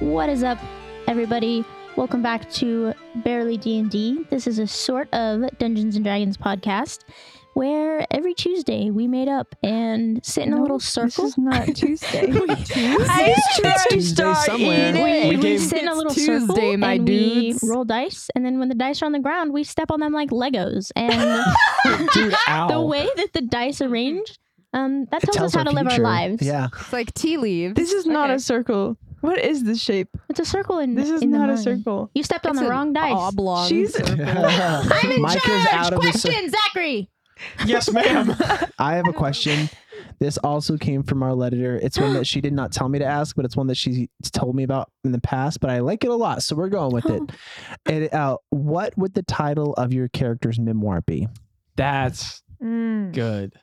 What is up, everybody? Welcome back to Barely D&D. This is a sort of Dungeons and Dragons podcast where every Tuesday we meet up and sit in a No, little This circle. is not Tuesday. I tried to Tuesday start somewhere. eating. we, We we gave- sit in a It's little Tuesday, circle my and dudes. we roll dice, and then when the dice are on the ground, we step on them like Legos. And Dude, ow. the way that the dice arrange, um, that It tells, us how to live our future. lives. Yeah. It's like tea leaves. This is not Okay. a circle. What is this shape? It's a circle in This is in the not a mind. circle. You stepped on It's the an wrong dice. Oblong. She's- I'm in Micah's charge. out of the cir- Question, Zachary. yes, ma'am. I have a question. This also came from our editor. It's one that she did not tell me to ask, but it's one that she told me about in the past. But I like it a lot, so we're going with it. And uh, what would the title of your character's memoir be? That's Mm. good.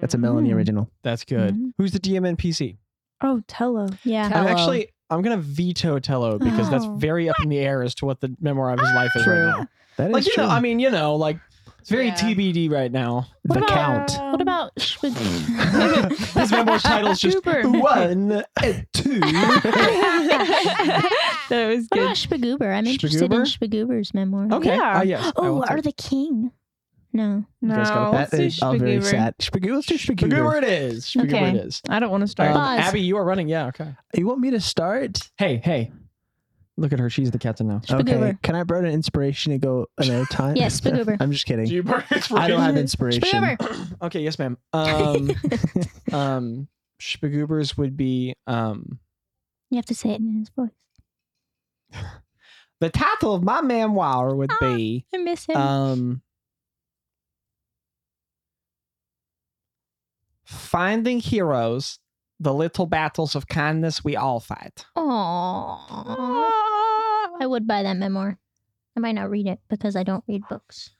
That's a Melanie Mm. Hmm. original. That's good. Mm-hmm. Mhm. Who's the DM and PC? Oh, Tello. Yeah. Tell- I'm Tello. actually I'm gonna veto Tello because that's Oh. very up in the air as to what the memoir of his life is True. right now. That is Like you true. know, I mean, you know, like it's very Yeah. TBD right now. the What about- count. What about Schwitz? His memoir's title is just Goober. one, and two. that was What good. about Spagoober? Oh, I'm interested in Spagoober's memoir. Okay. Yeah. Ah, yes. I Oh, will are take- the king? No. You guys got no, it. let's that do is all very Spagoober. sad. Spagoo- Let's do Goober Spagoo. it is. Goober Okay. it is. I don't want to Um, start. Buzz. Abby, you are running. Yeah. Okay. You want me to start? Hey, hey. Look at her. She's the captain now. Okay. Spagoober. Can I borrow an inspiration and go another time? Yes, Spagoober. I'm just kidding. you burn I don't have inspiration? inspiration. Spagoober. Okay, yes, ma'am. Um, um, Spagoobers would be um You have to say it in his voice. the title of my memoir would be I miss him. um finding heroes the little battles of kindness we all fight Aww. I would buy that memoir. I might not read it because I don't read books.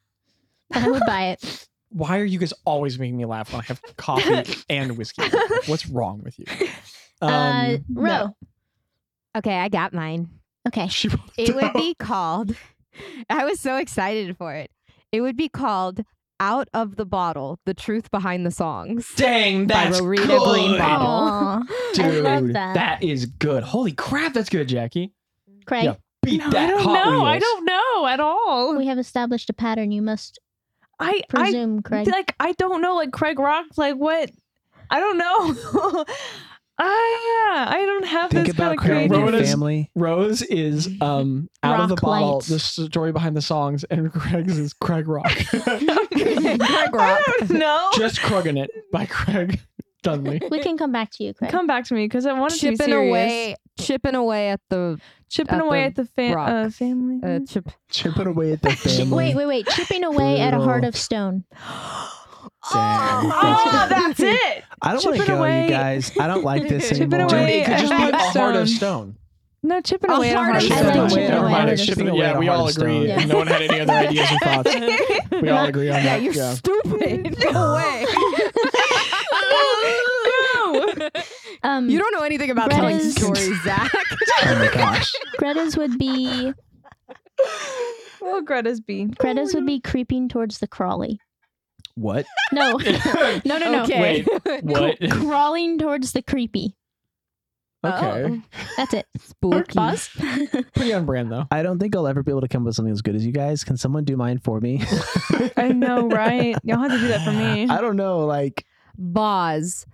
But I would buy it. why are you guys always making me laugh when i have coffee and whiskey what's wrong with you um uh, Ro. no. Okay, I got mine. Okay. she It would be called. I was so excited for it. It would be called "Out of the Bottle: The Truth Behind the Songs." dang By that's Rowena good. Green Bottle. Aw. I dude love that. that is good holy crap that's good jackie Craig, Yeah. beat No, I that don't Hot know. I Wheels. don't know at all. we have established a pattern. You must I, I presume, Craig. like I don't know, like Craig Rock, like what? I don't know. ah, I don't have Think this kind about of Craig creative. Rowan is- family. Rose is um out of the Rock bottle. lights. The story behind the songs, and Craig's is Craig Rock. Craig Rock. I don't know. Just Krugging It by Craig Dunley. we can come back to you, Craig. Come back to me because I wanted to be Chipping serious. away, chipping away at the chipping at away the at the fam- rock. uh, family. uh, chip. Chipping away at the Ch- family. wait, wait, wait. Chipping away at a heart Brutal. of stone. Damn. oh, that's it. I don't want to Chipping go, away. you guys. I don't like this Chipping anymore. Dude, away. it could just be a Stone. heart of stone. No, chipping A away at a heart heart of of I stone. like Chipping Away. Never at mind, it's a chipping Stone. away at a Yeah, we heart all of stone. agree. Yeah. No one had any other ideas or thoughts. We all agree on Yeah, that. you're Yeah. stupid. Go Oh away. Um, you don't know anything about telling Greta's- stories, Zach. Oh my gosh. Greta's would be Well, Greta's B. Greta's would be creeping towards the crawly. What? No, no, no, no. Okay. What? Crawling towards the creepy. Okay. That's it. Or Spooky. Buzz. Pretty on brand though. I don't think I'll ever be able to come up with something as good as you guys. Can someone do mine for me? I know, right? Y'all have to do that for me. I don't know. Like, Boz.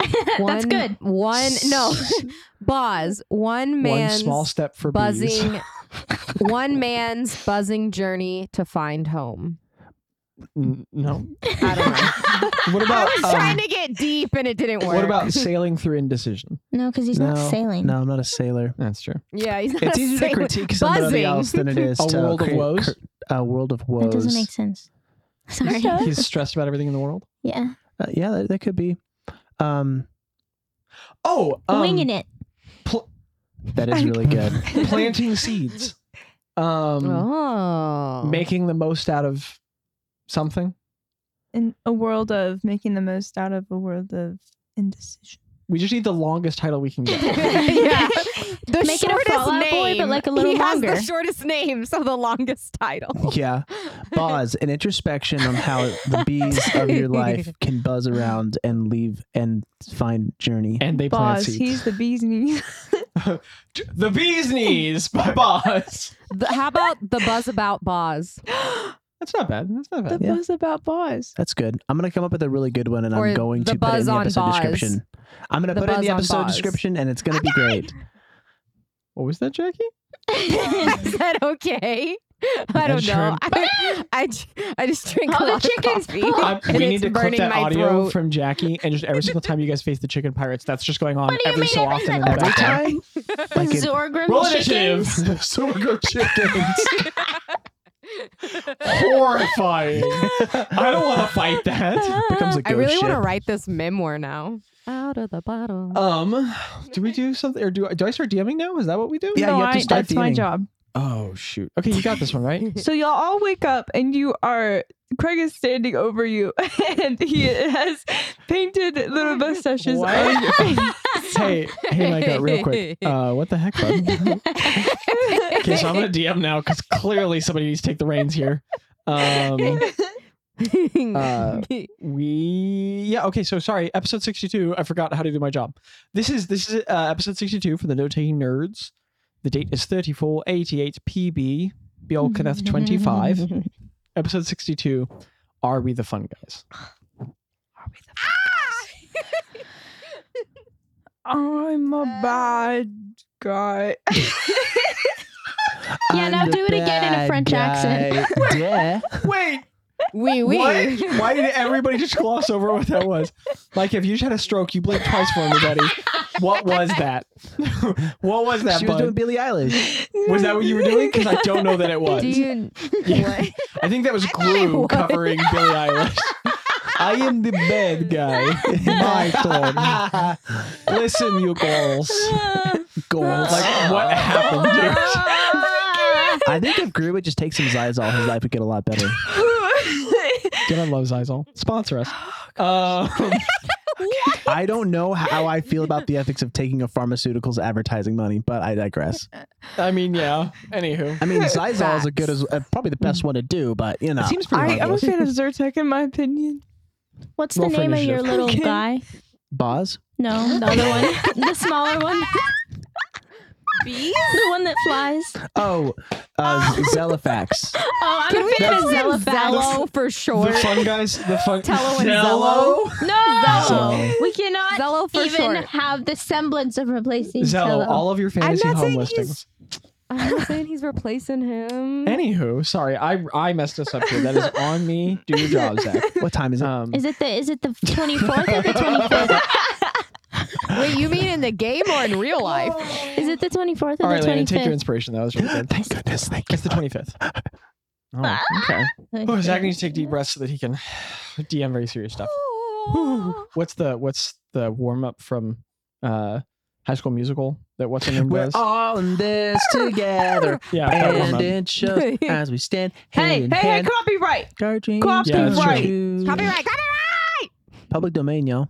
That's One- good. One no, Boz. One One man's small step for bees. buzzing. one man's buzzing journey to find home. N- No. I don't know. What I about was um, trying to get deep and it didn't work. what about sailing through indecision? No, because he's No, not sailing. no, I'm not a sailor. That's true. Yeah, he's not It's easier to saying- critique somebody Buzzing. else than it is A to world of cri- woes? cr- a world of woes. That doesn't make sense. Sorry. Okay. He's stressed about everything in the world. Yeah. Uh, yeah, that, that could be. Um, Oh, um, Winging it. that is really good. planting seeds um Oh. making the most out of something In a world of making the most out of a world of indecision. we just need the longest title we can get yeah. The Make it a shortest Fallout Boy, name, but, like, a little he longer. Has the shortest name, so the longest title. Yeah. Buzz, an introspection on how the bees of your life can buzz around and leave and find journey. and they plant Boz, seeds he's the bee's knees. The Bee's Knees by Boz. The- how about the buzz about Boz? That's not bad. That's not The bad. Yeah. buzz about Boz. That's good. I'm gonna come up with a really good one, and Or I'm going the to put it in buzz the on episode Boz. description. I'm gonna The put it in the buzz on episode Boz. description, and it's gonna be great. What was that, Jackie? Is that okay? I That's don't know. shrimp. I, I, j- I just drink All a the lot chickens. of coffee. I, and we it's need to clip burning that my audio throat. from Jackie, and just every single time you guys face the chicken pirates, that's just going on What do you every mean so every often. In the time? Every background. time, like it, Zorgrim Roll initiative. chickens. so we're going chickens. Horrifying. I don't want to fight that. becomes a I ghost really want to ship. write this memoir now. Out of the bottle. Um, do we do something, or do I do I start DMing now? Is that what we do? Yeah, no, you have to I, start that's my dating. job. Oh shoot. Okay, you got this one right. So y'all all wake up and you are Craig is standing over you and he has painted little mustaches What? on your face. hey, hey, Micah, real quick. Uh, what the heck, bud? okay, so I'm gonna DM now because clearly somebody needs to take the reins here. Um, Uh, we yeah okay so sorry episode 62 i forgot how to do my job this is this is uh, episode 62 for the note taking nerds the date is 3488 pb bjolkaneth 25 episode 62 are we the fun guys I'm a bad guy. Yeah, now I'm the do it again in a bad French accent. guy. Yeah. wait Wee wee. what? why did everybody just gloss over what that was like if you just had a stroke you blinked twice for everybody what was that what was that she was bud? doing Billie Eilish. was that what you were doing because i don't know that it was Do you Yeah. I think that was thought it glue was. covering Billie Eilish. I am the bad guy, Michael. Listen, you girls. Goals. Like, what happened? Here? Uh. I think if Gru would just take some Zyzol, his life would get a lot better. Dude, I love Zyzol. Sponsor us. Um, I don't know how I feel about the ethics of taking of pharmaceuticals advertising money, but I digress. I mean, yeah. Anywho, I mean, Zyzol is a Facts. good as uh, probably the best one to do, but you know, it seems pretty I, I'm a harmless. fan of Zyrtec in my opinion. What's Roll the for name of your initiative. little Okay. guy? Boz. No, the other one. the smaller one. bees? The one that flies. Oh, uh, Zelifax. Oh, I'm Can we a fan call of him Zelophax. Zello for The short? fun guys, the fun. Tello and Zello? No! Zello. We cannot Zello for even short. have the semblance of replacing Zello, Zello. all of your fantasy not home saying he's- listings. I'm not saying he's replacing him. Anywho, sorry, I I messed us up here. That is on me. Do your job, Zach. What time is it? Um, Is it the is it the 24th or the 25th? Wait, you mean in the game or in real life? Is it the 24th or all right, the Landon, take your 25th? inspiration. That was really good. Thank goodness. Thank you. It's the 25th. Oh, okay. Oh, Zach needs to take deep breaths so that he can DM very serious stuff. Whew. What's the what's the warm up from uh High School Musical that what's her name We're does? all in this together, yeah, that warm and oh, up. it shows as we stand Hey, hey, hand in hey, hand. copyright. Our dreams Copyright. come true. Copyright, copyright. Public domain, yo. All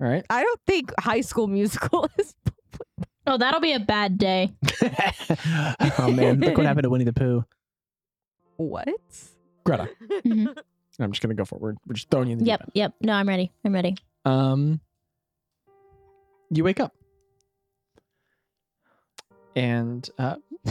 right. I don't think High School Musical is. Oh, that'll be a bad day. oh man, look what happened to Winnie the Pooh. What? Greta. Mm-hmm. Mhm. I'm just gonna go for it. We're, we're just throwing you in the Yep, yep. No, I'm ready. I'm ready. deep end. Um you wake up. And uh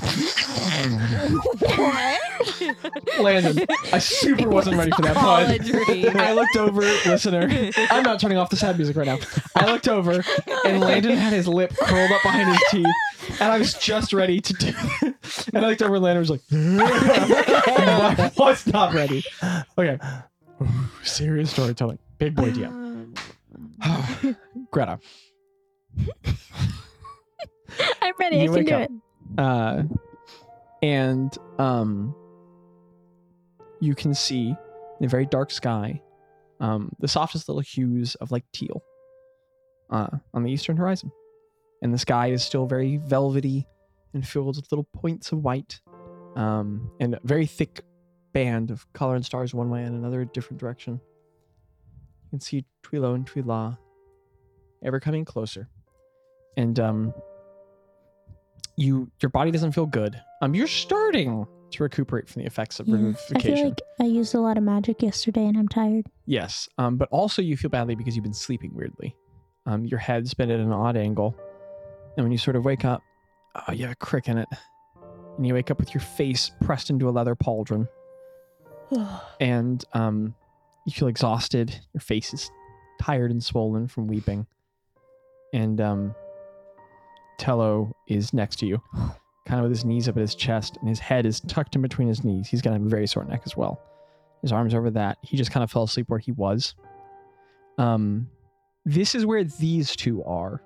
Landon, I super wasn't ready for that All pun. a dream. I looked over, listener. I'm not turning off the sad music right now. I looked over, and Landon had his lip curled up behind his teeth, and I was just ready to do. It. And I looked over, and Landon was like, I was not ready. Okay, serious storytelling, big boy DM. Greta, I'm ready. You I can wake do up. it. uh, and um, you can see in a very dark sky um, the softest little hues of like teal uh, on the eastern horizon, and the sky is still very velvety and filled with little points of white um, and a very thick band of color and stars one way and another a different direction. You can see Twilo and Twila ever coming closer, and um, you your body doesn't feel good. Um, you're starting to recuperate from the effects of Yeah, I revivification. feel like I used a lot of magic yesterday and I'm tired. Yes, um, but also you feel badly because you've been sleeping weirdly. Um, your head's been at an odd angle, And when you sort of wake up, oh, you have a crick in it. And you wake up with your face pressed into a leather pauldron. and um, you feel exhausted. Your face is tired and swollen from weeping. And um, Tello is next to you, kind of with his knees up at his chest, and his head is tucked in between his knees. He's got a very sore neck as well. His arms over that. He just kind of fell asleep where he was. Um, this is where these two are.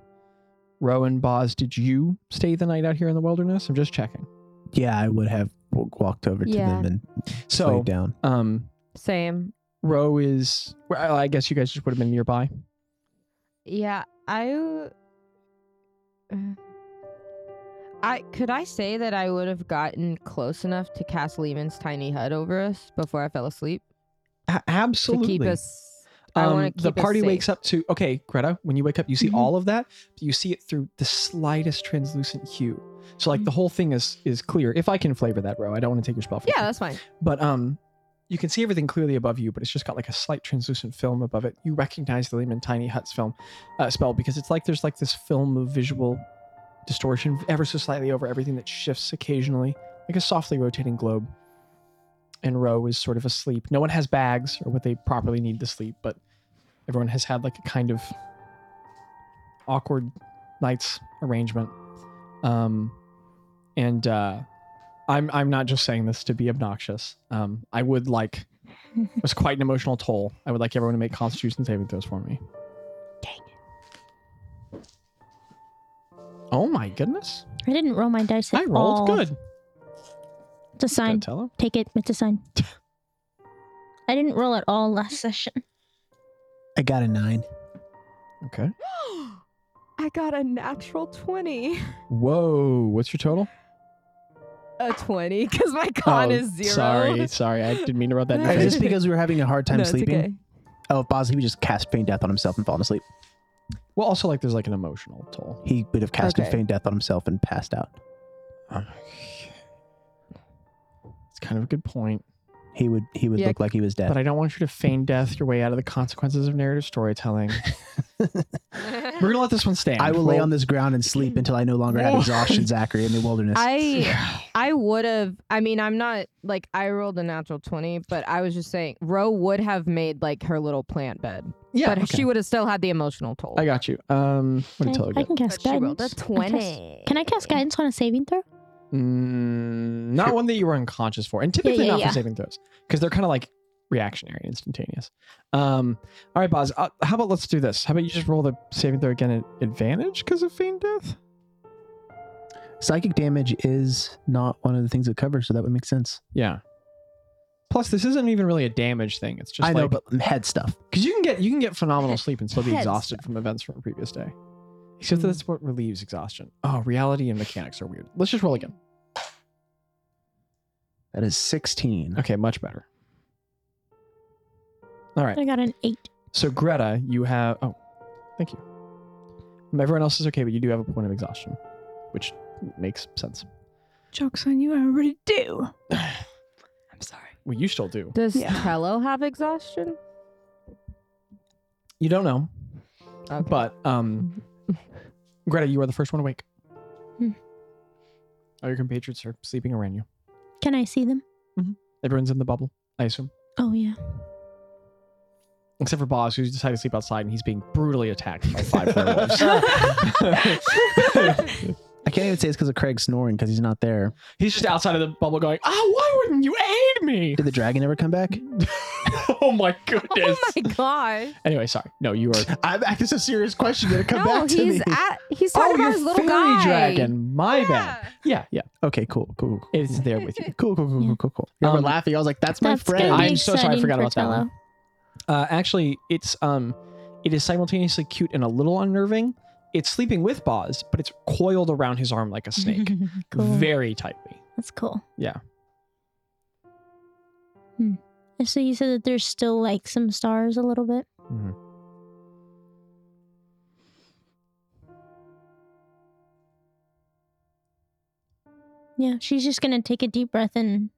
Rowan Boz, did you stay the night out here in the wilderness? I'm just checking. Yeah, I would have w- walked over to Yeah. them and So, laid down. um, Same. Row is. Well, I guess you guys just would have been nearby. Yeah, I. w- Uh, I could I say that I would have gotten close enough to cast Lehman's tiny hut over us before I fell asleep absolutely. to keep us. I wanna Um, the keep us party wakes safe. Mm-hmm. up to okay, Greta. When you wake up, you see Mhm. all of that, but you see it through the slightest translucent hue. So Mm-hmm. like the whole thing is is clear. If I can flavor that, Row, I don't want to take your spell. from Yeah, you. that's fine. but um, you can see everything clearly above you, but it's just got like a slight translucent film above it. You recognize the Lehman Tiny Huts film uh, spell because it's like there's like this film of visual distortion ever so slightly over everything that shifts occasionally, like a softly rotating globe. And Roe is sort of asleep. No one has bags or what they properly need to sleep, but everyone has had like a kind of awkward night's arrangement. Um, and uh, I'm I'm not just saying this to be obnoxious. Um, I would like it was quite an emotional toll. I would like everyone to make Constitution saving throws for me. Dang Oh my goodness! I didn't roll my dice at I rolled all. good. It's a sign. Good, Tella. Take it. It's a sign. I didn't roll at all last session. I got a nine. Okay. I got a natural twenty. Whoa! What's your total? A twenty, because my con Oh, is zero. Sorry, sorry. I didn't mean to rub that in your And face. just because we were having a hard time No, it's sleeping. okay. Oh, if Boz, he would just cast Feign Death on himself and fallen asleep. Well, also like there's like an emotional toll. He would have casted Okay. Feign Death on himself and passed out. It's kind of a good point. He would he would Yeah. look like he was dead. But I don't want you to feign death your way out of the consequences of narrative storytelling. We're gonna let this one stand. I will lay Roll- on this ground and sleep until I no longer have Whoa. exhaustion, Zachary, in the wilderness. I I would have. I mean, I'm not like I rolled a natural twenty, but I was just saying, Ro would have made like her little plant bed, Yeah, but she would have still had the emotional toll. I got you. Um, what did I, Taylor I get? can cast But she rolled a guidance. I cast- 20. Can I cast guidance on a saving throw? Mm, not one that you were unconscious for, and typically yeah, not yeah. for saving throws because they're kind of like reactionary, and instantaneous. Um, all right, Boz. Uh, how about let's do this? How about you just roll the saving throw again at advantage because of feign death? Psychic damage is not one of the things it covers, so that would make sense. Yeah. Plus, this isn't even really a damage thing. It's just I like, know, but head stuff. Because you can get you can get phenomenal sleep and still be Head exhausted from events from a previous day. Except Hmm. that that's what relieves exhaustion. Oh, reality and mechanics are weird. Let's just roll again. That is sixteen. Okay, much better. All right. I got an eight. So Greta, you have oh, thank you. Um, Everyone else is okay, but you do have a point of exhaustion, which makes sense. Jokes on you, I already do. I'm sorry. Well, you still do. Does Yeah. Tello have exhaustion? You don't know, Okay. but um, Greta, you are the first one awake. Hmm. All your compatriots are sleeping around you. Can I see them? Everyone's in the bubble, I assume, Oh yeah. except for Boz, who's decided to sleep outside and he's being brutally attacked by five werewolves. I can't even say it's because of Craig snoring because he's not there. he's just outside of the bubble, going, "Ah, why wouldn't you aid me?" Did the dragon ever come back? oh my goodness. oh my god! Anyway, sorry. No, you are. I'm asking a serious question. Did it come no, back to he's me? at. He's talking about his fairy little guy. dragon. My bad. Yeah, yeah. okay, cool, cool, cool, It's there with you. cool, cool, cool, Yeah. cool, cool, cool. You were Um, laughing. I was like, "That's, my That's friend." gonna be I'm so sorry, I exciting forgot for about that one. Tello. Uh, actually, it's um, it is simultaneously cute and a little unnerving. It's sleeping with Boz, but it's coiled around his arm like a snake, cool. very tightly. That's cool. Yeah. Hmm. And So you said that there's still like some stars a little bit. Yeah, she's just gonna take a deep breath and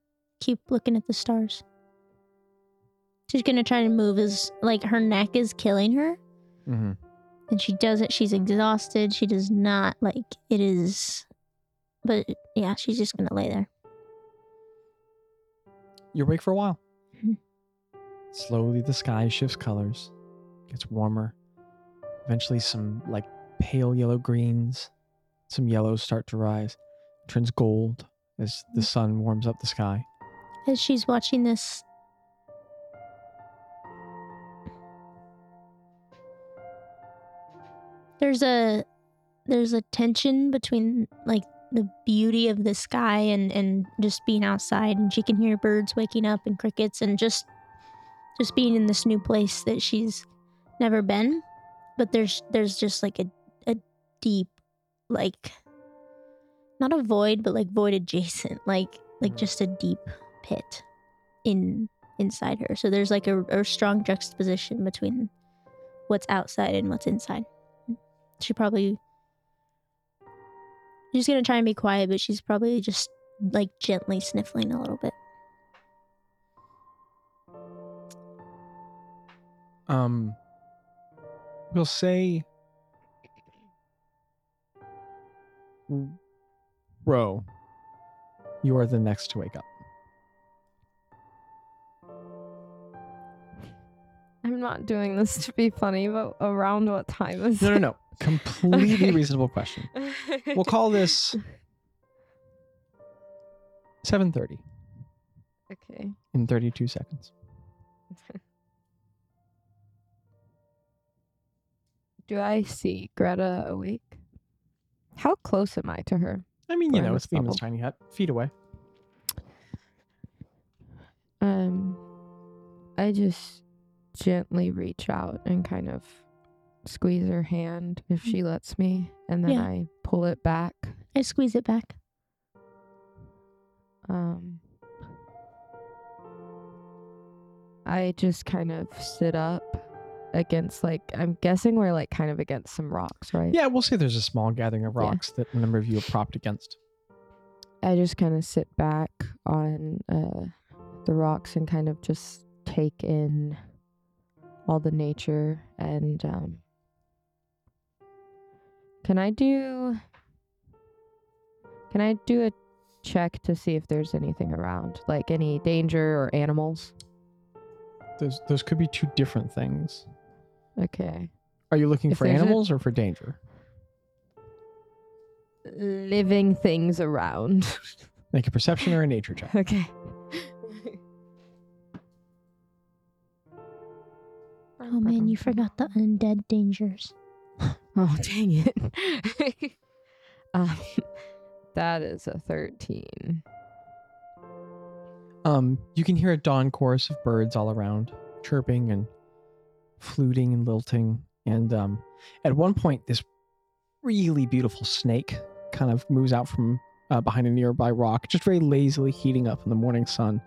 keep looking at the stars. She's gonna try to move as like her neck is killing her, And she does it. She's exhausted. She does not like it is, but yeah, she's just gonna lay there. You're awake for a while. Mhm. Slowly, the sky shifts colors, gets warmer. Eventually, some like pale yellow greens, some yellows start to rise, turns gold as the sun warms up the sky. As she's watching this, there's a there's a tension between like the beauty of the sky and and just being outside, and she can hear birds waking up and crickets, and just just being in this new place that she's never been. But there's there's just like a a deep like not a void, but like void adjacent, like like just a deep pit in inside her. So there's like a, a strong juxtaposition between what's outside and what's inside. She probably she's gonna try and be quiet, but she's probably just like gently sniffling a little bit. Um, we'll say, Ro, you are the next to wake up. I'm not doing this to be funny, but around what time is No, no, it? no. Completely Okay. reasonable question. We'll call this seven thirty Okay. in thirty-two seconds. Do I see Greta awake? How close am I to her? I mean, We're you in know, this it's Lima's bubble. tiny hut, feet away. Um, I just gently reach out and kind of squeeze her hand if she lets me, and then Yeah. I pull it back. I squeeze it back. Um, I just kind of sit up against like I'm guessing we're like kind of against some rocks, right? Yeah, we'll say there's a small gathering of Yeah. rocks that a number of you are propped against. I just kind of sit back on uh, the rocks and kind of just take in all the nature. And um, can I do? Can I do a check to see if there's anything around, like any danger or animals? Those those could be two different things. Okay, Are you looking If for there's a- animals or for danger? living things around. Make a perception or a nature check. okay. Oh man, you forgot the undead dangers. Oh, dang it. um, that is a 13. Um, you can hear a dawn chorus of birds all around, chirping and fluting and lilting. And um, at one point, this really beautiful snake kind of moves out from uh, behind a nearby rock, just very lazily heating up in the morning sun.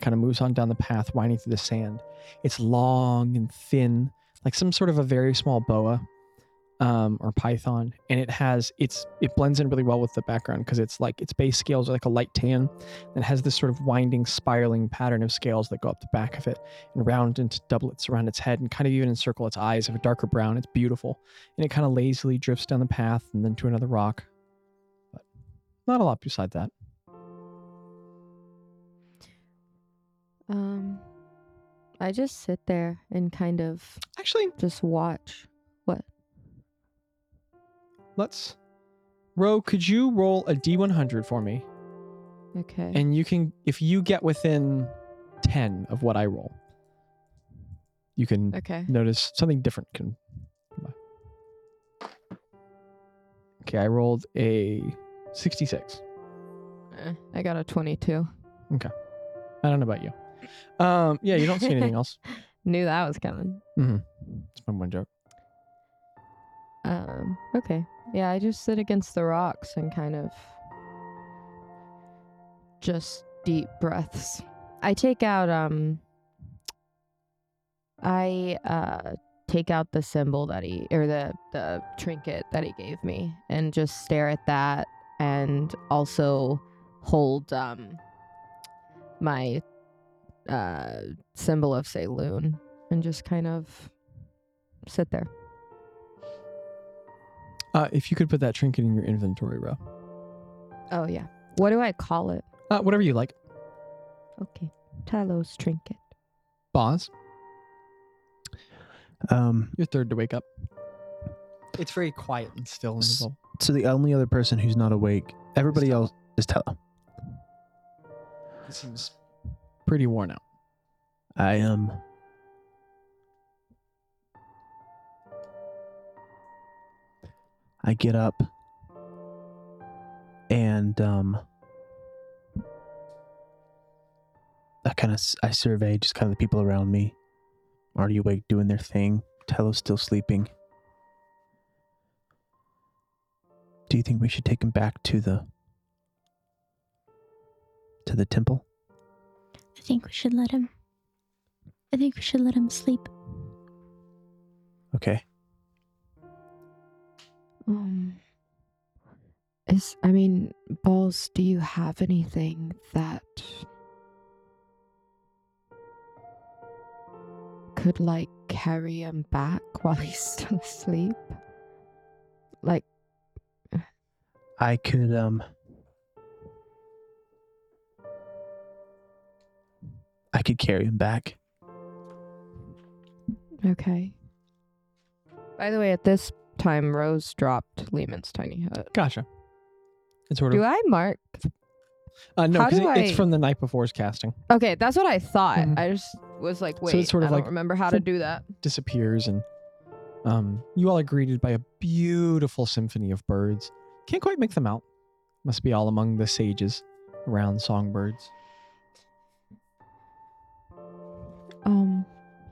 Kind of moves on down the path, winding through the sand. It's long and thin, like some sort of a very small boa um, or python, and it has it's it blends in really well with the background because it's like its base scales are like a light tan, and it has this sort of winding, spiraling pattern of scales that go up the back of it and round into doublets around its head and kind of even encircle its eyes of a darker brown. It's beautiful. And it kind of lazily drifts down the path and then to another rock. But not a lot beside that. Um, I just sit there and kind of Actually, just watch. let's. Ro, could you roll a D100 for me? Okay. And you can, if you get within 10 of what I roll, you can okay. notice something different can come by. Okay, I rolled a 66. Eh, I got a 22. I don't know about you. Um, yeah, you don't see anything else. Knew that was coming. It's my one joke. Um, okay. Yeah, I just sit against the rocks and kind of just deep breaths. I take out um I uh take out the symbol that he or the the trinket that he gave me and just stare at that and also hold um my uh symbol of Saloon and just kind of sit there. Uh, if you could put that trinket in your inventory, row, Oh yeah. What do I call it? uh, whatever you like. Okay. Talos trinket. Boz, Um, you're third to wake up. It's very quiet and still in the S- bowl. so the only other person who's not awake, everybody else is Tella. It seems pretty worn out. I um. I get up and um I kind of I survey just kind of the people around me already awake doing their thing. Tello's still sleeping. Do you think we should take him back to the to the temple? I think we should let him. I think we should let him sleep. Okay. Um. Is I mean, balls. Do you have anything that could like carry him back while he's still asleep? Like, I could um I could carry him back. okay. By the way, at this time, Rose dropped Lehman's tiny hut. Gotcha. It's sort Do of I mark? uh, no, how 'cause do it- it's I- from the night before's casting. Okay, that's what I thought. Mhm. I just was like, wait, So it's sort of I don't like- remember how to do that. disappears and um, you all are greeted by a beautiful symphony of birds. Can't quite make them out. Must be all among the sages around songbirds. Um,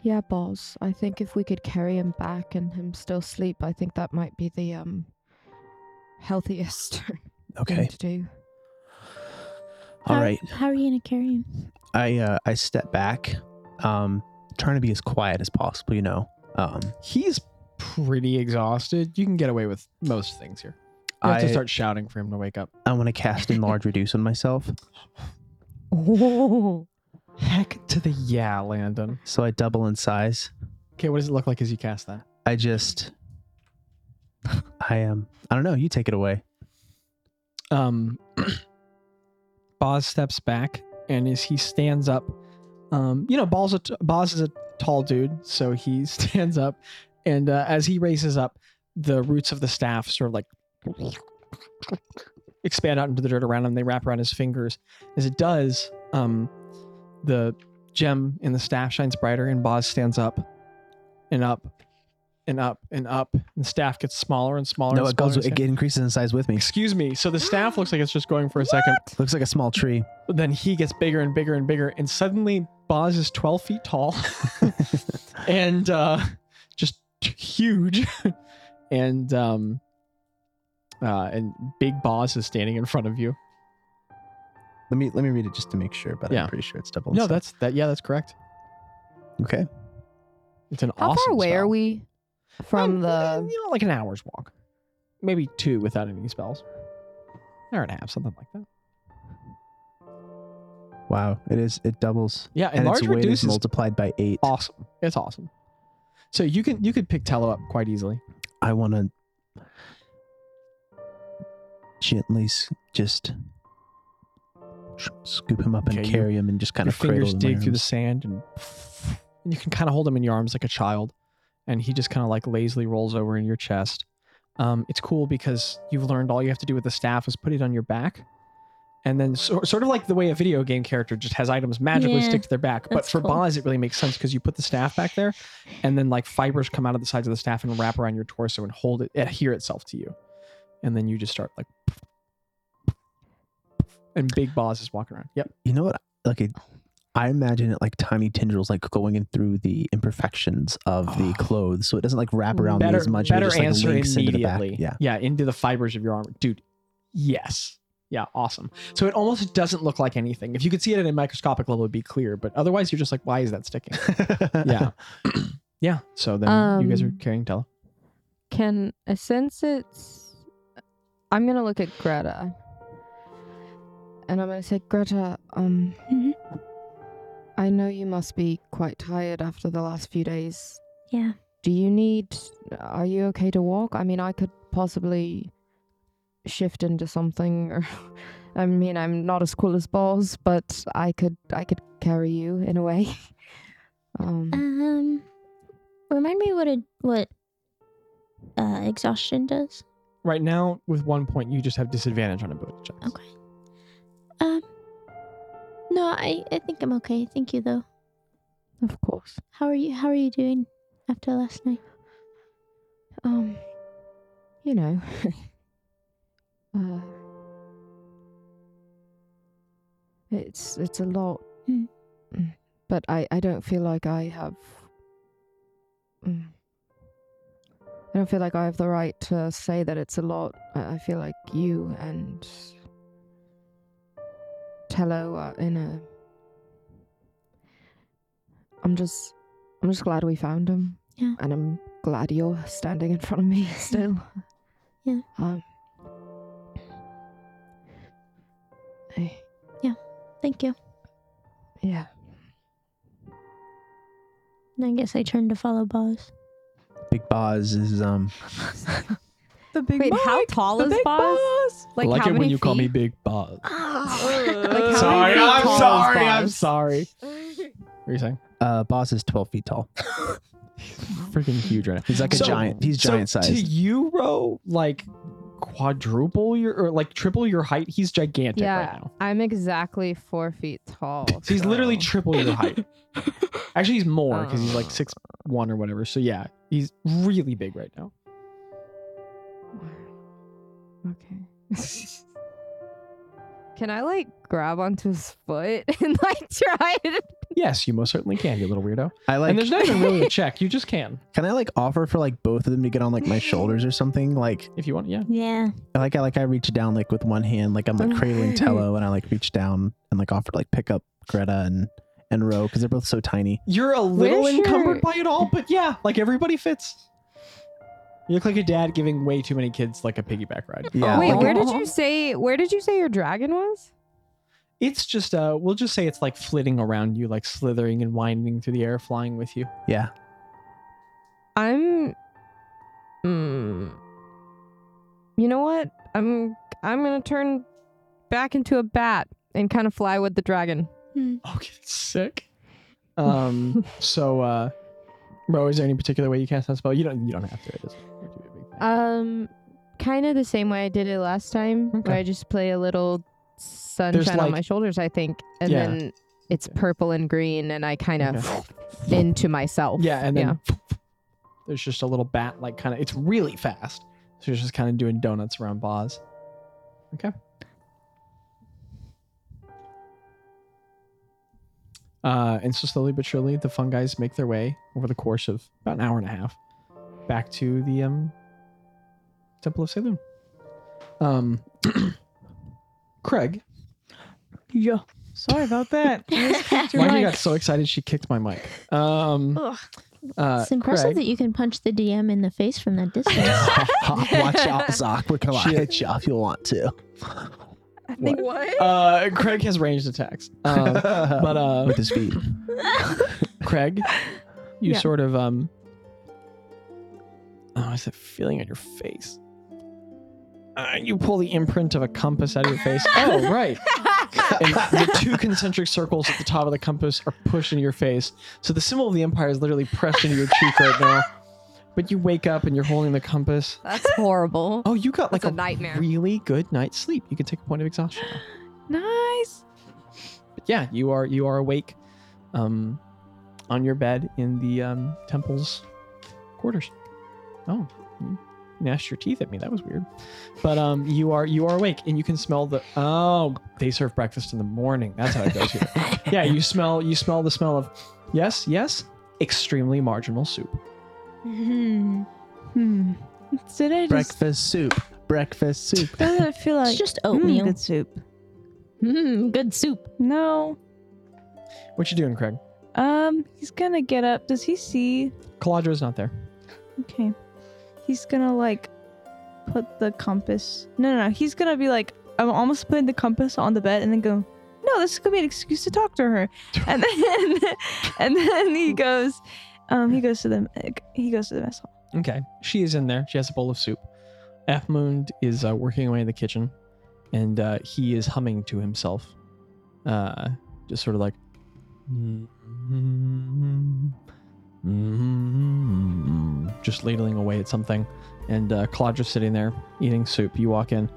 yeah, balls. I think if we could carry him back and him still sleep, I think that might be the um healthiest Okay. thing to do. All How- right. How are you gonna carry him? I uh I step back um trying to be as quiet as possible, you know. Um He's pretty exhausted. You can get away with most things here. You have to I- start shouting for him to wake up. I want to cast enlarge reduce on myself. Oh, Heck to the yeah, Landon. So I double in size. Okay, what does it look like as you cast that? I just I am um, I don't know, you take it away. um Boz steps back and as he stands up um you know Boz, a t- Boz is a tall dude so he stands up and uh, as he raises up the roots of the staff sort of like expand out into the dirt around him they wrap around his fingers as it does um the gem in the staff shines brighter and Boz stands up and up and up and up and the staff gets smaller and smaller No, and it smaller goes and it increases in size with me. Excuse me. So the staff looks like it's just going for a second. Looks like a small tree. But then he gets bigger and bigger and bigger. And suddenly Boz is 12 feet tall and uh, just huge. and um, uh, and Big Boz is standing in front of you. Let me let me read it just to make sure, but Yeah. I'm pretty sure it's double in No, size. that's that. Yeah, that's correct. okay. It's an how awesome far away are spell. we Um, from the? you know, like an hour's walk, maybe two without any spells. Hour and a half, something like that. Wow. It is it doubles. Yeah, and, And, large its weight is reduces multiplied by eight. awesome. It's awesome. So you can you could pick Tello up quite easily. I want to gently s- just sh- scoop him up and Okay, you- carry him and just kind your of cradle fingers him in dig my through the arms. sand and, and you can kind of hold him in your arms like a child and he just kind of like lazily rolls over in your chest um, it's cool because you've learned all you have to do with the staff is put it on your back and then so, sort of like the way a video game character just has items magically Yeah, stick to their back but that's for cool. Boz it really makes sense because you put the staff back there and then like fibers come out of the sides of the staff and wrap around your torso and hold it adhere itself to you and then you just start like and big Boz is walking around yep You know what? Like it, I imagine it like tiny tendrils, like going in through the imperfections of the Oh. clothes, so it doesn't like wrap around me better, as Um, much. better it just, like, answer links into the back. immediately. Yeah. yeah, into the fibers of your armor, dude. Yes, yeah, awesome. So it almost doesn't look like anything. If you could see it at a microscopic level, it'd be clear. But otherwise, you're just like, why is that sticking? yeah, yeah. So then you guys are Um, carrying Tella. Can uh, since it's, I'm gonna look at Greta, and I'm gonna say, Greta, um, Mhm. I know you must be quite tired after the last few days. Yeah. Do you need. Are you okay to walk? I mean, I could possibly shift into something or. I mean, I'm not as cool as balls, but I could I could carry you in a way. Um, Hmm. Um, remind me what it what uh exhaustion does. Right now, with one point, you just have disadvantage on ability checks. Okay. Um, no, I I think I'm okay. Thank you though. of course. How are you? How are you doing after last night? Um, you know. uh, it's it's a lot, Mm. Mm. but I I don't feel like I have. Mm. I don't feel like I have the right to say that it's a lot. I I feel like you and Tello are in a. I'm just, I'm just glad we found him. Yeah. And I'm glad you're standing in front of me still. Yeah. Um. I- Thank you. yeah. And I guess I turn to follow Boz. Big Boz is um. The big Wait, how Mike, tall the is big Boz? boss? I like how it when many you call me feet? Big Bob. Ah! Like, how many sorry, feet I'm tall is sorry, I'm Boz? sorry. What are you saying? Uh, Boz is twelve feet tall. Freaking huge right now. He's like a So- giant. He's giant so To sized. you, Ro, like quadruple your or like triple your height. He's gigantic Yeah. right now. I'm exactly four feet tall. So he's literally so- triple your height. Actually, he's more because he's like six one or whatever. So yeah, he's really big right now. Okay. Can I like grab onto his foot and like try it? Yes, you most certainly can, you little weirdo. I like. and there's not even really a check. You just can Can I like offer for like both of them to get on like my shoulders or something? Like if you want. Yeah. Yeah. I like I like I reach down like with one hand, like I'm like cradling Tello, and I like reach down and like offer to like pick up Greta and and Ro because they're both so tiny. You're a little Where's your- encumbered by it all, but yeah, like everybody fits. You look like a dad giving way too many kids like a piggyback ride. Yeah. Wait, like, where did you say where did you say your dragon was? It's just uh we'll just say it's like flitting around you, like slithering and winding through the air, flying with you. yeah. I'm mm, You know what? I'm I'm going to turn back into a bat and kind of fly with the dragon. Okay, that's Oh, sick. Um so uh Ro, is there any particular way you cast that spell? You don't you don't have to. It doesn't have to be a big thing. Um kind of the same way I did it last time Okay. where I just play a little sunshine on like- my shoulders, I think, and Yeah. then it's purple and green and I kind of into myself. yeah, and then there's just a little bat like kinda it's really fast. So it's just kinda doing donuts around Boz. Okay. Uh, and so slowly but surely, the fungi's make their way over the course of about an hour and a half back to the um, Temple of Saloon. Um, Craig, Yeah. Sorry about that. I just kicked your Mikey mic. got so excited she kicked my mic. Um, Ugh. uh, it's impressive Craig, that you can punch the DM in the face from that distance. Watch out, Zoc. We're gonna Shit. hit you if you want to. I think what? uh, Craig has ranged attacks. Um, but uh, with his feet. Craig, you Yeah. sort of um, oh, is that feeling on your face? Uh, you pull the imprint of a compass out of your face. Oh, right. and the two concentric circles at the top of the compass are pushed into your face. So the symbol of the empire is literally pressed into your cheek right now. But you wake up and you're holding the compass. That's horrible. Oh, you got like That's a nightmare. really good night's sleep. You can take a point of exhaustion. now. Nice. But yeah, you are you are awake, um, on your bed in the um, temple's quarters. Oh, you gnashed your teeth at me. That was weird. But um, you are you are awake and you can smell the. Oh, they serve breakfast in the morning. That's how it goes here. yeah, you smell you smell the smell of, yes, yes, extremely marginal soup. Hmm. Hmm. Did I just? Breakfast soup. Breakfast soup. Doesn't it feel It's like just Mm, oatmeal. good soup? Mm, good soup. No. What you doing, Craig? Um, he's gonna get up. Does he see? Coladra's not there. Okay. He's gonna like put the compass. No, no, no. He's gonna be like, I'm almost putting the compass on the bed and then go, no, this is gonna be an excuse to talk to her. And then, and then he goes, Um, he goes to the he goes to the mess hall. Okay. She is in there. She has a bowl of soup. Afmund is uh, working away in the kitchen, and uh, he is humming to himself, uh, just sort of like. Just ladling away at something, and uh, Claude just sitting there eating soup. You walk in,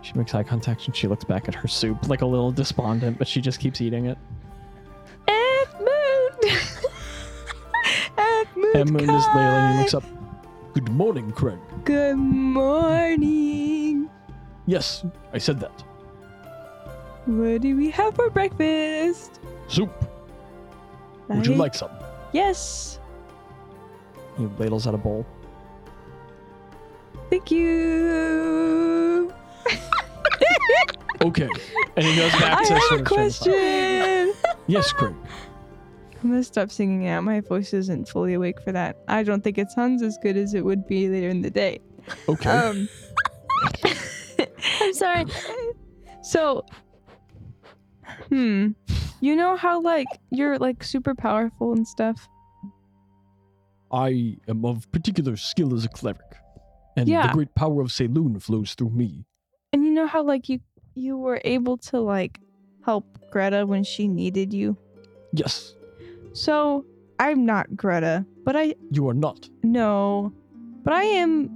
she makes eye contact and she looks back at her soup like a little despondent, but she just keeps eating it. F moon. F moon. And Moon is ladling and looks up. Good morning, Craig. Good morning. Yes, I said that. What do we have for breakfast? Soup. Would you Like- like some? Yes. He ladles out a bowl. Thank you. Okay. And he goes back I to have sort a of trying to find- question. Yes, Craig. I'm gonna stop singing out. My voice isn't fully awake for that. I don't think it sounds as good as it would be later in the day. Okay. Um. I'm sorry. So, hmm. You know how like you're like super powerful and stuff. I am of particular skill as a cleric, and Yeah. the great power of Saloon flows through me. And you know how like you you were able to like help Greta when she needed you. Yes, So I'm not Greta, but I you are not. no, but I am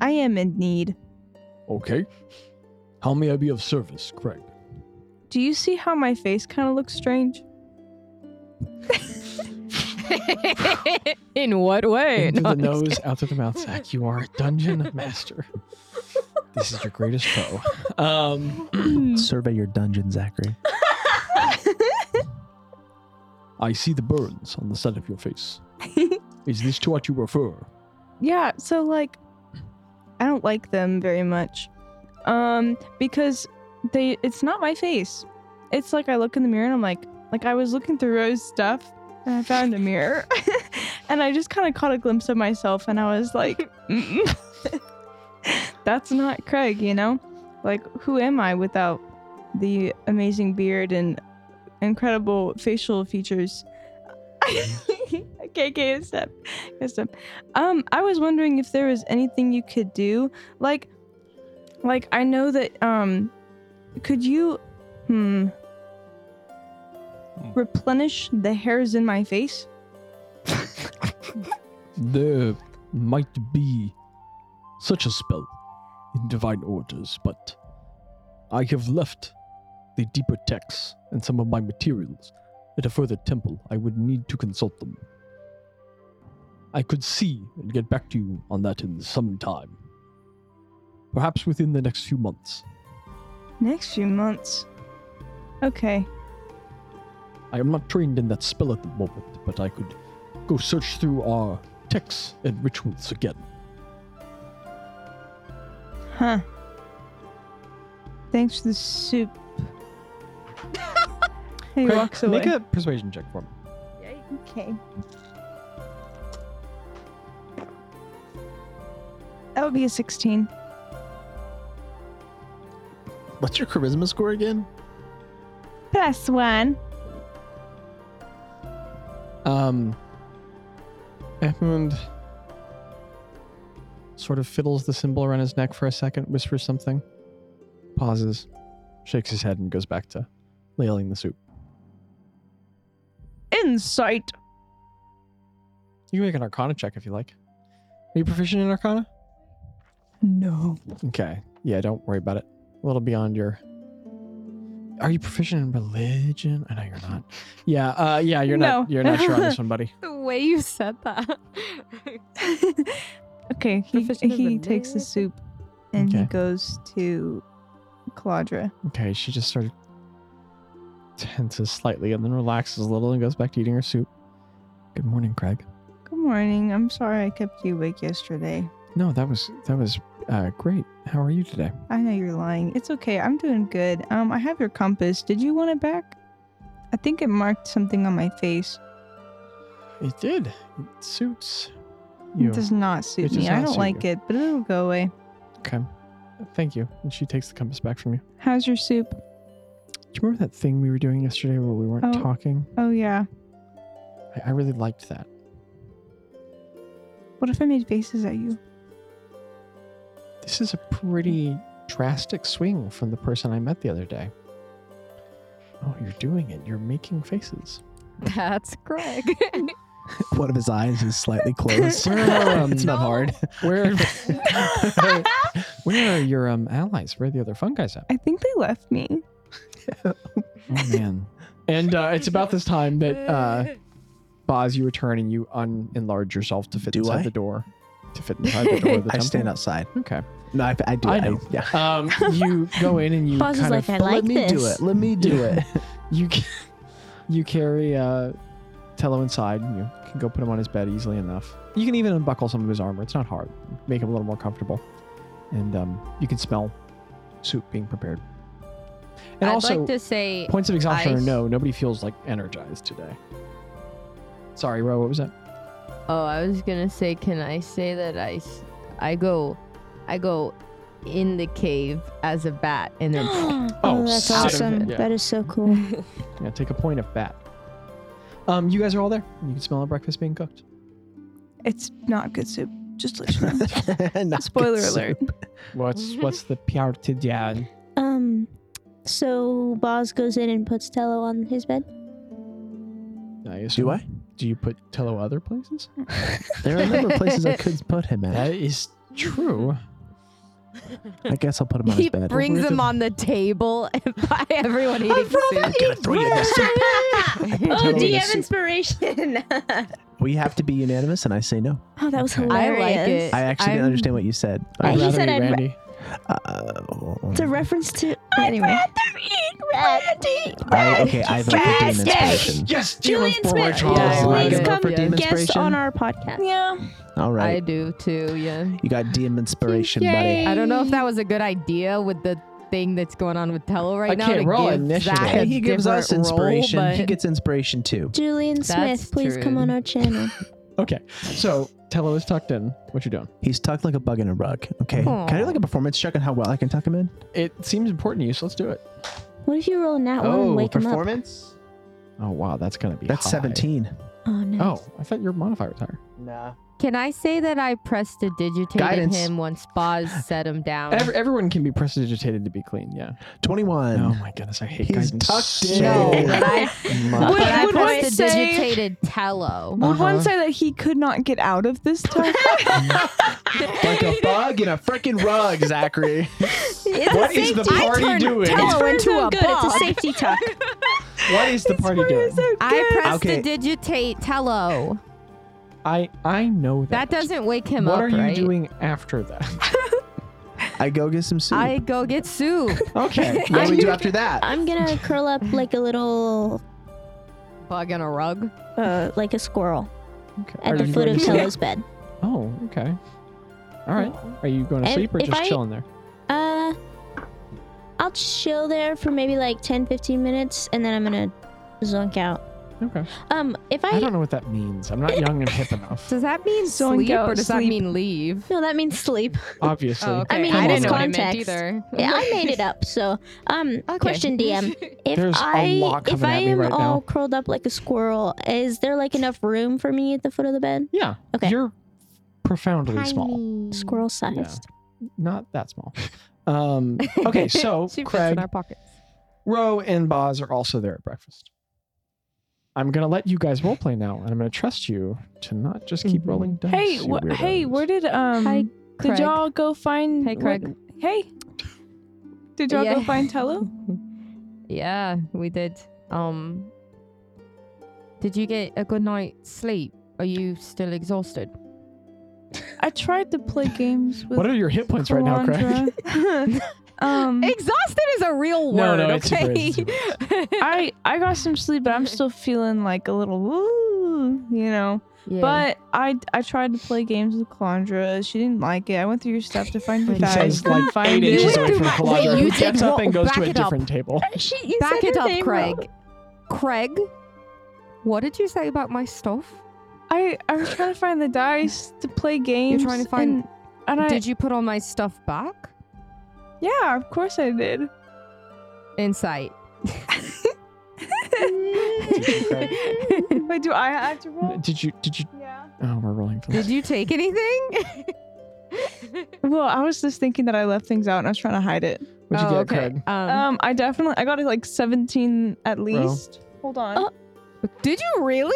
I am in need. Okay. How may I be of service, Craig? Do you see how my face kind of looks strange? In what way? Into No, the I'm just nose, out through the mouth, Zach. You are a dungeon master. This is your greatest foe. Um, Survey your dungeon, Zachary. I see the burns on the side of your face. Is this to what you refer? yeah, so like I don't like them very much. Um because they it's not my face. It's like I look in the mirror and I'm like like I was looking through Rose's stuff and I found a mirror and I just kind of caught a glimpse of myself and I was like "Mm-mm." that's not Craig, you know? Like who am I without the amazing beard and incredible facial features? okay, okay, step. Good stuff. Um, I was wondering if there was anything you could do. Like, like I know that. Um, could you, hmm, replenish the hairs in my face? There might be such a spell in divine orders, but I have left the deeper texts and some of my materials at a further temple. I would need to consult them. I could see and get back to you on that in some time. Perhaps within the next few months. Next few months. Okay. I am not trained in that spell at the moment, but I could go search through our texts and rituals again. Huh. Thanks for the soup. he Craig, walks away. Make a persuasion check for me. Okay. That would be a 16. What's your charisma score again? Plus one. Um, Edmund sort of fiddles the symbol around his neck for a second, whispers something, pauses, shakes his head, and goes back to ladling the soup. Insight. You can make an Arcana check if you like. Are you proficient in Arcana? No. Okay. Yeah, don't worry about it. A little beyond your. Are you proficient in religion? I know you're not. Yeah, uh, yeah, you're not. No. You're not sure on this one, buddy. The way you said that. Okay, he, Proficient in he takes the religion. soup and he Okay. goes to Claudra. Okay, she just sort of tenses slightly and then relaxes a little and goes back to eating her soup. Good morning, Craig. Good morning. I'm sorry I kept you awake yesterday. No, that was that was uh, great. How are you today? I know you're lying. It's okay. I'm doing good. Um, I have your compass. Did you want it back? I think it marked something on my face. It did. It suits It does not suit does me. I not don't suit like you. it, but it'll go away. Okay. Thank you. And she takes the compass back from you. How's your soup? Do you remember that thing Oh. we were doing yesterday where we weren't Oh. talking? Oh yeah. I, I really liked that. What if I made faces at you? This is a pretty drastic swing from the person I met the other day. Oh, you're doing it. You're making faces. That's Greg. One of his eyes is slightly closed. Where are, um, it's not hard. where, where are your um, allies? Where are the other fun guys at? I think they left me. Oh, man. and uh, it's about this time that uh, Boz, you return and you un enlarge yourself to fit Do inside I? the door. To fit inside the door. Of the I temple. stand outside. Okay. No, I, I do. I I know. yeah. Um, you go in and you Boz is kind like, of I like Let me this. do it. Let me do it. you ca- you carry uh, Tello inside. And you can go put him on his bed easily enough. You can even unbuckle some of his armor. It's not hard. Make him a little more comfortable, and um, you can smell soup being prepared. And I'd also, like to say points of exhaustion or ice. no, nobody feels like energized today. Sorry, Ro. What was that? Oh, I was gonna say, can I say that I, s- I go, I go, in the cave as a bat, and then oh, Oh, that's out of awesome. it, yeah. That is so cool. Yeah, take a point of bat. Um, you guys are all there. You can smell breakfast being cooked. It's not good soup. Just let you know. Not Spoiler good soup. alert. What's what's the piartidian? Um, so Boz goes in and puts Tello on his bed. Do I? Do you put Tello other places? There are a number of places I could put him at. is true. I guess I'll put him on he his bed. brings them on the table by everyone eating soup. gonna throw you this. Oh, Totally DM soup. inspiration. We have to be unanimous, and I say no. oh, that was Okay. I hilarious. like it. I actually I'm- didn't understand what you said. I- I'd he rather said eat I'd ra- Randy. Uh, It's a reference to. Anyway. I, okay, I vote for Yes, demon yes. inspiration. Yes, Julian Smith, oh, Charles. Yeah, I like Please it. come for Yeah. demon Guest inspiration. on our podcast. yeah. All I right, do too. Yeah. you got demon inspiration, buddy. I don't know if that was a good idea with the thing that's going on with Tello right I now. can't to roll give initiative. Zach Yeah, a he gives us different role, inspiration. but he gets inspiration too. Julian That's Smith, please true. come on our channel. Okay, so Tello is tucked in. What you doing? He's tucked like a bug in a rug. Okay, can I do like a performance check on how well I can tuck him in? It seems important to you, so let's do it. What if you roll that one and wake him up? Oh, performance. Oh wow, that's gonna be That's high. seventeen. Oh, no. Oh, I thought your modifier was higher. Nah. Can I say that I prestidigitated Guidance. him once Boz set him down? Every, everyone can be prestidigitated to be clean. Yeah. Twenty-one. Oh my goodness, I hate He's guidance. tucked so no, in. but I My- Would- but I would one say- prestidigitated Tello. Would one Uh-huh. say that he could not get out of this time? like a bug in a freaking rug, Zachary. What is the party doing? Tello Oh, It's into so a good. It's bug. a safety talk. What is the party doing? I Okay. prestidigitate Tello. I I know that. That doesn't wake him what up, are you right? doing after that? I go get some soup. I go get soup. okay. what do we I'm- do after that? I'm gonna curl up like a little, Bug on a rug. uh, like a squirrel okay. at Are the you foot of going to sleep? Tello's bed. Oh, okay. All right. Are you going to And sleep or if just I- chilling there? Uh, I'll chill there for maybe like 10, 15 minutes, and then I'm gonna zonk out. Okay. Um, if I, I don't know what that means. I'm not young and hip enough, Does that mean So sleep go or does that sleep. mean leave? no, that means sleep. obviously. Oh, okay. I mean, I in didn't this know what it meant context. either. Yeah, I made it up. So, um, Okay. question DM: If There's a I, lot if coming I at me am right now. all curled up like a squirrel, is there like enough room for me at the foot of the bed? Yeah. Okay. You're profoundly small. Squirrel sized. Not that small. Um, okay, so she fits Craig, in our pockets. Roe, and Boz are also there at breakfast. I'm gonna let you guys roleplay now, and I'm gonna trust you to not just keep Mhm. rolling dice. hey, you wh- hey, weirdos. where did um? Hi, did Craig. y'all go find? Hey, what- Craig. hey. Did y'all go Yeah. find Tello? Yeah, we did. Um, did you get a good night's sleep? Are you still exhausted? I tried to play games with. What are your hit points right now, Craig? Kalandra. um, Exhausted is a real No, word. no, it's super, okay. it's I I got some sleep, but I'm still feeling like a little woo, you know. Yeah. But I I tried to play games with Calandra. She didn't like it. I went through your stuff to find your He guys. says couldn't like find eight it. inches You away do from my- Calandra, wait, who you gets did up and roll- goes to back a it up. different table. She, you back said it her up, name Craig. wrong. Craig, what did you say about my stuff? I I was trying to find the dice to play games. trying to find- And, and I Did you put all my stuff back? yeah, of course I did. Insight. Wait, do I have to roll? Did you? Did you? Yeah. Oh, we're rolling for Did this. you take anything? Well, I was just thinking that I left things out and I was trying to hide it. What'd you oh, get, okay. Craig? Uh-huh. Um, Um, I definitely I got like 17 at least. Hold on. Oh. did you really?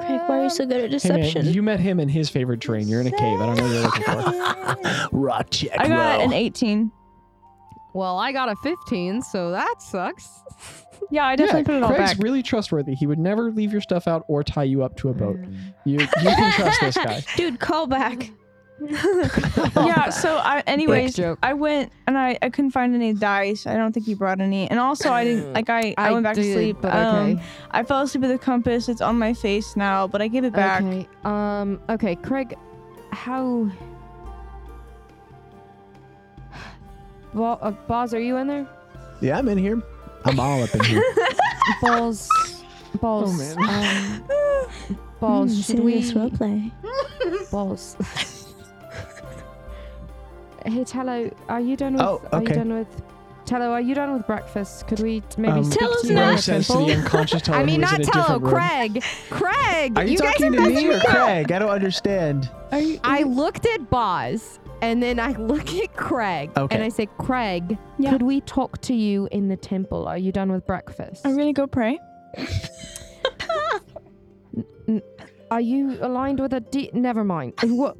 Craig, why are you so good at Hey, man, deception? uh, you met him in his favorite train. You're in a cave. I don't know what you're looking for. Rock check. I got roll. an 18. Well, I got a 15, so that sucks. Yeah, I definitely put it all Craig's back. really trustworthy. He would never leave your stuff out or tie you up to a boat. You you can trust this guy. Dude, call back. yeah, so I anyways, joke. I went and I, I couldn't find any dice. I don't think he brought any. And also I didn't like I, I, went back to did, sleep. but Um, okay. I fell asleep with a compass. It's on my face now, but I gave it back. Okay. Um. Okay, Craig. How? Well, uh, Boz, are you in there? Yeah, I'm in here. I'm all up in here. Balls. Oh, Balls. Um, balls. Mm, should we? serious roleplay. Balls. hey, Tello, are you done with? Oh, Are you okay. done with? Tello, are you done with breakfast? Could we t- maybe Um, speak Tell to us you now. on Rogue the says to phone? the unconscious Tello I who mean, is in not a different Tello, room. Craig. Craig, Are you, guys talking are to me messing or up. Craig? I don't understand. I looked at Boz and then I look at Craig Okay. and I say, Craig, Yeah. could we talk to you in the temple? Are you done with breakfast? I'm gonna go pray. Are you aligned with a D? Never mind. What?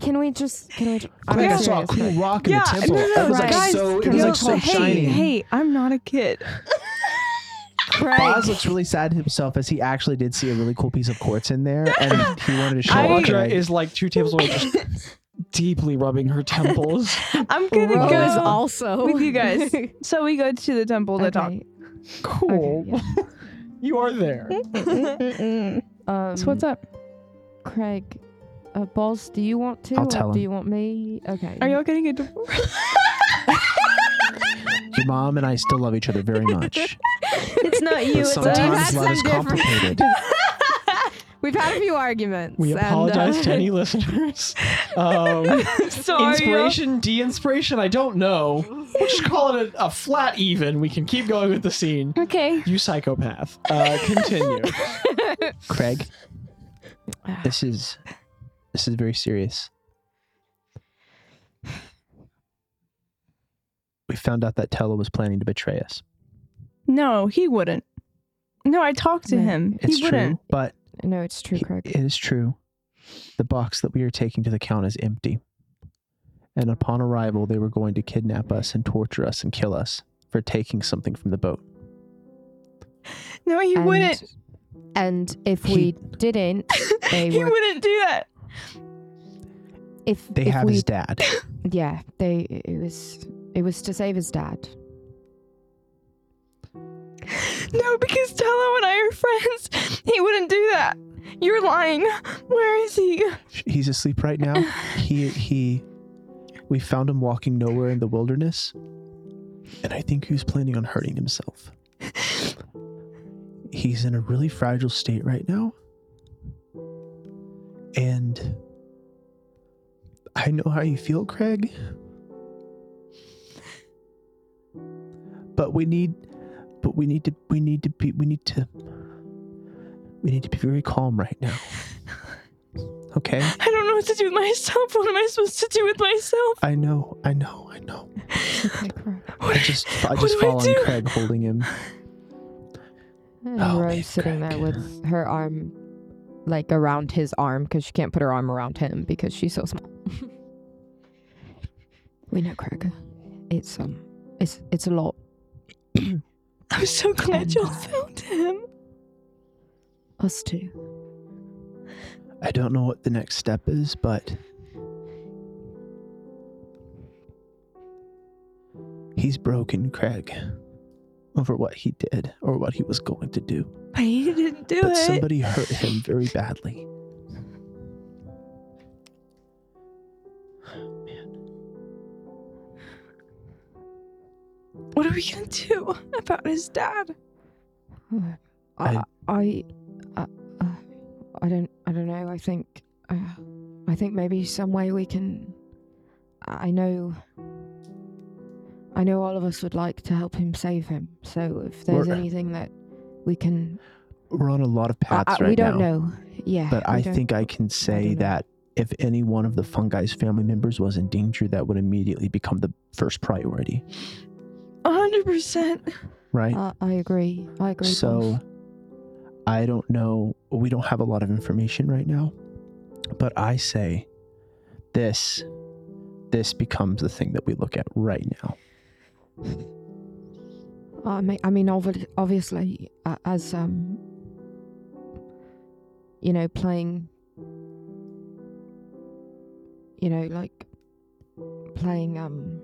Can we just? Can we? Just, I'm Craig, I saw a serious. cool rock in Yeah, the temple. no, no, it was like guys, so. It can was we like so talk- hey, shiny. hey, I'm not a kid. Boz Craig. looks really sad to himself as he actually did see a really cool piece of quartz in there, and he wanted to show I- it. to Audra Craig. is like two tables away, just deeply rubbing her temples. I'm gonna Rose go also with you guys. So we go to the temple to talk. Okay, Cool. yeah. You are there. Um, So what's up? Craig? Uh, Balls, do you want to? I'll or tell Do him. you want me? Okay. Are y'all getting a divorce? Your mom and I still love each other very much, It's not you, but it's sometimes us. had love some is different- complicated. We've had a few arguments. We and, uh, apologize to any listeners. Um, Sorry. inspiration, de-inspiration. I don't know. We'll just call it a, a flat even. We can keep going with the scene. Okay. You psychopath. Uh, continue. Craig, this is this is very serious. We found out that Tella was planning to betray us. No, he wouldn't. No, I talked to No. him. It's he true, wouldn't. but No, it's true, he- Craig. it is true. The box that we are taking to the count is empty. And upon arrival, they were going to kidnap us and torture us and kill us for taking something from the boat. No, he and, wouldn't. And if He- we didn't, they He were. wouldn't do that. If They if have we, his dad. yeah, they it was it was to save his dad. No, because Tello and I are friends. He wouldn't do that. You're lying. Where is he? He's asleep right now. He he we found him walking nowhere in the wilderness. And I think he's planning on hurting himself. He's in a really fragile state right now. And I know how you feel, Craig. But we need but we need to we need to be we need to we need to be very calm right now. Okay? I don't know what to do with myself. What am I supposed to do with myself? I know, I know, I know. Okay, Craig. I just, I What just do I fall on do? Craig holding him. And Oh, Rose babe, sitting there Craig. with her arm like around his arm because she can't put her arm around him because she's so small. we know, Craig. It's um, it's it's a lot. I'm so glad y'all found him. Us too. I don't know what the next step is, but he's broken, Craig, over what he did or what he was going to do. But he didn't do But it. somebody hurt him very badly. What are we gonna do about his dad? I I I- I, uh, uh, I don't I don't know. I think uh, I think maybe some way we can. I know. I know all of us would like to help him save him. So if there's We're- anything that we can, We're on a lot of I- paths I- right Uh, we don't now. know. Yeah, But we I don't- think I can say know. that if any one of the fungi's family members was in danger, that would immediately become the first priority, hundred percent. right? I, uh, I agree. I agree. boss. so I don't know. We don't have a lot of information right now, but I say this this becomes the thing that we look at right now. I mean, I mean, obvi- obviously, uh, as um, you know, playing, you know, like playing um,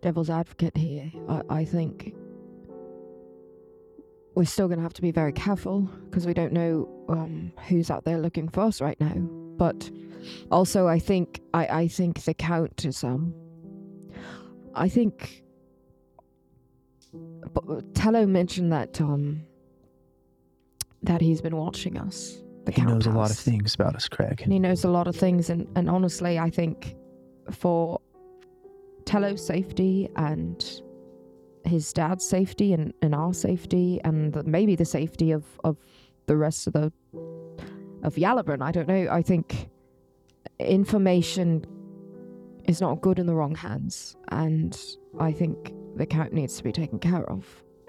devil's advocate here. I, I think we're still going to have to be very careful because we don't know um, who's out there looking for us right now. But also, I think I, I think the count is um, I think but uh, Tello mentioned that um that he's been watching us. The He Count knows a lot of has. things about us, Craig. And he knows a lot of things, and, and honestly, I think for Tello's safety and his dad's safety and, and our safety and the, maybe the safety of, of the rest of the of Yaliburn, I don't know. I think information is not good in the wrong hands, and I think the count needs to be taken care of.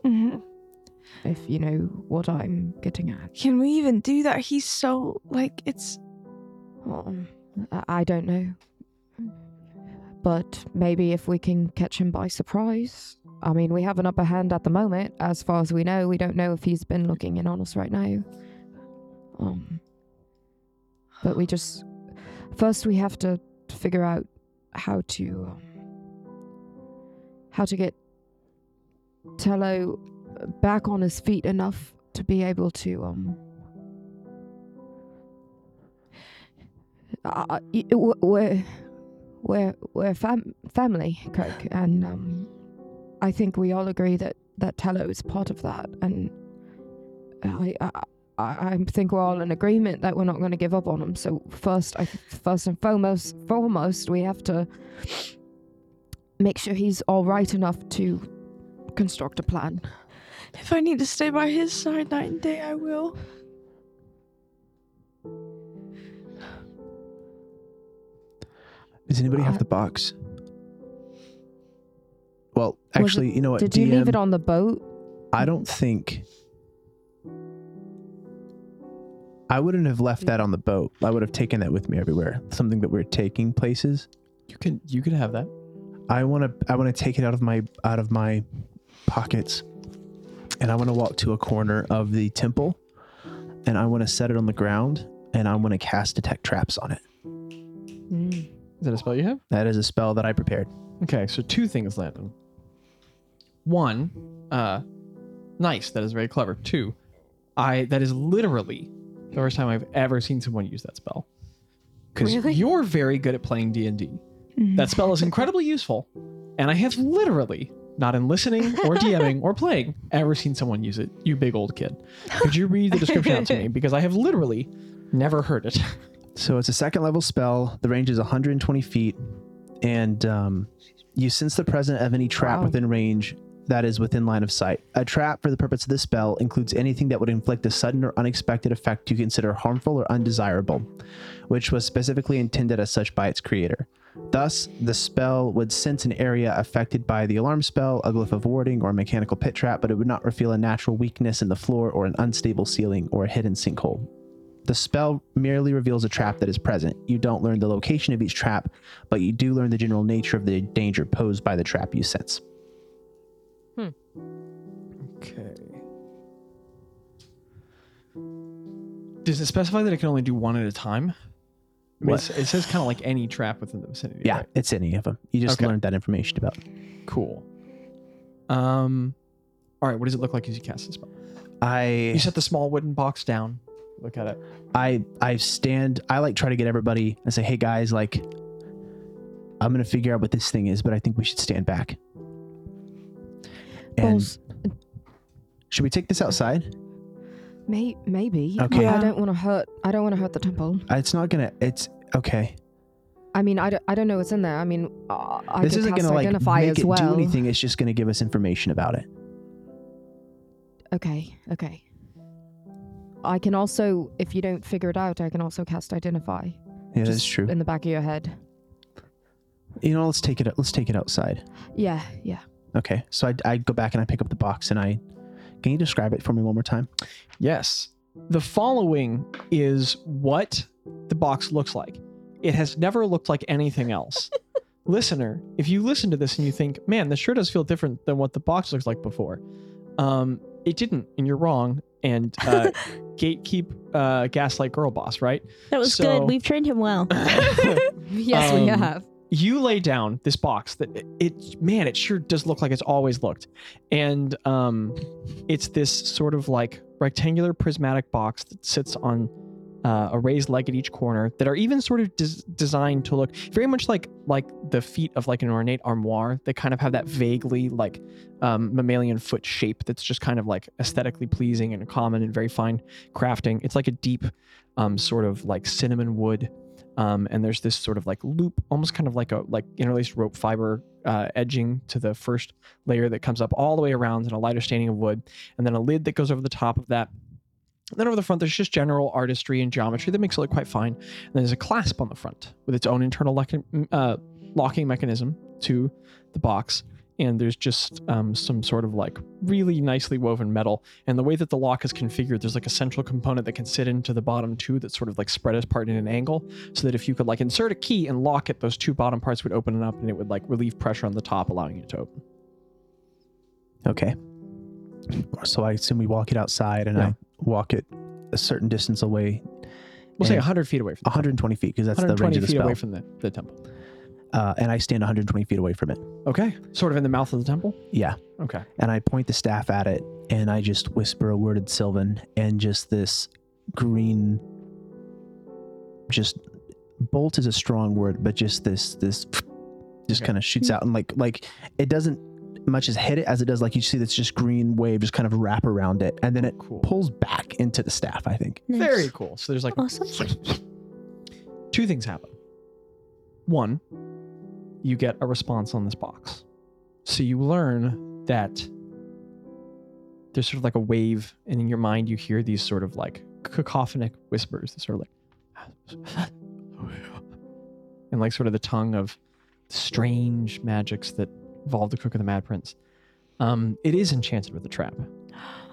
Mm-hmm. If you know what I'm getting at. Can we even do that? He's so like it's Um, I- I don't know. But maybe if we can catch him by surprise. I mean, we have an upper hand at the moment. As far as we know, we don't know if he's been looking in on us right now. Um, but we just. First, we have to figure out how to. Um, how to get Tello back on his feet enough to be able to. Um, uh, y- w- we're we're we're fam- family, Coke, and um, I think we all agree that that Tello is part of that, and I. I I I think we're all in agreement that we're not going to give up on him. So first, I, first and foremost, foremost, we have to make sure he's all right enough to construct a plan. if I need to stay by his side night and day, I will. Does anybody have Uh, the box? Well, actually, you know what? Did you leave DM? it on the boat? I don't think I wouldn't have left that on the boat. I would have taken that with me everywhere. Something that we're taking places. You can you could have that. I want to I want to take it out of my out of my pockets. And I want to walk to a corner of the temple and I want to set it on the ground and I want to cast detect traps on it. Is that a spell you have? That is a spell that I prepared. Okay, so two things, Landon. One, uh, nice. That is very clever. Two, I that is literally the first time I've ever seen someone use that spell. Because Really? you're very good at playing D and D. That spell is incredibly useful, and I have literally not in listening or DMing or playing ever seen someone use it. You big old kid. Could you read the description out to me? Because I have literally never heard it. So it's a second level spell. The range is 120 feet, and um, you sense the presence of any trap Wow. within range that is within line of sight. A trap for the purpose of this spell includes anything that would inflict a sudden or unexpected effect you consider harmful or undesirable, which was specifically intended as such by its creator. Thus, the spell would sense an area affected by the alarm spell, a glyph of warding, or a mechanical pit trap, but it would not reveal a natural weakness in the floor or an unstable ceiling or a hidden sinkhole. The spell merely reveals a trap that is present. You don't learn the location of each trap, but you do learn the general nature of the danger posed by the trap you sense. Okay. Does it specify that it can only do one at a time? I mean, What? it's- It says kind of like any trap within the vicinity. Yeah, right? it's any of them. You just Okay. learned that information about. Cool. Um. All right. What does it look like as you cast this spell? You I set the small wooden box down. Look at it. I I stand. I like try to get everybody and say, "Hey guys, like, I'm gonna figure out what this thing is, but I think we should stand back." And Balls. should we take this outside? May- maybe. Okay. I, I Yeah. don't want to hurt. I don't want to hurt the temple. Uh, It's not gonna. It's okay. I mean, I don't, I don't know what's in there. I mean, uh, I this could isn't cast gonna like identify make as it well. do anything. It's just gonna give us information about it. Okay, okay. I can also, if you don't figure it out, I can also cast identify Yeah, that's Just true. in the back of your head. You know, let's take it. Let's take it outside. Yeah, yeah. Okay. So I, I go back and I pick up the box and I. Can you describe it for me one more time? Yes. The following is what the box looks like. It has never looked like anything else. Listener, if you listen to this and you think, man, this sure does feel different than what the box looks like before, um, it didn't, and you're wrong. And uh, gatekeep uh, Gaslight Girl Boss, right? That was So- good. We've trained him well. yes, we Um, have. you lay down this box that it, it man it sure does look like it's always looked and um it's this sort of like rectangular prismatic box that sits on uh, a raised leg at each corner that are even sort of des- designed to look very much like like the feet of like an ornate armoire they kind of have that vaguely like um, mammalian foot shape that's just kind of like aesthetically pleasing and common and very fine crafting it's like a deep um, sort of like cinnamon wood um, and there's this sort of like loop, almost kind of like a like interlaced rope fiber uh, edging to the first layer that comes up all the way around, and a lighter staining of wood, and then a lid that goes over the top of that. And then over the front, there's just general artistry and geometry that makes it look quite fine. And then there's a clasp on the front with its own internal lock- uh, locking mechanism to the box. And there's just um, some sort of like really nicely woven metal. And the way that the lock is configured, there's like a central component that can sit into the bottom two that's sort of like spread apart in an angle so that if you could like insert a key and lock it, those two bottom parts would open it up and it would like relieve pressure on the top, allowing it to open. Okay. So I assume we walk it outside and Yeah. I walk it a certain distance away, We'll say And- 100 feet away from the 120 feet, because that's the range 120 of the feet spell. away from the, the temple. uh, and I stand 120 feet away from it. Okay. Sort of in the mouth of the temple. Yeah. Okay. And I point the staff at it and I just whisper a word at Sylvan and just this green, just bolt is a strong word, but just this, this just Okay. kind of shoots out and like, like it doesn't much as hit it as it does like you see this just green wave just kind of wrap around it and then it Cool. pulls back into the staff i think Nice. Very cool. So there's like awesome. two things happen. One, you get a response on this box. So you learn that there's sort of like a wave, and in your mind, you hear these sort of like cacophonic whispers, that sort of like, and like sort of the tongue of strange magics that involve the Cook of the Mad Prince. Um, it is enchanted with a trap.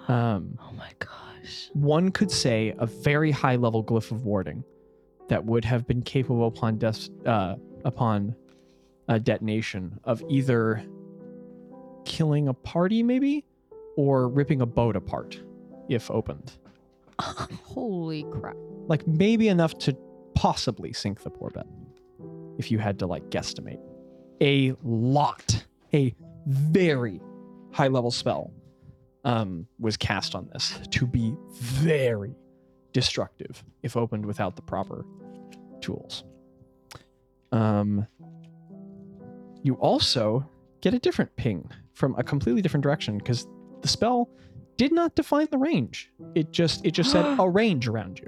Um, Oh my gosh. one could say a very high level glyph of warding that would have been capable upon des- uh, upon a detonation of either killing a party maybe or ripping a boat apart if opened Holy crap. like maybe enough to possibly sink the poor bet if you had to like guesstimate a lot a very high level spell um was cast on this to be very destructive if opened without the proper tools um you also get a different ping from a completely different direction because the spell did not define the range it just it just said a range around you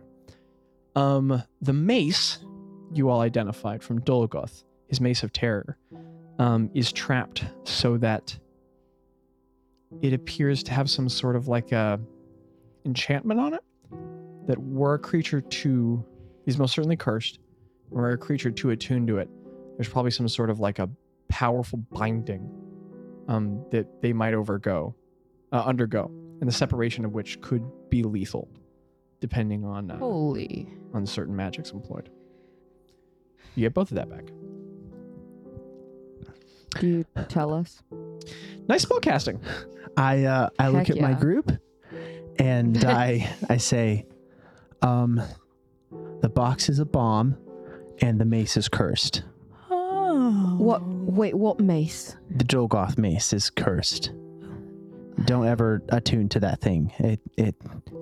um, the mace you all identified from Dolgoth, his mace of terror, um, is trapped so that it appears to have some sort of like a enchantment on it that were a creature to he's most certainly cursed were a creature to attune to it there's probably some sort of like a powerful binding um, that they might overgo uh, undergo and the separation of which could be lethal depending on uh, Oh. Holy. on certain magics employed. You get both of that back. Do you tell us? Nice spell casting. I uh, I look Heck at my yeah. group and I I say, um, the box is a bomb and the mace is cursed. Oh. What? Um, Wait, what mace? The Dolgoth mace is cursed. Don't ever attune to that thing. It it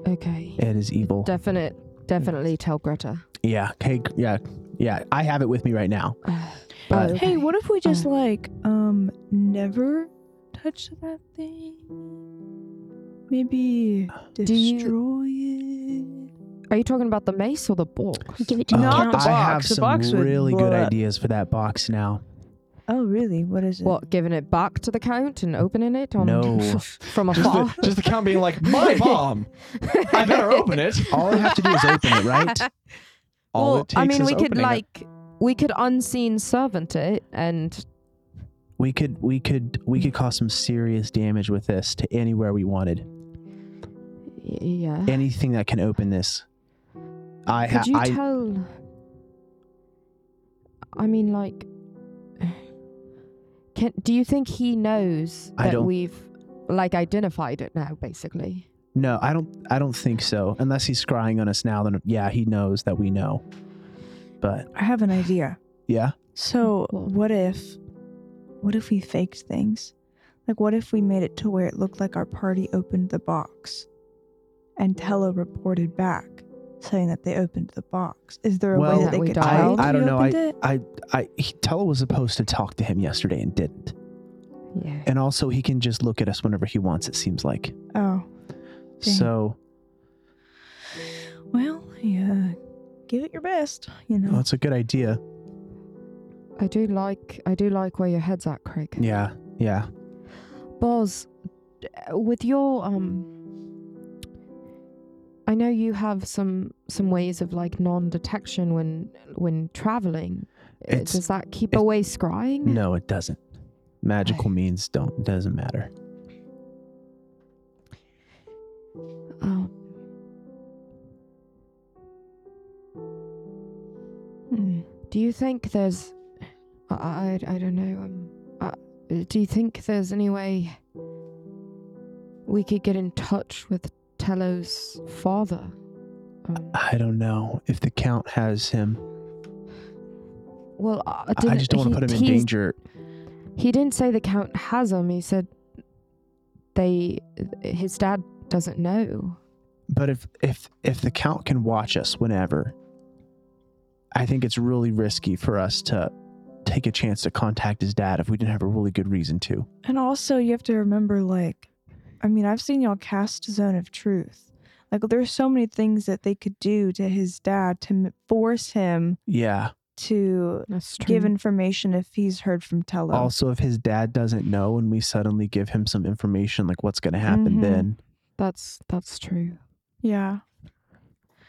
Okay. it is evil. Definite, definitely tell Greta. yeah. Hey. Yeah. Yeah. I have it with me right now. But But- Hey, what if we just Uh. like um never touch that thing? Maybe you- destroy Are you talking about the mace or the box? Give it to the Not count. the Um, I have box. The some box would really blow good up. ideas for that box now. Oh, really? What is it? What, giving it back to the count and opening it on No. from Just afar? the, just the count being like, my bomb. I better open it. All I have to do is open it, right? All well, it takes I mean, is we could opening it. like we could unseen servant it and We could we could we could cause some serious damage with this to anywhere we wanted. y- yeah. Anything that can open this. I ha- could you I tell? I mean, like, can do you think he knows I that don't- we've like identified it now, basically? no, I don't I don't think so. Unless he's scrying on us now, then yeah, he knows that we know. But I have an idea. yeah. So, Well- what if, what if we faked things? Like, what if we made it to where it looked like our party opened the box, and Tella reported back saying that they opened the box? Is there a way Well, that That they we could dialed? tell? I- I we don't know, opened it? I he, Tella was supposed to talk to him yesterday and didn't. Yeah. And also he can just look at us whenever he wants, it seems like. Oh, Dang. So well, yeah. Give it your best. You know. well, it's a good idea. I do like I do like where your head's at, Craig. Yeah. Yeah. Boz, d- uh, with your um, I know you have some some ways of like non-detection when when traveling. Uh, It's- Does that keep it- away scrying? No, it doesn't. Magical means don't doesn't matter. Oh, Hmm. do you think there's? I I, I don't know. Um, uh, do you think there's any way we could get in touch with Tello's father? Um, I don't know if the count has him. well, uh, I didn't- just don't want he to put him in teased- danger. He didn't say the count has him. He said they his dad doesn't know. But if if if the count can watch us whenever, I think it's really risky for us to take a chance to contact his dad if we didn't have a really good reason to. And also, you have to remember, like, I mean, I've seen y'all cast Zone of Truth. Like, there's so many things that they could do to his dad to m- force him Yeah. to That's true. give information if he's heard from Tello. Also, if his dad doesn't know and we suddenly give him some information, like what's going to happen Mm-hmm. Mhm. then? that's that's true. yeah.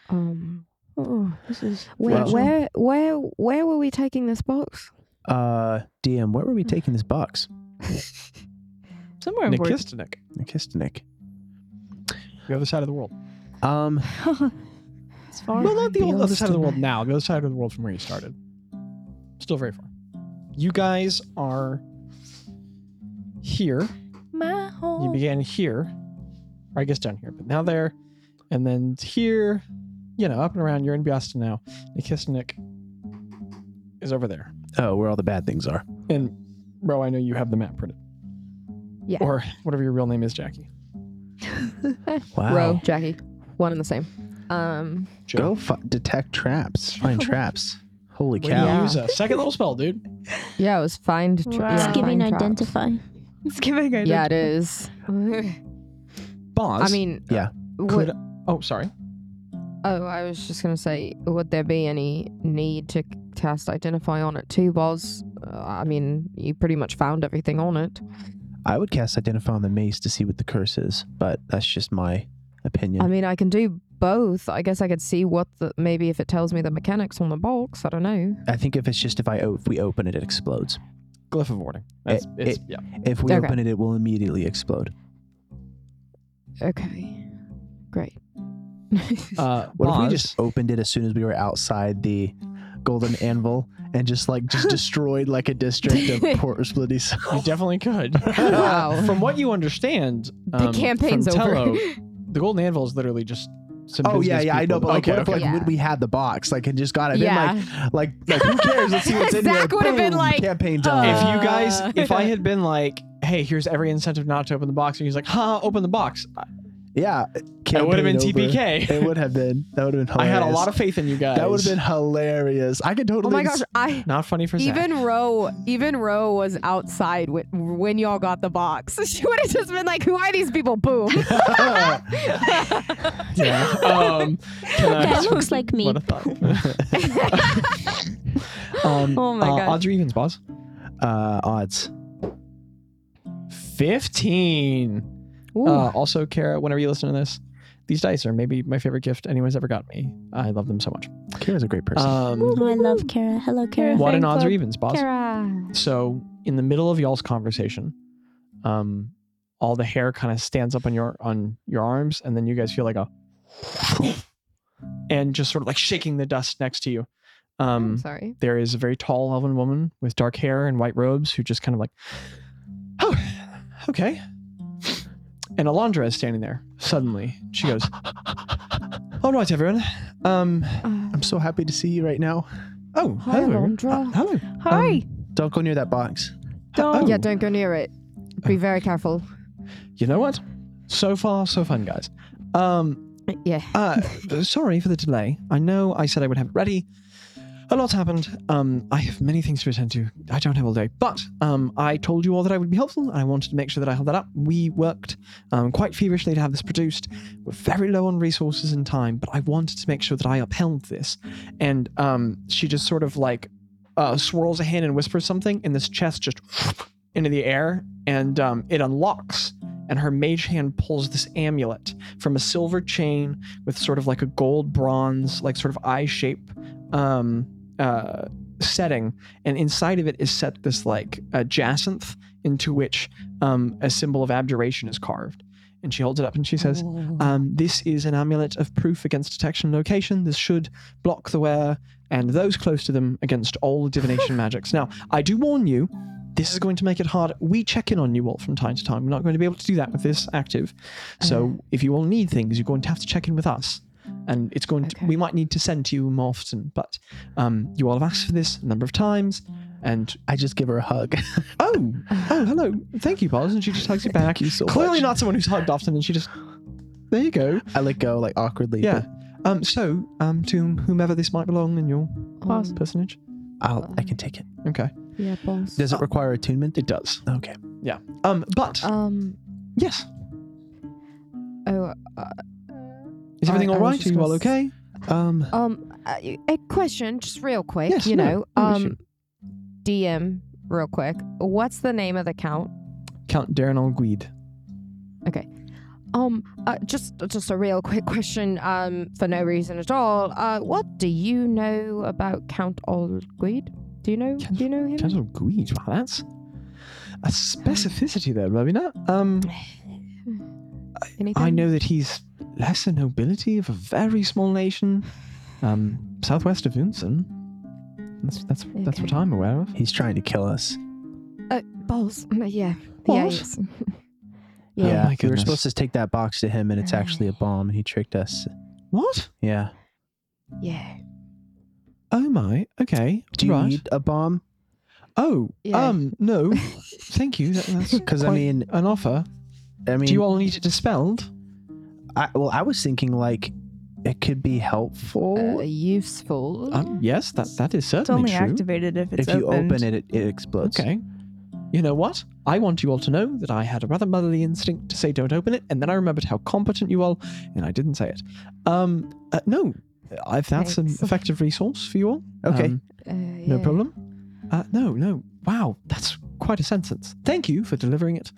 Um, Oh, this is where Well- where where where were we taking this box? Uh, DM, where were we taking this box? somewhere important. Nikistanik, Nikistanik. the other side of the world. Um, It's far. Well, not the old other side of the world now. The other side of the world from where you started. Still very far. You guys are here. My You home. began here, or I guess down here, but now there, and then here. You know, up and around. You're in Biasta now. Nikistanik is over there. oh, where all the bad things are. And bro, I know you have the map printed. Yeah. Or whatever your real name is, Jackie. Wow. Row, Jackie, one and the same. Um, Go fi- detect traps. Find traps. Holy Way cow. to Yeah. use a second level spell, dude. yeah, it was find. Tra- Wow. yeah, It's It's giving find traps. identify. it's giving a Yeah, it is. I Boss. mean, Yeah. Would, could, oh, sorry. oh, I was just gonna say, would there be any need to cast identify on it too, Boz? Uh, I mean, you pretty much found everything on it. I would cast Identify on the mace to see what the curse is, but that's just my opinion. I mean, I can do both. I guess I could see what the maybe if it tells me the mechanics on the box. I don't know. I think if it's just if I o- if we open it, it explodes. Glyph of warning. That's, It- it's, it- yeah. If we Okay. open it, it will immediately explode. Okay, great. Uh, What if we Boz, just opened it as soon as we were outside the golden anvil and just like just destroyed like a district of Port Splitty? You definitely could. Wow. From what you understand, The um, campaign's from over. Tello, the Golden Anvil is literally just some Oh yeah, business yeah, I know. people- But like, okay, what if okay. like okay. when we had the box, like and just got it? yeah. Then, like, like, like, who cares? Let's see what's in here. Zach would've been Boom, like, campaign done. if you guys, Uh, if I had been like, hey, here's every incentive not to open the box, and he's like, ha, open the box, Yeah, It would have been campaign over. TPK. It would have been. That would have been I hilarious. had a lot of faith in you guys. That would have been hilarious. I could Oh totally. my gosh, I not funny for Zach. even Roe, even Roe was outside wi- when y'all got the box. She would have just been like, "Who are these people?" Boom. Yeah. Um, can I- That looks like me. What a thought. um, Oh my uh, gosh. Odds or evens, boss? uh, odds. 15. Ooh. Uh, also, Kara, whenever you listen to this, these dice are maybe my favorite gift anyone's ever got me. I love them so much. Kara's a great person. Um, Oh, I love Kara. Hello, Kara. what an fan odds or club. evens, boss? So, in the middle of y'all's conversation, um, all the hair kind of stands up on your on your arms, and then you guys feel like a and just sort of like shaking the dust next to you. Um, I'm sorry. there is a very tall elven woman with dark hair and white robes who just kind of like, oh, okay. And Alondra is standing there suddenly. She goes, All right, everyone. Um, I'm so happy to see you right now. oh, Hi, hello. everyone. Alondra. Uh, hello. um, Oh. Hi. Don't go near that box. Don't. Yeah, don't go near it. Be very careful. You know what? So far, so fun, guys. Um, Yeah. uh, sorry for the delay. I know I said I would have it ready. A lot's happened. Um, I have many things to attend to. I don't have all day, but um, I told you all that I would be helpful. I wanted to make sure that I held that up. We worked um, quite feverishly to have this produced. We're very low on resources and time, but I wanted to make sure that I upheld this. And um, she just sort of like uh, swirls a hand and whispers something, and this chest just into the air, and um, it unlocks. And her mage hand pulls this amulet from a silver chain with sort of like a gold bronze, like sort of eye shape um, uh, setting. And inside of it is set this like uh, jacinth into which um, a symbol of abjuration is carved. And she holds it up and she says, Oh. um, This is an amulet of proof against detection and location. This should block the wearer and those close to them against all divination magics. Now, I do warn you, this is going to make it hard. We check in on you all from time to time. We're not going to be able to do that with this active. So, Uh-huh. if you all need things, you're going to have to check in with us. And it's going to, Okay. we might need to send to you more often, but um, you all have asked for this a number of times. And I just give her a hug. oh, oh, hello. Thank you, Boz. And she just hugs you back. Thank you so Clearly much. not someone who's hugged often. And she just, there you go. I let go like awkwardly. Yeah. Um. So, um, to whomever this might belong in your Um, Boss. personage. but I'll, I can take it. Okay. Yeah, boss. Does Oh. it require attunement? It does. Okay. Um. But Um. yes. Oh. Is I- everything I all was right? just Are you gonna all s- okay? Um. Um. Uh, a question, just real quick. Yes, you no, know. no um. issue. DM, real quick. What's the name of the count? Count Darren Alguid. Um. Uh, just, just a real quick question. Um. For no reason at all. Uh. What do you know about Count Olguid? Do you know? Count- Do you know him? Count Alguid. Wow, that's a specificity there, Robina. Um. Anything? I know that he's lesser nobility of a very small nation, um, southwest of Unson. That's that's that's what Okay. I'm aware of. He's trying to kill us. Uh, balls. Yeah. Yeah. Balls? Yes. Yeah. yeah. we my were goodness. supposed to take that box to him, and it's actually a bomb, and he tricked us. What? Yeah. Yeah. Oh my. Okay. Do you right. need a bomb? Oh. Yeah. Um. No. Thank you. That, that's Because I quite mean, an offer. I mean, Do you all need it dispelled? I, well, I was thinking like it could be helpful Uh, useful. uh, Um, yes, that that is It's certainly only true. activated if it's if you opened. open it, it, it explodes. Okay. You know what? I want you all to know that I had a rather motherly instinct to say don't open it, and then I remembered how competent you all, and I didn't say it. Um, uh, no, if that's an Thanks. effective resource for you all, Okay. um, Uh, no yeah. problem. Uh, no, no. Wow, that's quite a sentence. Thank you for delivering it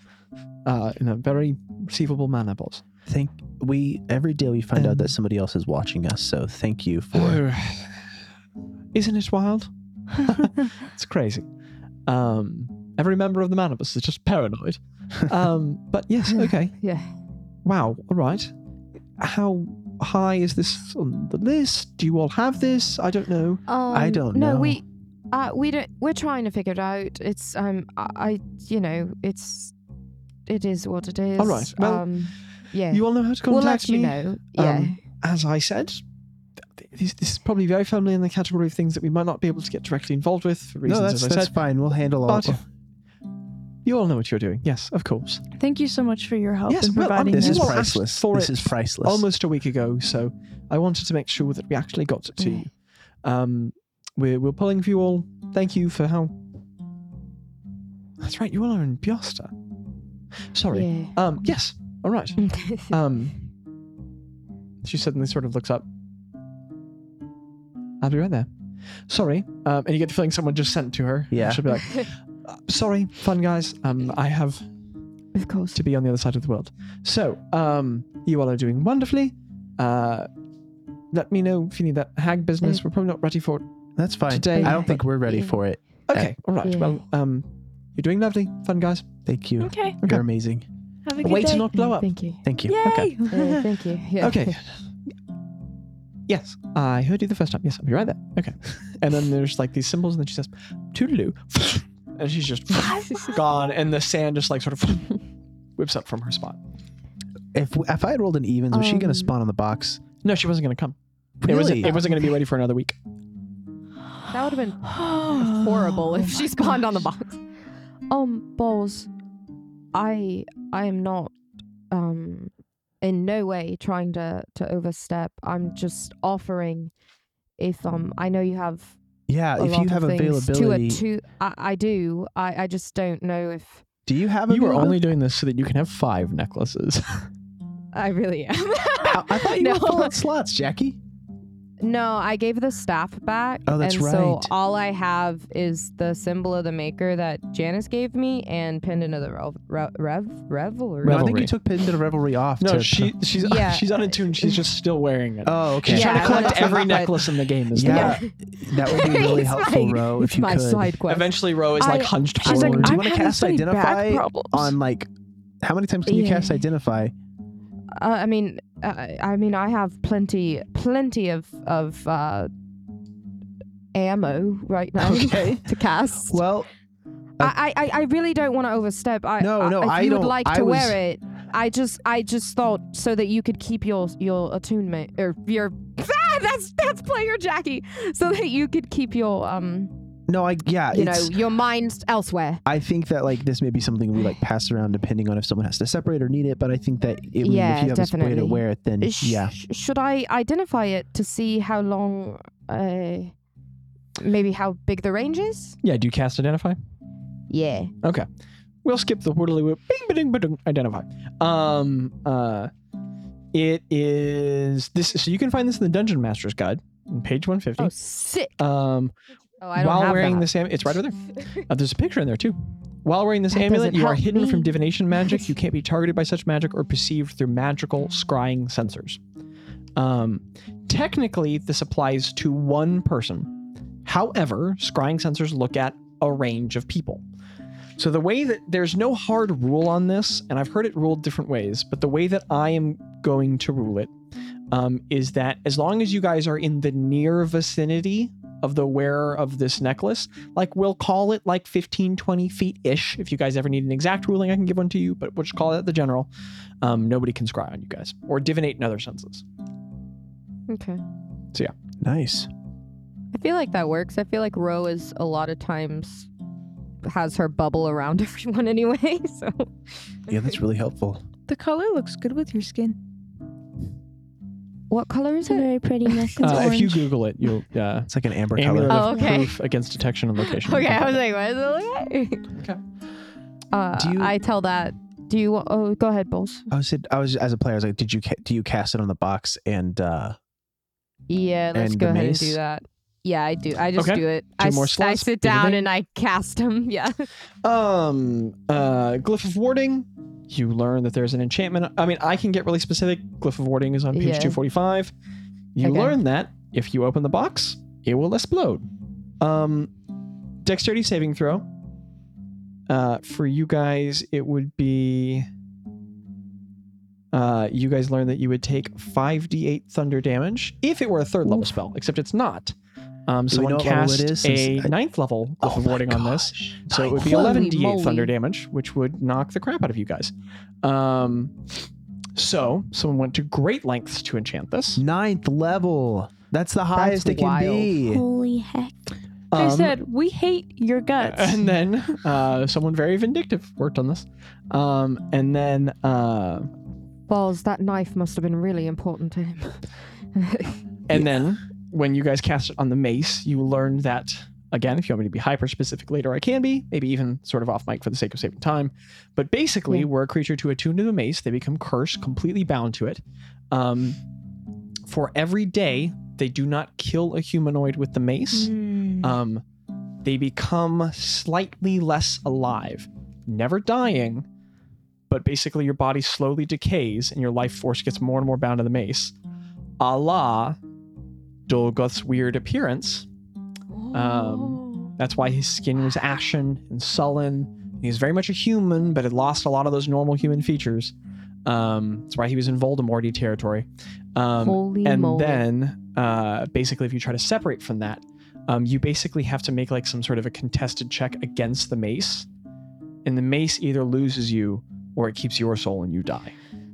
uh, in a very receivable manner, boss. Thank we every day we find Um, out that somebody else is watching us. So thank you for. Oh, Isn't it wild? it's crazy. Um, every member of the Manibus is just paranoid. Um, but yes, okay. Yeah. Wow. All right. How high is this on the list? Do you all have this? I don't know. Um, don't No, know. we, uh, we don't. We're trying to figure it out. It's um, I, I, you know, it's, it is what it is. right, well, um, yeah. You all know how to we'll contact let you me. Um, know. Yeah. As I said, th- this, this is probably very firmly in the category of things that we might not be able to get directly involved with for reasons, no, that's, as I that's said. fine. We'll handle all. But if You all know what you're doing. Yes, of course. Thank you so much for your help Yes, in well, um, providing This You is all this. asked priceless. for This it is priceless. Almost a week ago, so I wanted to make sure that we actually got it to you. Um, we're, we're pulling for you all. Thank you for how. That's right, you all are in Biosta. Sorry. Yeah. Um, yes. All right. Um, she suddenly sort of looks up. I'll be right there. Sorry. Um, and you get the feeling someone just sent to her. Yeah. She'll be like, "Uh, sorry, fun guys. Um, I have of course. to be on the other side of the world. So, um, you all are doing wonderfully. Uh, let me know if you need that hag Mm. business. We're probably not ready for it. That's fine. Today- I don't think we're ready Yeah. for it. Okay. All right. Yeah. Well, um, you're doing lovely. Fun guys. Thank you. Okay. Okay. You're amazing. Have a good Way day. to not blow up. Thank you. Thank you. Yay! Okay. Uh, thank you. Yeah. Okay. Yes, I heard you the first time. Yes, I'll be right there. Okay. And then there's like these symbols, and then she says, toodaloo. And she's just gone, and the sand just like sort of whips up from her spot. If if I had rolled an evens, was she gonna Um, spawn on the box? No, she wasn't going to come. It wasn't, Really? it wasn't going to be ready for another week. That would have been horrible Oh if she spawned on the box. Um, balls. I I am not um in no way trying to to overstep. I'm just offering if um I know you have yeah. a Uh, If lot you have of things availability, to it too. I, I do. I I just don't know if do you have? You are availability? only doing this so that you can have five necklaces. I really am. How- I thought you no. were filling slots, Jackie. No, I gave the staff back. Oh, that's and So right. all I have is the symbol of the maker that Janice gave me and pendant of the rev rev, rev revelry. No, I think Revelry. you took Pin to the Revelry off. no, to- she she's Yeah. she's unattuned. She's just still wearing it. Oh, okay. she's Yeah, trying I to wanted collect to- every but- necklace in the game. Is Yeah, that? that would be really It's helpful, my- Ro, if it's you my could. side quest. Eventually, Ro is like I- hunched She's like, forward. Do you I'm wanna having cast so many identify back problems. On like, how many times can you Yeah. cast Identify? Uh, I mean, uh, I mean, I have plenty, plenty of of uh, ammo right now Okay. to cast. Well, I, I, I really don't want to overstep. I, No, no, if I you don't- would like I to was- wear it, I just, I just thought so that you could keep your your attunement or your. Ah, that's that's player Jackie, so that you could keep your um, no, I yeah, you know, it's. your mind elsewhere. I think that like this may be something we like pass around depending on if someone has to separate or need it. But I think that it, if Yeah, you have a way to definitely. wear it, then Sh- yeah, sh- Should I identify it to see how long, uh, maybe how big the range is? yeah. Do you cast identify? Yeah. We'll skip the whirly whip. Bing, ba-ding, ba-ding, identify. Um. Uh. It is this. So you can find this in the Dungeon Master's Guide, on page one fifty. Oh, sick. Um. Oh, I don't While have wearing that. this amulet, it's right over there. Uh, there's a picture in there too. While wearing this That amulet, doesn't you are help hidden from me. divination magic. You can't be targeted by such magic or perceived through magical scrying sensors. Um, technically, this applies to one person. However, scrying sensors look at a range of people. So the way that there's no hard rule on this, and I've heard it ruled different ways, but the way that I am going to rule it um, is that as long as you guys are in the near vicinity of the wearer of this necklace, like we'll call it like 15, 20 feet ish. If you guys ever need an exact ruling, I can give one to you, but we'll just call it the general. Um, nobody can scry on you guys or divinate in other senses. Okay. nice. I feel like that works. I feel like Ro is a lot of times has her bubble around everyone anyway. So Yeah, that's really helpful. The color looks good with your skin. what color It's is a it? very pretty necklace. Uh, if you orange. Google it, you'll uh, It's like an amber amulet color. of Oh, okay. proof against detection and location. Okay, I was like, what is it look Okay. Uh, Do you- I tell that. Do you? wa- Oh, go ahead, Bulls. I was I was as a player. I was like, did you ca- do you cast it on the box and uh Yeah, let's And go the ahead and mace? do that. Yeah, I do. I just Okay. do it. Two I, more s- I slots. sit Do the down thing. and I cast him. Yeah. Um, uh, Glyph of Warding. You learn that there's an enchantment. I mean, I can get really specific. Glyph of Warding is on page Yeah. 245. You Okay. learn that if you open the box, it will explode. Um, dexterity saving throw. Uh, for you guys, it would be. Uh, you guys learn that you would take 5d8 thunder damage if it were a third level spell, except it's not. Um, Do we know what someone level it cast is since a I- ninth level Glyph of Oh my Warding on this. gosh. So it would be Holy 11d8 thunder moly. damage, which would knock the crap out of you guys. Um, so someone went to great lengths to enchant this. ninth level. That's the highest it can wild. be. Holy heck. They Um, said, "We hate your guts." And then uh, someone very vindictive worked on this. Um, and then uh, Balls, that knife must have been really important to him. and then when you guys cast it on the mace, you learned that again. If you want me to be hyper specific later, I can be. Maybe even sort of off mic for the sake of saving time. But basically, Yeah. we're a creature to attune to the mace. They become cursed, completely bound to it. Um, for every day, they do not kill a humanoid with the mace. Hmm. Hmm. Mm-hmm. um, they become slightly less alive, never dying, but basically your body slowly decays and your life force gets more and more bound to the mace. A la Dolgoth's weird appearance. Oh. Um, that's why his skin was ashen and sullen. He was very much a human, but had lost a lot of those normal human features. Um, that's why he was in Voldemorty territory. Um, Holy and moly. then uh, basically if you try to separate from that um, you basically have to make like some sort of a contested check against the mace and the mace either loses you or it keeps your soul and you die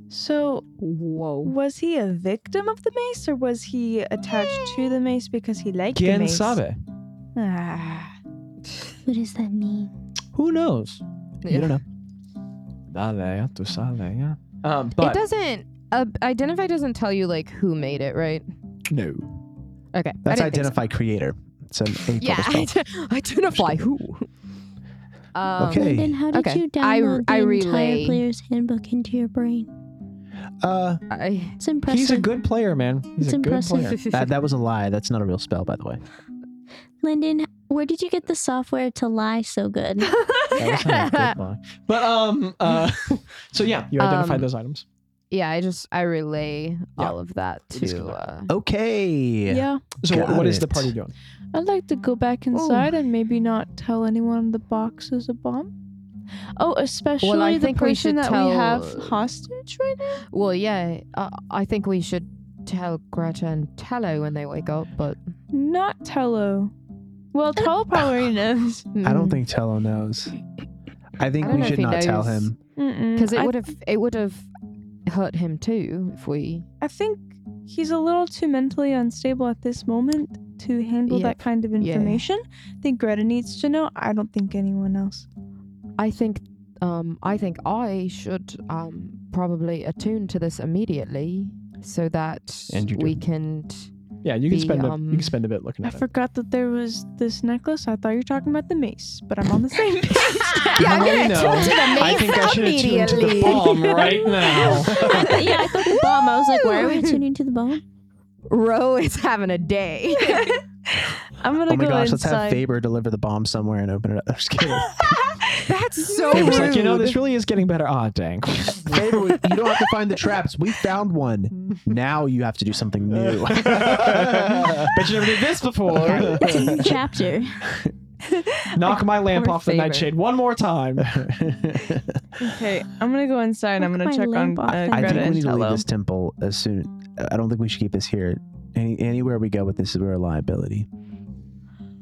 so, Whoa. was he a victim of the mace, or was he attached to the mace because he liked the Quien mace? sabe? Ah. What does that mean? who knows you don't know Dale, ya, tú sabes, ya. um, but it doesn't. Uh, identify doesn't tell you like who made it, right? No. Okay, That's I didn't think so. identify creator. It's an info Yeah, spell. ident- identify who. Um, Okay. Then how did Okay. you I- download I the relay. entire player's handbook into your brain? Uh, I, It's impressive. he's a good player man he's It's a good impressive. player that, that was a lie. That's not a real spell, by the way. Lyndon, where did you get the software to lie so good? That was not a good lie. but um uh so yeah you identified Um, those items yeah, I just I relay Yeah. all of that We just to. go Uh, Okay. Yeah. so what- got what is the it. party doing I'd like to go back inside and maybe not tell anyone the box is a bomb. Oh, especially the think we person should that we have tell- hostage right now. Well, yeah, I, I think we should tell Greta and Tello when they wake up, but Not Tello. Well, Tello probably knows. I don't think Tello knows. I think I don't we know if should he not tell knows. him. Because because hmm, it I, would have it would have hurt him too if we. I think he's a little too mentally unstable at this moment to handle Yep. that kind of Yeah. information. I think Greta needs to know. I don't think anyone else. I think, um, I think I should um probably attune to this immediately so that And you do. we can. t- yeah you can The, spend a, you um, can spend a bit looking I at it forgot that there was this necklace. I thought you were talking about the mace, but I'm on the same page. yeah, I'm Now I gonna know. attune to the mace I think I should attune to the immediately. bomb right now. I thought- yeah, I thought the bomb. I was like, why are we tuning to the bomb? Ro is having a day. I'm gonna Oh my go gosh, let's inside. have Faber deliver the bomb somewhere and open it up. I'm just kidding. That's so Faber's like, you know, rude. this really is getting better. Ah, dang. Faber, we- you don't have to find the traps. We found one. Now you have to do something new. Bet you never did this before. It's a new chapter. Knock my lamp Poor off the Faber. nightshade one more time. Okay, I'm gonna go inside. I'm Knock gonna my check on lamp off uh, then. I Greta think we and need to leave Tello. this temple as soon. I don't think we should keep this here. Any, anywhere we go with this is we're a liability.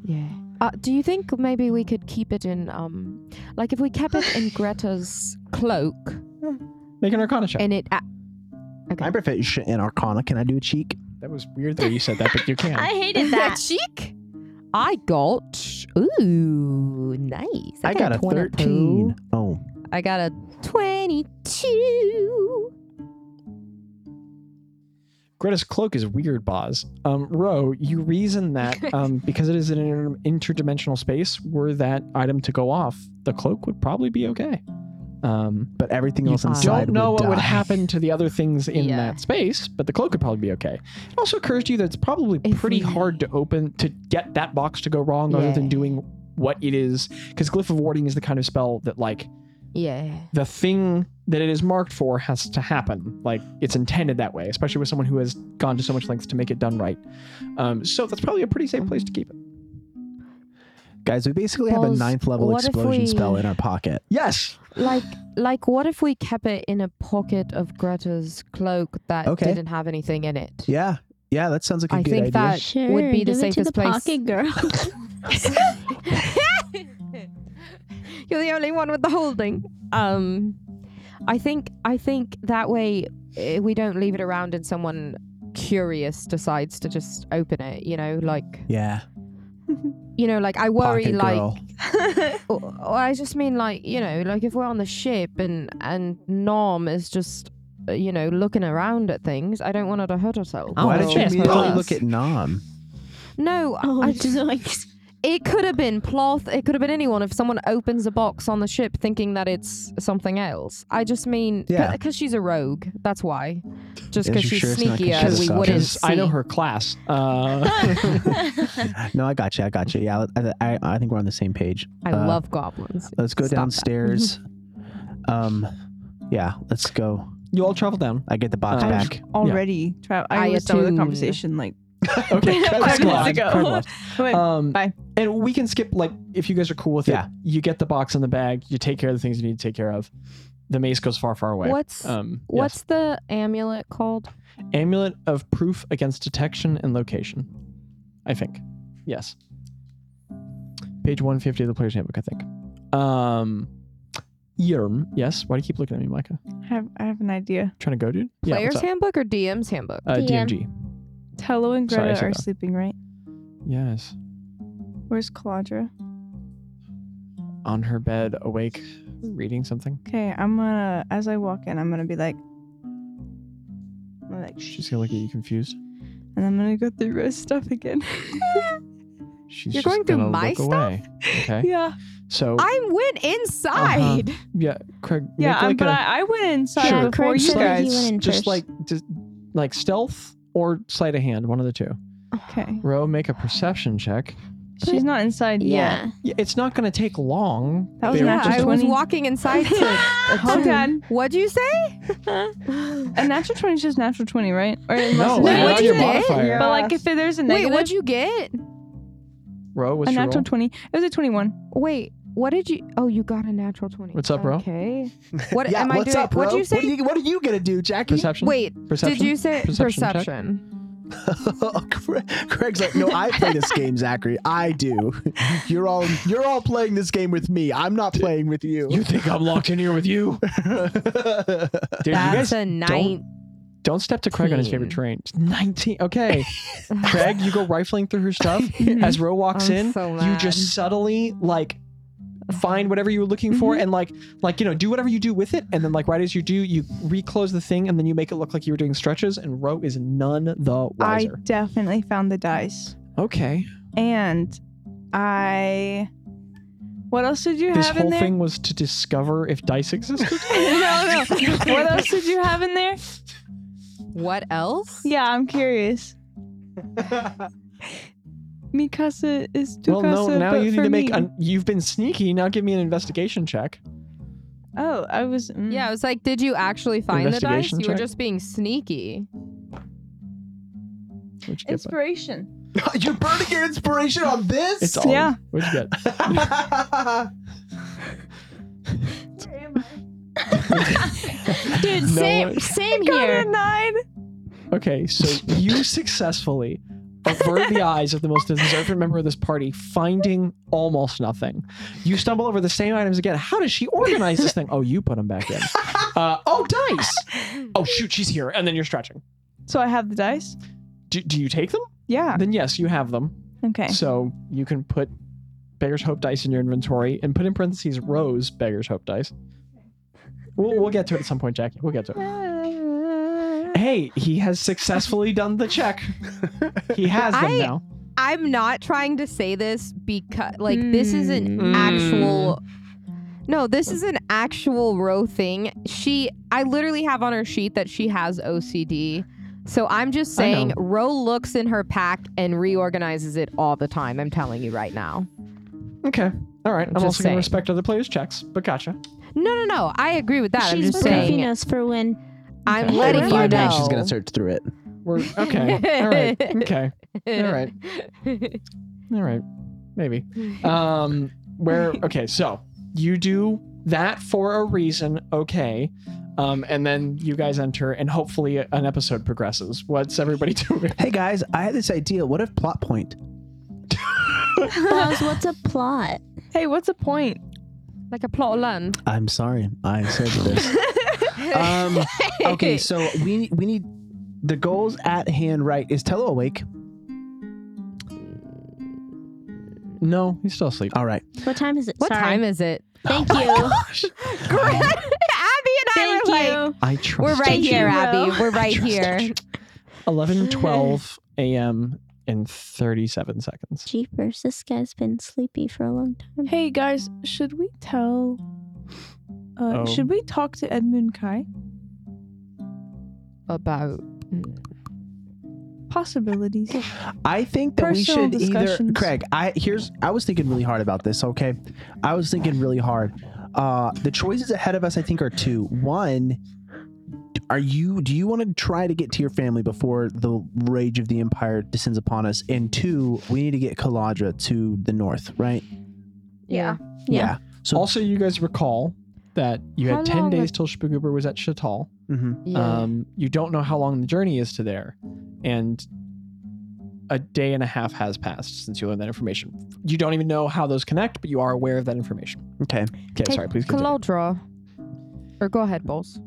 Yeah. Uh, do you think maybe we could keep it in um, like if we kept it in Greta's cloak Make an arcana check. and it. a- okay. I'm proficient in Arcana. Can I do a cheek? That was weird that you said that, but you can. I hated that that. cheek. I got ooh nice. I got a 13. Oh, I got a twenty-two. Greta's cloak is weird, Boz. Um, Ro, you reason that um, because it is in an interdimensional space, were that item to go off, the cloak would probably be okay. Um, but everything You else don't inside don't know what would would die. happen to the other things in Yeah. that space, but the cloak would probably be okay. It also occurs to you that it's probably If pretty we- hard to open to get that box to go wrong other than Yeah. doing what it is because glyph of warding is the kind of spell that like Yeah. the thing that it is marked for has to happen like it's intended that way especially with someone who has gone to so much length to make it done right um, so that's probably a pretty safe place to keep it Guys, we basically have a Balls, ninth level what if explosion we- spell in our pocket. yes Like like what if we kept it in a pocket of Greta's cloak that Okay. didn't have anything in it? Yeah. Yeah, that sounds like a I good think idea. that Sure, would be the give it to safest the place. pocket girl. You're the only one with the holding. Um, I think I think that way eh, we don't leave it around and someone curious decides to just open it. You know, like yeah. you know, like I worry, Pocket like girl. Or, or I just mean like you know, like if we're on the ship and and Norm is just uh, you know looking around at things, I don't want her to hurt herself. Oh, Why well, did you yes, immediately plus. look at Nom? No, Oh, I I just, it could have been Ploth. It could have been anyone. If someone opens a box on the ship thinking that it's something else, I just mean Yeah. because she's a rogue. That's why. Just Is because you she's sure it's not 'cause sneaky, she's sneakier, a we sub? wouldn't. Because See. I know her class. Uh, No, I got you. I got you. Yeah, I, I, I think we're on the same page. I Uh, love goblins. Let's go Stop that. downstairs. um, yeah, let's go. you all travel down. I get the box Um, Uh, back. already. Tra- I, I was done with the attune. conversation. Like, Okay, Five crab minutes lodge, ago. crab lodge. wait, Um, Bye. And we can skip like if you guys are cool with Yeah. it. You get the box in the bag. You take care of the things you need to take care of. The mace goes far, far away. Uh, What's Um, what's the amulet called? yes. amulet of proof against detection and location? I think. Yes. Page one fifty of the player's handbook. I think. Um, Yerm. Yes. Why do you keep looking at me, Micah? I have, I have an idea. Trying to go, dude. yeah. Player's what's up? handbook or DM's handbook? Uh, DM. DMG. Tello and Sorry, I Greta said are that. sleeping, right? Yes. Where's Calandra? On her bed, awake, reading something. Okay, I'm gonna, as I walk in, I'm gonna be like, I'm gonna like, She's gonna look at you confused. and I'm gonna go through Rose stuff again. She's You're just going through gonna my look stuff? away. Okay. yeah, So I went inside. yeah, Craig. yeah, make like but a- I I went inside Sure. before Craig you said like, he guys. went in just first. like just like stealth or sleight of hand, one of the two. Uh-huh. Okay, Row, make a perception check. she's not inside yet. yeah. Yeah, It's not going to take long. That was They an were Yeah, natural I was 20. walking inside. To, Hold on. what'd you say? A natural 20 is just natural 20, right? Or it must No, be- Wait, not what'd your you get? modifier. But like if there's a Wait, negative, what'd you get? Row, what's a your natural roll? 20. It was a 21. Wait, what did you? Oh, you got a natural twenty. What's up, bro? Okay. What yeah, am I what's doing? up, bro? What'd you say? What, are you, what are you gonna do, Jackie? perception? Wait, Perception? did you say Perception perception? check? Craig- Oh, Craig's like, no, I play this game, Zachary. I do. You're all you're all playing this game with me. I'm not playing with you. You think I'm locked in here with you? Dude, you That's guys a nine. don't step to Craig on his favorite train. 19. Okay. Craig, you go rifling through her stuff. As Mm-hmm. Row walks I'm in, so you mad. just subtly like find whatever you were looking for Mm-hmm. and like like you know do whatever you do with it and then like right as you do you reclose the thing and then you make it look like you were doing stretches and row is none the I wiser definitely found the dice. okay And I. What else did you this have in whole there? thing was to discover if dice existed no, no. What else did you have in there? What else? Yeah, I'm curious. Mikasa is tu well no casa, now but you need for to make me. an, you've been sneaky now give me an investigation check Oh, I was. mm. Yeah, I was like, did you actually find the dice? Investigation You were check? just being sneaky. what'd you get bud? Inspiration. You're burning your inspiration on this. it's all Yeah. what'd you get Dude, same same Got a here. nine. Okay, so you successfully avert the eyes of the most deserving member of this party, finding almost nothing. You stumble over the same items again. How does she organize this thing? Oh, you put them back in. Uh, oh, dice. Oh, shoot, she's here. And then you're stretching. So I have the dice. Do, do you take them? Yeah. Then, yes, you have them. Okay. So you can put Beggar's Hope dice in your inventory and put in parentheses Rose Beggar's Hope dice. We'll, we'll get to it at some point, Jackie. We'll get to it. Hey, he has successfully done the check. He has them I- now. I'm not trying to say this because, like, this is an Mm. actual. No, this is an actual row thing. She, I literally have on her sheet that she has OCD. So I'm just I know. saying, Ro looks in her pack and reorganizes it all the time. I'm telling you right now. Okay. All right. I'm Just also saying. gonna respect other players' checks, but gotcha. No, no, no. I agree with that. She's I'm just briefing saying. us for when. I'm Okay. letting you Five know. minutes, she's gonna search through it. We're okay. All right. Okay. All right. All right. Maybe. Um. Where? Okay. So you do that for a reason. Okay. Um. And then you guys enter, and hopefully an episode progresses. What's everybody doing? Hey guys, I had this idea. What if plot point? Pause, what's a plot? Hey, what's a point? like a plot of land. I'm sorry, I said this. um, okay, so we we need the goals at hand. Right? Is Tello awake? No, he's still asleep. All right. What time is it? What Sorry. time is it? Thank you. Great. Abby and I Thank were you. like, I trust we're right you. here, you, Abby. bro. We're I right trust here. you. 11 12 a.m. in 37 seconds. Jeepers, this guy's been sleepy for a long time. Hey guys, should we tell? Uh, Oh. Should we talk to Edmund Kai? about Possibilities. I think that Personal we should either discussions. Craig, I here's I was thinking really hard about this, okay? I was thinking really hard. Uh the choices ahead of us I think are two. One, are you do you want to try to get to your family before the rage of the empire descends upon us? And two, we need to get Kaladra to the north, right? Yeah. Yeah. So also, you guys recall that you How had 10 long days was- till Spaguber was at Chatal. mhm. yeah. Um, you don't know how long the journey is to there. And a day and a half has passed since you learned that information. You don't even know how those connect, but you are aware of that information. okay. Okay, sorry, please continue. Kaladra. Or go ahead, Bowls.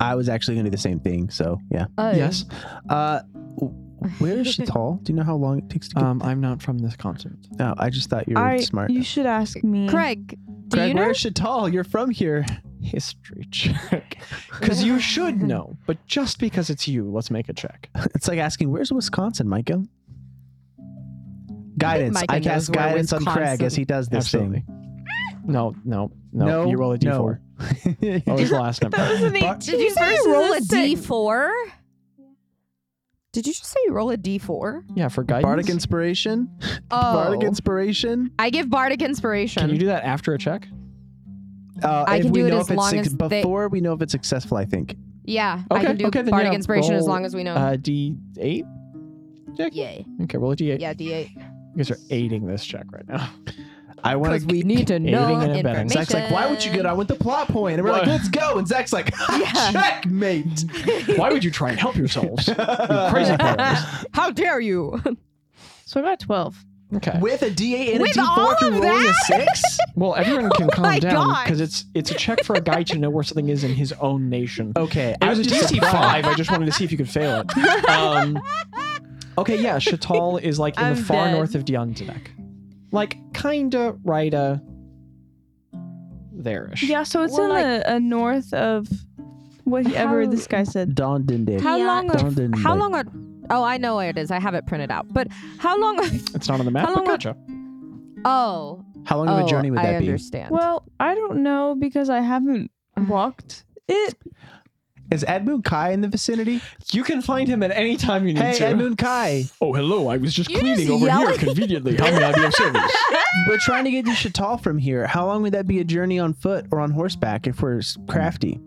I was actually gonna do the same thing, so yeah. Oh, Yes, Uh w- where is Chital? Do you know how long it takes to get um, I'm not from this continent. Oh, I just thought you were I. smart. You should ask me. Craig, do Craig, you know? where's Chital? You're from here. History check. Because you should know, but just because it's you, let's make a check. It's like asking, "Where's Wisconsin, Micah?" Guidance. Micah I cast knows where guidance on Craig Wisconsin- as he does this Absolutely. No, no, no, No, You roll a d4. thing. What was the last number? That was an 18 But- Did you say versus you roll a six. d4? Did you just say you roll a d4? Yeah, for guidance. Bardic inspiration. Bardic inspiration. Oh. I give Bardic inspiration. Can you do that after a check? Uh, I if can we do it know as if it's long suc- as they- before we know if it's successful. I think. yeah, I Okay, can do okay, then Bardic yeah, inspiration as roll, long as we know. Uh, d8? Check? yeah, Okay, roll a d8. yeah, d8. You guys are aiding this check right now. I want to. We need to Aiding know. and abetting. Zach's like, "Why would you get on with the plot point?" And we're like, What? "Let's go!" And Zach's like, Yeah. "Checkmate." Why would you try and help yourselves? You crazy boys. How dare you? So I got twelve. Okay. With a D8 and With a all D4 of through rolling a that? six. Well, everyone can my calm down gosh. because it's it's a check for a guy to know where something is in his own nation. Okay, Oh, It was a I'm just DC five. I just wanted to see if you could fail it. Um, okay, yeah, Chital is like in I'm the far dead. north of Diontebec. like kinda righta there-ish. Yeah, so it's Well, in the uh, north of whatever How- this guy said. Don Dindick. How Yeah. long? Don't Are, do how that. long? Are, oh, I know where it is. I have it printed out. But how long? Are, It's not on the map. How but long would- gotcha. oh, How long of oh, a journey would I that be? understand. Well, I don't know because I haven't walked it. Is Edmund Kai in the vicinity? You can find him at any time you need Hey, to. Edmund Kai. Oh, hello. I was just You cleaning just over yelling. here conveniently. How may I be of service? We're trying to get to Chatal from here. How long would that be a journey on foot or on horseback if we're s- crafty?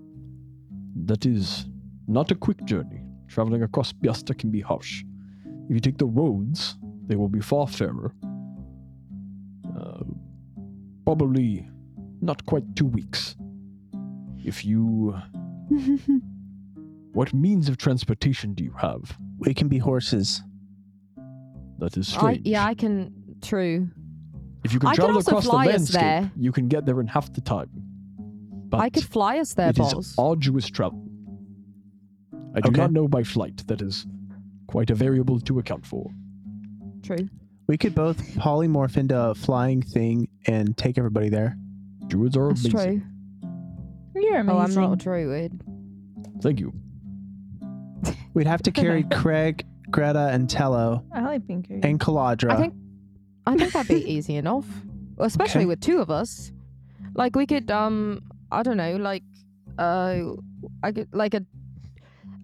That is not a quick journey. Traveling across Piasta can be harsh. If you take the roads, they will be far fairer. Uh, probably not quite two weeks. If you. what means of transportation do you have? We can be horses. That is I, strange. yeah, I can. True. if you can I could travel also across the fly us landscape, there. you can get there in half the time. But I could fly us there, It is balls. arduous travel. I do Okay. not know by flight. That is quite a variable to account for. True. We could both polymorph into a flying thing and take everybody there. Druids are That's amazing. true. You're amazing. Oh, I'm not a druid. Thank you. We'd have to carry Craig, Greta, and Tello I like being carried. and Kaladra. I think I think that'd be easy enough, especially Okay. with two of us. Like we could, um, I don't know, like, uh, I could like a.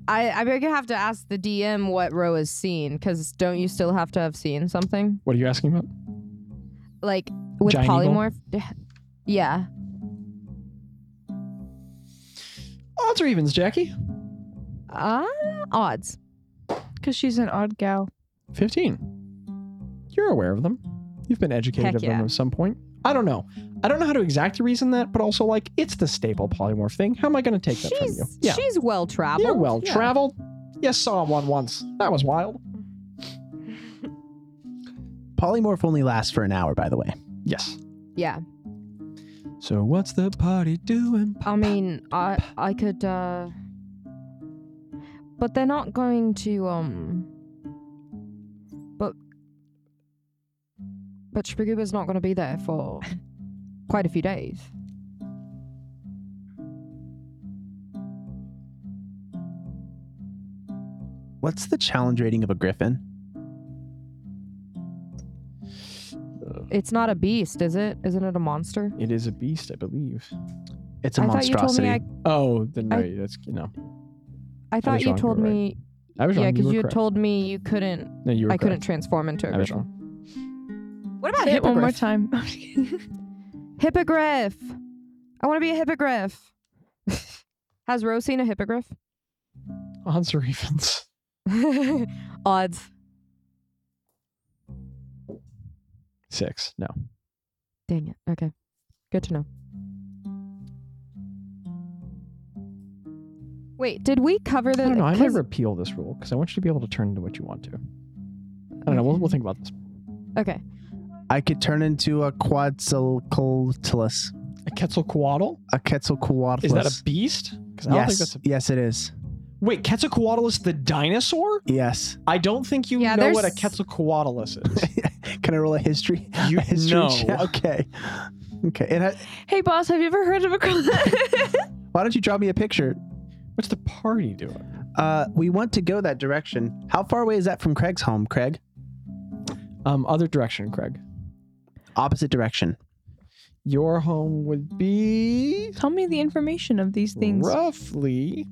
I I think I have to ask the DM what Ro has seen, because don't you still have to have seen something What are you asking about? like with Giant eagle? polymorph? Yeah. Odds or evens, Jackie? Uh, odds. Because she's an odd gal. 15. You're aware of them. You've been educated Heck of yeah. them at some point. I don't know. I don't know how to exactly reason that, but also, like, it's the staple polymorph thing. How am I going to take that from you? She's she's well traveled. You're well traveled. You saw one once. That was wild. polymorph only lasts for an hour, by the way. Yes. Yeah. So, what's the party doing? I mean, I I could uh but they're not going to um but But Shpiguba's not going to be there for quite a few days. What's the challenge rating of a griffin? It's not a beast, is it? Isn't it a monster? It is a beast, I believe. It's a I thought you told monstrosity. me. I, Oh, then I- no, that's no. I thought was you wrong, you told were right. me. I was yeah, wrong. because you, were had correct. told me you couldn't. No, you were I couldn't correct. transform into a I was griffin. wrong. What about Say it one more hippogriff? time. I'm just kidding. Hippogriff. I want to be a hippogriff. Has Rose seen a hippogriff? Odds or evens. Odds. Six. No. Dang it. Okay. Good to know. Wait, did we cover the? I don't know. I might 'cause- repeal this rule because I want you to be able to turn into what you want to. I don't know. We'll, we'll think about this. Okay. I could turn into a Quetzalcoatlus. A Quetzalcoatl? A Quetzalcoatlus. Is that a beast? Because I don't think that's Yes. Yes, a. it is. Wait, Quetzalcoatl is the dinosaur? Yes. I don't think you Yeah, know what a there's- Quetzalcoatl is. Can I roll a history? You a history know. check? Okay. Okay. And I, hey, boss, have you ever heard of a crow? why don't you draw me a picture? What's the party doing? Uh, we want to go that direction. How far away is that from Craig's home, Craig? Um, other direction, Craig. Opposite direction. Your home would be Tell me the information of these things. roughly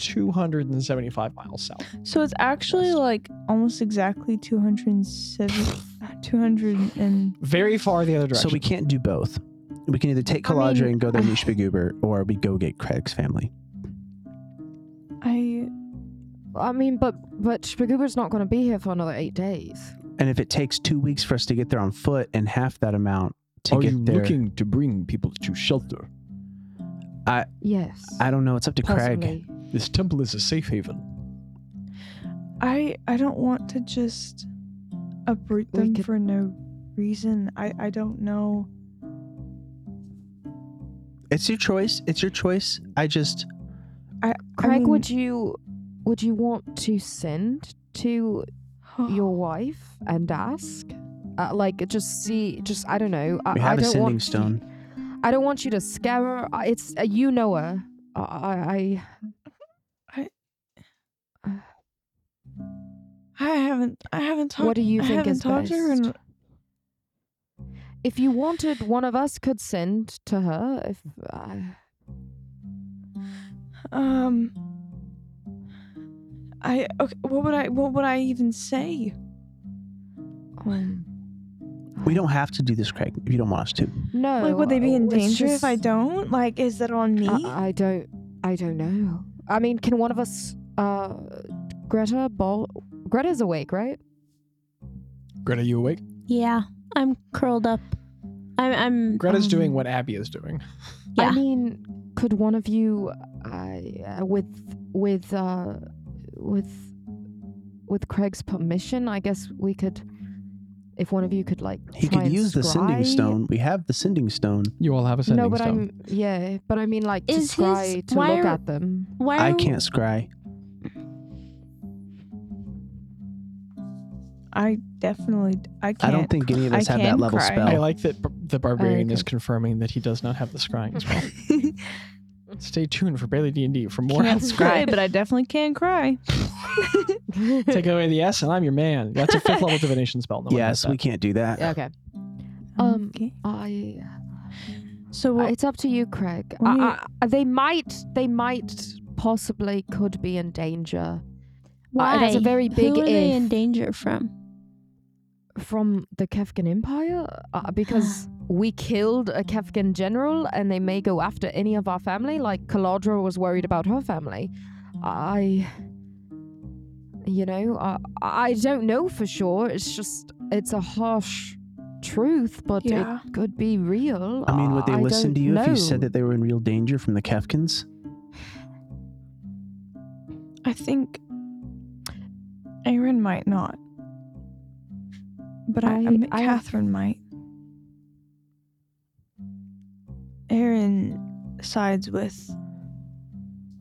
275 miles south. So it's actually like almost exactly 207, 200 Very far the other So direction. we can't do both. We can either take I Kaladra mean, and go there uh, Nishba Goober, or we go get Craig's family. I I mean, but but Spaguba's not going to be here for another eight days. And if it takes two weeks for us to get there on foot and half that amount to get there, to bring people to shelter? Yes. I don't know. It's up to Craig. possibly. This temple is a safe haven. I I don't want to just uproot We them could- for no reason. I I don't know. It's your choice. It's your choice. I just Craig, would you would you want to send to Oh. your wife and ask? Uh, like just see just I don't know. I, we I have a don't sending want stone. I don't want you to scare her. I- It's uh, you know her. I I, I haven't I haven't I talked. what do you I think haven't is talked best? to her in- If you wanted, one of us could send to her. If uh, I um. I okay. What would I what would I even say? um, We don't have to do this, Craig. If you don't want us to, no. uh, like, would they be in it's danger if I just- don't? Like, is that on me? I, I don't. I don't know. I mean, can one of us? Uh, Greta Ball. Greta's awake, right? Greta, you awake? Yeah, I'm curled up. I'm. I'm Greta's um, doing what Abby is doing. Yeah. I mean, could one of you, uh, with with uh, with with Craig's permission, I guess we could, if one of you could like he try could and use the sending scry- stone. We have the sending stone. You all have a No, but I'm yeah, but I mean like to Is his- scry to why look are- at them. Why? I are- can't scry. I definitely I I can't. don't think any of I us have that can level cry. spell. I like that b- the barbarian okay. is confirming that he does not have the scrying as well. Stay tuned for Bailey D and D for more. can't cry, but I definitely can cry. Take away the S, and I'm your man. That's a fifth level divination spell. No one has yes, we that. can't do that. okay, Oh. Um, Okay. I. So Uh, what, it's up to you, Craig. Well, you- I, I, they might, they might possibly could be in danger Why? that's a very big Who are they if. in danger from? from the Kefkin Empire uh, because we killed a Kefkin general, and they may go after any of our family. Like Kaladra was worried about her family. I, you know, I, I don't know for sure. It's just, it's a harsh truth, but Yeah. it could be real. I mean, would they don't listen to you if you said know. that they were in real danger from the Kefkins? I think Aaron might not, but I, I- I mean, I- Catherine might. Aaron sides with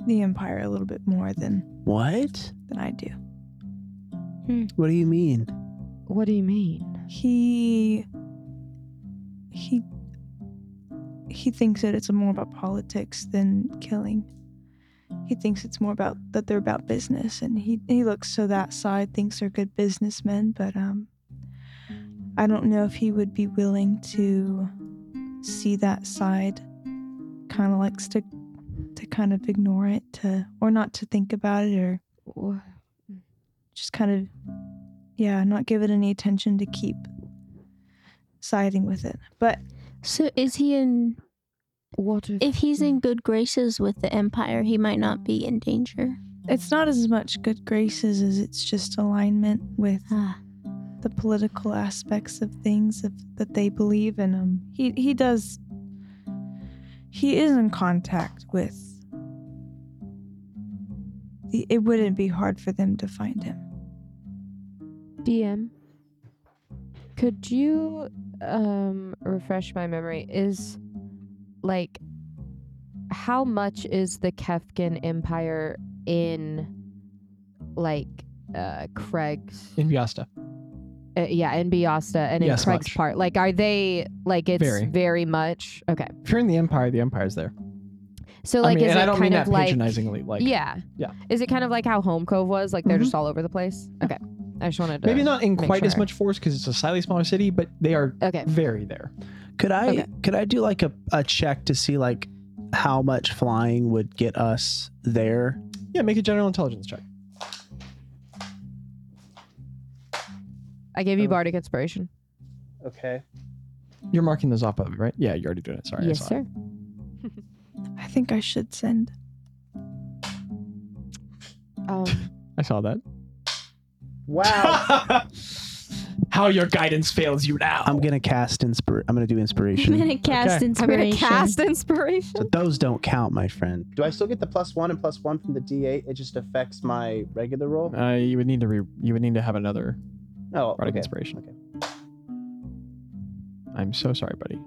the Empire a little bit more than What? than I do. What do you mean? What do you mean? He he he thinks that it's more about politics than killing. He thinks it's more about that they're about business, and he he looks to that side, thinks they're good businessmen, but um, I don't know if he would be willing to see that side. Kind of likes to to kind of ignore it, to or not to think about it, or Wha- just kind of yeah not give it any attention to keep siding with it but So is he in? What if, If he's in good graces with the Empire, he might not be in danger. it's not as much good graces as it's just alignment with Ah, the political aspects of things of, that they believe in um he he does he is in contact with the, it wouldn't be hard for them to find him DM? Could you um refresh my memory? Is like how much is the Kefkin Empire in like uh Craig's in Vyasta. uh, yeah, in Biasta and in Yes, Craig's much. part? Like are they like it's Very. very, much okay. If you're in the Empire, the Empire's there. So like I mean, is and it I don't kind mean of that like patronizingly. Like, Yeah. Yeah. Mm-hmm. Is it kind of like how Home Cove was? Like they're Mhm. just all over the place? Okay. I just wanted to maybe not in make quite as sure. much force because it's a slightly smaller city, but they are Okay. very there. Could I Okay. could I do like a, a check to see like how much flying would get us there? Yeah, make a general intelligence check. I gave you Oh. Bardic inspiration. Okay. You're marking those off of it, right? Yeah, you're already doing it. Sorry. I yes, saw it. sir. i think i should send Um, I saw that. Wow. How your guidance fails you now. I'm gonna cast inspir. I'm gonna do I'm inspiration. gonna cast I'm Okay. inspiration. gonna cast inspiration. so those don't count, my friend. Do I still get the plus one and plus one from the D8? It just affects my regular roll. Uh, you would need to re- you would need to have another oh, bardic inspiration. okay. I'm so sorry, buddy.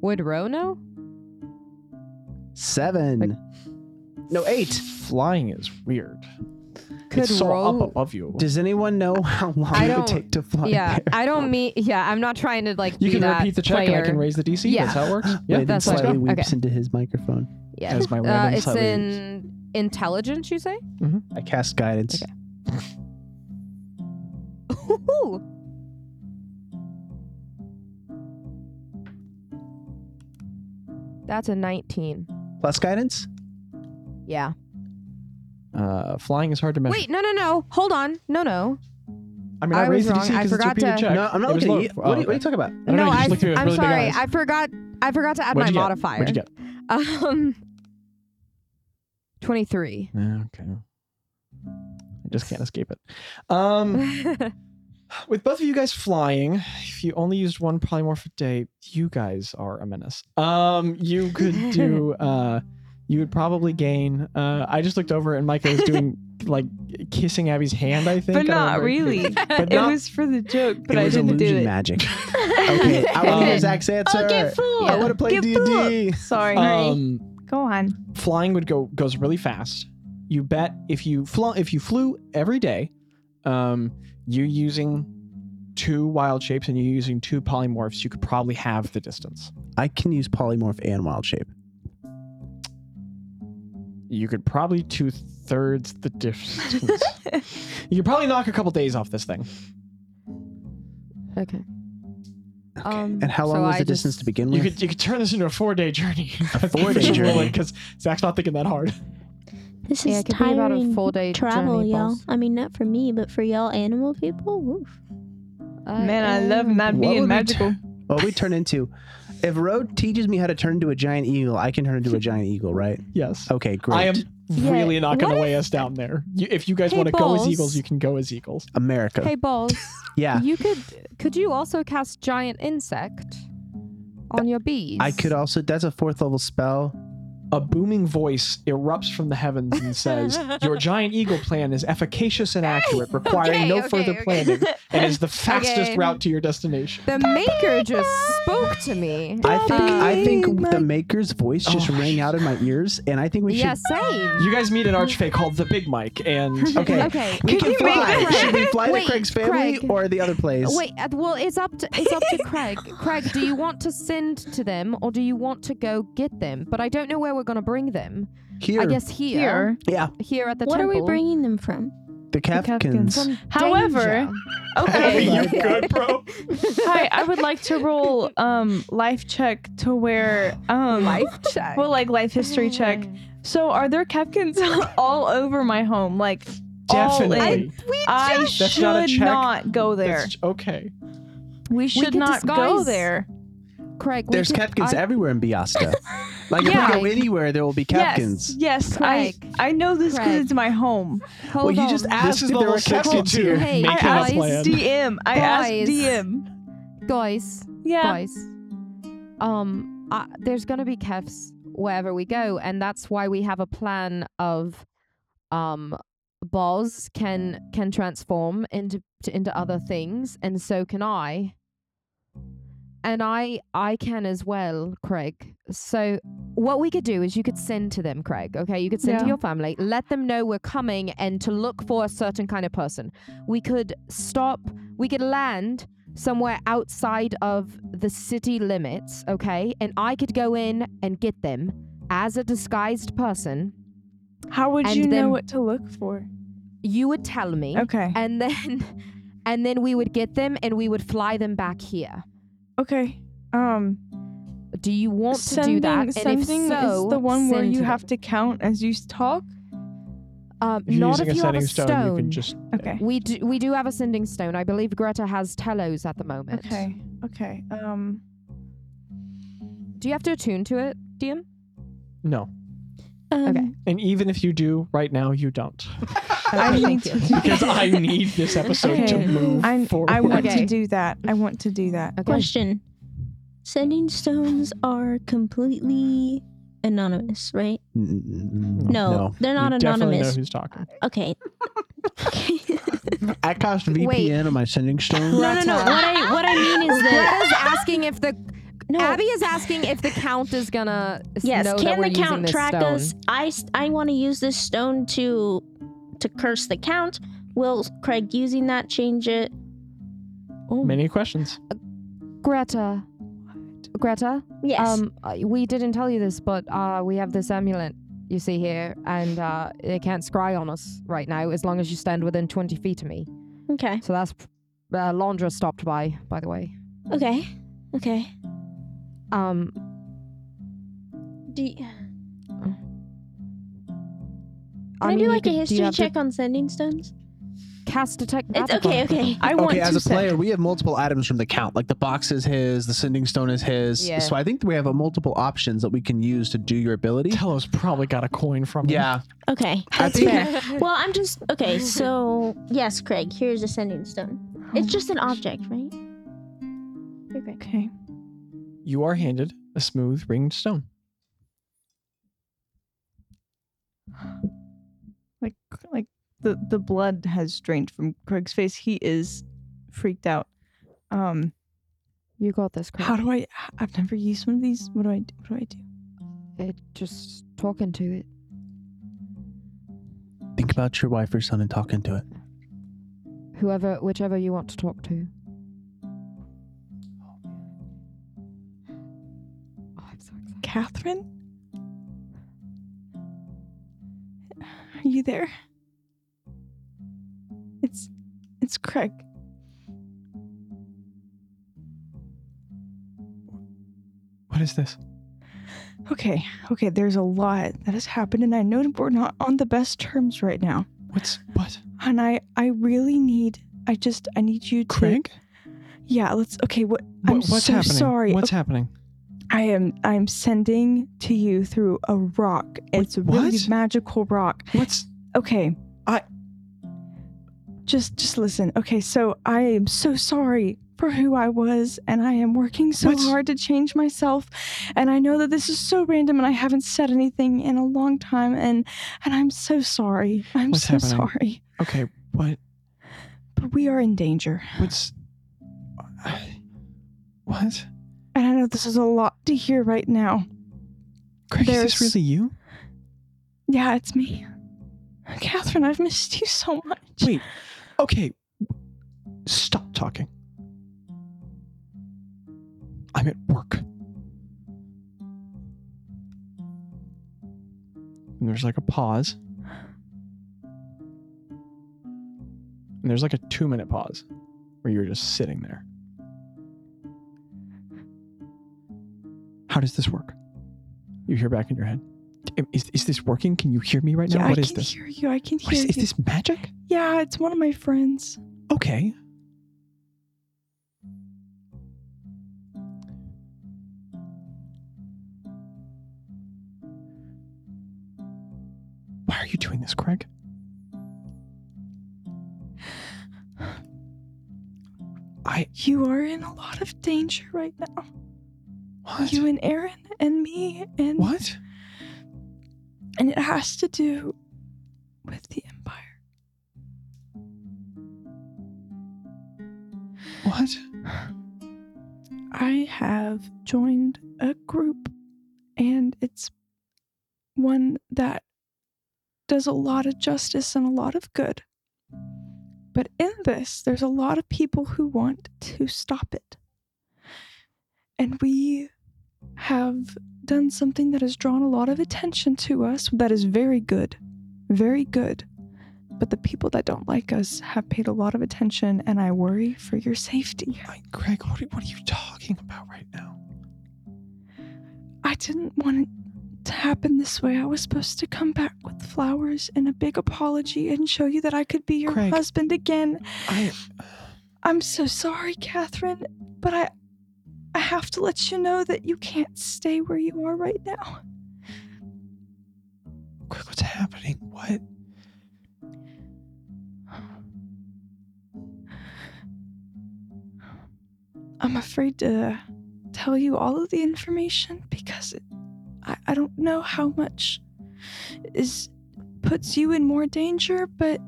Would Rono? Seven. no, eight. Flying is weird. Could it's so roll. up above you. Does anyone know how long I it would don't- take to fly yeah, there? I don't mean. Yeah, I'm not trying to like. you be can that repeat the check and I can player. raise the DC. Yeah. That's how it works. yeah, Yeah. Layden that's fine. slightly Okay. weeps into his microphone. Yeah, As my uh, random it's slightly- in intelligence. You say? I cast guidance. Okay. Ooh, that's a 19. Plus guidance? Yeah. Uh, flying is hard to measure. Wait, no, no, no. Hold on. No, no. I mean, I, I was raised the wrong. DC I because it's forgot repeated to- check. No, I'm not It was looking low. at you. Oh, What, are you. what are okay. you talking about? I don't know, no, you I, just looked at me with I'm really big sorry. eyes. I forgot. I forgot to add What'd my you get? modifier. What'd you get? Um, 23. Yeah, okay. I just can't escape it. Um, with both of you guys flying, if you only used one polymorph a day, you guys are a menace. Um, you could do. Uh, you would probably gain. Uh, I just looked over and Micah was doing like kissing Abby's hand. I think, but I don't not remember. really But it not- was for the joke but it i was didn't do illusion it magic. okay, I want to Um, hear Zach's answer. Okay, fool. I want to play Get D and D. sorry Um, go on flying would go goes really fast. You bet if you flew if you flew every day, um, you using two wild shapes and you using two polymorphs, you could probably have the distance. I can use polymorph and wild shape. You could probably two thirds the distance. you could probably knock a couple days off this thing. okay. Okay. Um, and how so long was I the distance just- to begin You with? could you could turn this into a four day journey. A four-day journey. because Zach's not thinking that hard. This Yeah, is it could be tiring about a full day travel, journey, y'all. boss. I mean, not for me, but for y'all animal people. Woof. man i love not What would being we magical What we turn into? If Road teaches me how to turn into a giant eagle, I can turn into a giant eagle, right? Yes. Okay, great. I am Yeah, really not going what to weigh us down there. You, if you guys Hey, want to go as Balls. eagles, you can go as eagles. America. Hey, balls. yeah, You could. Could you also cast giant insect on your bees? I could also. That's a fourth level spell. a booming voice erupts from the heavens and says, Your giant eagle plan is efficacious and accurate, requiring Okay, no okay, further okay. planning, and is the fastest Okay. route to your destination. The maker just spoke to me. I think I think my- the maker's voice just Oh. rang out in my ears, and I think we should. yeah, same. You guys meet an archfey called the Big Mike, and Okay. Okay. We can you fly. make it Should we fly Wait, to Craig's family Craig. or the other place? Wait, uh, well, it's up to it's up to Craig. Craig, do you want to send to them or do you want to go get them? But I don't know where we're gonna bring them. Here, I guess here, Here. here, yeah, at the what are temple. we bringing them from? the Kafkins. Kafkins. From However, danger. Okay. you good, bro? Hi, I would like to roll um life check to where um life check. Mm. well like life history check. So are there Kefkins all over my home? Like all in. Definitely. we I just That's should not a not, check. go there. That's- okay. We should can not go disguise- there. Craig. we There's could- Kafkins I- everywhere in Biasta. Like if Yeah. we go anywhere, there will be Kafkins. Yes, yes, Craig. I I know this because Craig. it's my home. Hold Well, you on. just asked is if the there whole were Kafkins section, here. too. Hey, Make I it a guys, plan. DM. I Boys. asked DM. guys, Yeah. guys. Um, uh, there's gonna be kefs wherever we go, and that's why we have a plan of, um, balls can can transform into to, into other things, and so can I. And I I can as well, Craig. So what we could do is you could send to them, Craig. Okay, you could send to Yeah. your family, let them know we're coming, and to look for a certain kind of person. We could stop. We could land somewhere outside of the city limits, okay? And I could go in and get them as a disguised person. How would And you know then- what to look for? You would tell me. Okay. And then and then we would get them and we would fly them back here. Okay. Um Do you want sending, to do that? And if sending so, is the one where send you to have them. to count as you s- talk. um, If you're not using if a you have setting a stone, stone. you can just. Okay. we do we do have a sending stone. I believe Greta has telos at the moment. Okay. Okay. Um Do you have to attune to it, DM? No. Um, Okay. And even if you do, right now, you don't. I Okay, need thank to you. Because I need this episode to Okay. move I'm, forward. I want Okay. to do that. I want to do that. Okay. Question. Sending stones are completely anonymous, right? Mm, No, they're not you definitely know anonymous. who's talking. Okay. no. I cast VPN on my sending stone. no, no, no. What I what I mean is that Greta's asking if the no. Abby is asking if the count is gonna s- yes, know that can we're the using count this track stone. us? I s- I want to use this stone to to curse the count. Will Craig using that change it? Oh. Many questions. Greta. Greta, Yes. um, uh, we didn't tell you this, but uh, we have this amulet you see here, and uh, it can't scry on us right now as long as you stand within 20 feet of me. okay. So that's uh, Laundra stopped by, by the way. Okay. Okay. Um, Do you, can I, mean, do you like could- a do you history have to check on sending stones? Cast detect. It's magic on okay. it. Okay. I want Okay, to as a player, send- we have multiple items from the count. Like the box is his, the sending stone is his. Yeah. So I think we have a multiple options that we can use to do your ability. Telos probably got a coin from him. Yeah. Okay. I That's think- fair. Well, I'm just okay. So yes, Craig. Here's a sending stone. It's just an object, right? Here, Craig. Okay. You are handed a smooth ringed stone. Like like the the blood has drained from Craig's face. He is freaked out. Um You got this, how Craig. do I I've never used one of these. What do I do? What do I do? It, just talking to it. Think about your wife or son and talk into it. Whoever, whichever you want to talk to. Oh, I'm so excited. Catherine? Are you there? It's it's Craig. What is this? Okay, okay, there's a lot that has happened and I know that we're not on the best terms right now. What's what? And I I really need I just I need you to Craig? Yeah, let's okay, what What- I'm what's so happening? sorry. What's happening? I am I'm sending to you through a rock. It's a really what? magical rock. What's Okay. I- just just listen. Okay, so I am so sorry for who I was, and I am working so What's- hard to change myself. And I know that this is so random, and I haven't said anything in a long time, and and I'm so sorry. I'm What's so happening? sorry. Okay, what? But we are in danger, What's? What? and I know this is a lot to hear right now. Craig, is There's- this really you? Yeah, it's me, Catherine. I've missed you so much. Wait. Okay. Stop talking. I'm at work. And there's like a pause. And there's like a two minute pause where you're just sitting there. How does this work? You hear back in your head. Is, is this working? Can you hear me right now? yeah, What I is can this? hear you. I can What is, hear is you. this magic? Yeah, it's one of my friends. Okay. Why are you doing this, Craig? I You are in a lot of danger right now. what? You and Aaron and me and what? and it has to do with the empire. What? I have joined a group and it's one that does a lot of justice and a lot of good. But in this, there's a lot of people who want to stop it. And we have done something that has drawn a lot of attention to us that is very good. Very good. But the people that don't like us have paid a lot of attention, and I worry for your safety. I, Craig, what are, what are you talking about right now? I didn't want it to happen this way. I was supposed to come back with flowers and a big apology and show you that I could be your Craig. husband again. I I'm so sorry, Catherine, but I I have to let you know that you can't stay where you are right now. Craig, what's happening? What? I'm afraid to tell you all of the information because it, I, I don't know how much is puts you in more danger, but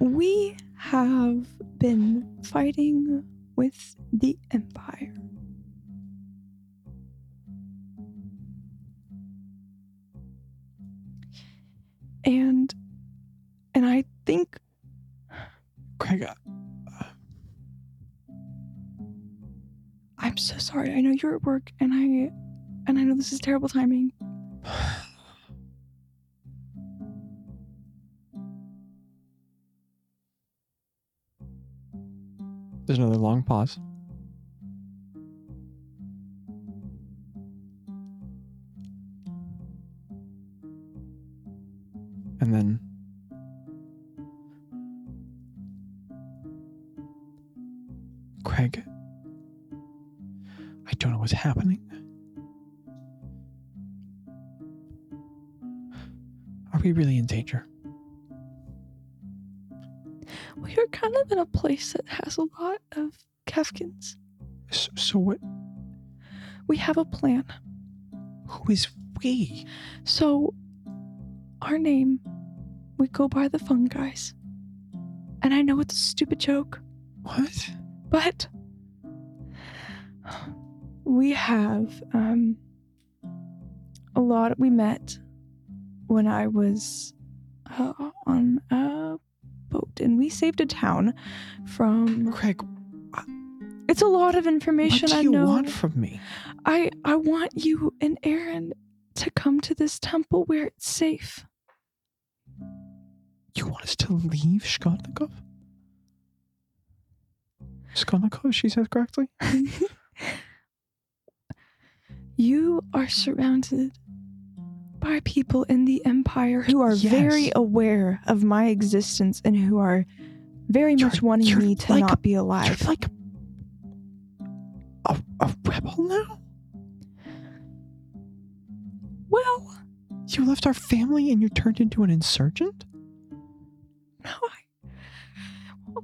we have been fighting with the Empire. And and I think uh, Craig, I- I'm so sorry. I know you're at work and I and I know this is terrible timing. There's another long pause. And then. Craig. I don't know what's happening. Are we really in danger? We are kind of in a place that has a lot of Kefkins. So, so what? We have a plan. Who is we? So our name, we go by the fun guys. And I know it's a stupid joke, What? but we have um a lot we met when I was uh, on a boat and we saved a town from Craig, It's a lot of what information. do I you know. want from me? I I want you and Aaron to come to this temple where it's safe. You want us to leave Shkotnikov? Shkotnikov, she says correctly? you are surrounded by people in the empire who are very Yes. aware of my existence and who are very You're- much wanting you're me to like a- not be You're alive. like a, a rebel now? well, You left our family and you turned into an insurgent? no, I.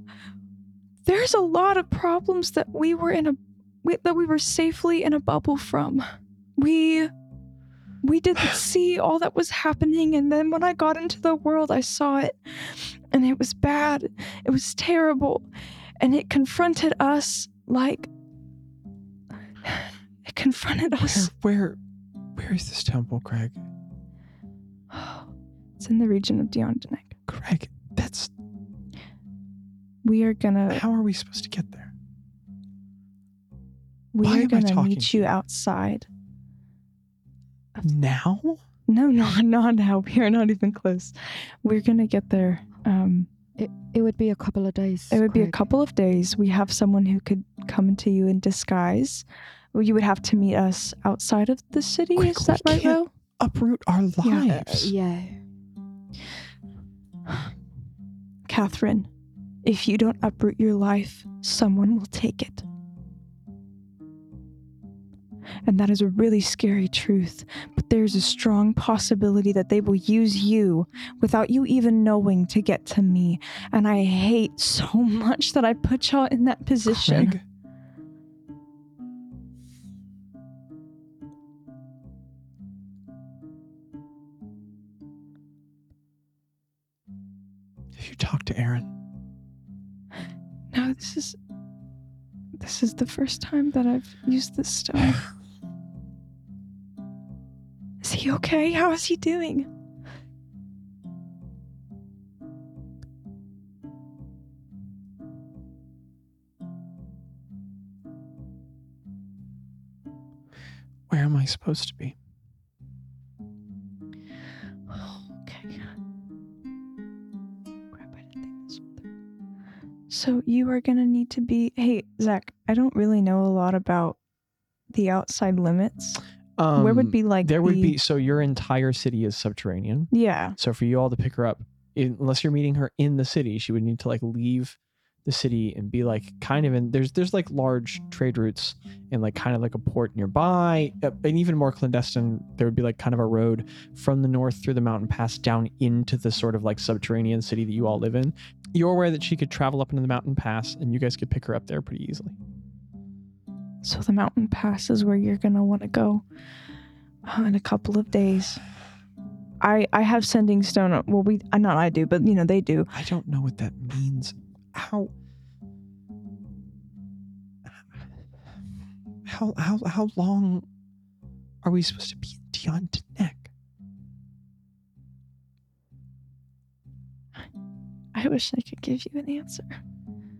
there's a lot of problems that we were in a we, that we were safely in a bubble from. We we didn't see all that was happening and then when I got into the world I saw it and it was bad. It was terrible and it confronted us like it confronted us. Where, where is this temple, Craig? It's in the region of Diondonic. Craig, that's We are gonna how are we supposed to get there? we Why are am I gonna talking meet to you outside. Now? No, no, not now. We are not even close. We're gonna get there. Um, It would be a couple of days. it would be a Craig. couple of days. We have someone who could come to you in disguise. Well, You would have to meet us outside of the city. Quick, is that we right, can't- Ro? Uproot our Yeah, Uh, lives. yeah. Catherine, if you don't uproot your life, someone will take it. And that is a really scary truth, but there's a strong possibility that they will use you without you even knowing to get to me. And I hate so much that I put y'all in that position. Craig. Have you talked to Aaron? No, this is this is the first time that I've used this stone. is he okay? How is he doing? Where am I supposed to be? Okay. Crap, I didn't think this one through. So you are gonna need to be. Hey, Zach. I don't really know a lot about the outside limits. Um, Where would be like there would the- be so your entire city is subterranean. Yeah. So for you all to pick her up, in, unless you're meeting her in the city, she would need to like leave the city and be like kind of in there's there's like large trade routes and like kind of like a port nearby uh, and even more clandestine there would be like kind of a road from the north through the mountain pass down into the sort of like subterranean city that you all live in you're aware that she could travel up into the mountain pass and you guys could pick her up there pretty easily So the mountain pass is where you're gonna want to go uh, in a couple of days. I I have sending stone. on- Well, we uh, not I do, but you know they do. i don't know what that means how how how, how long are we supposed to be in Diondonec? I wish I could give you an answer.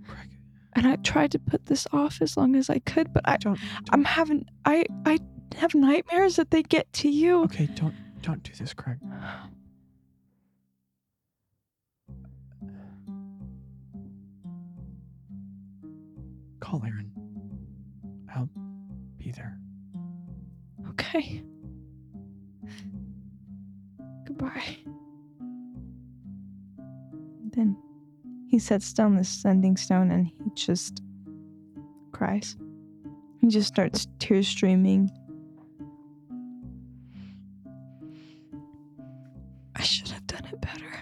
Craig, And I tried to put this off as long as I could, but I don't I'm having I I have nightmares that they get to you. Okay, don't don't do this, Craig. Call Aaron. I'll be there. Okay. Goodbye. Then he sets down the sending stone and he just cries. He just starts tear streaming. I should have done it better.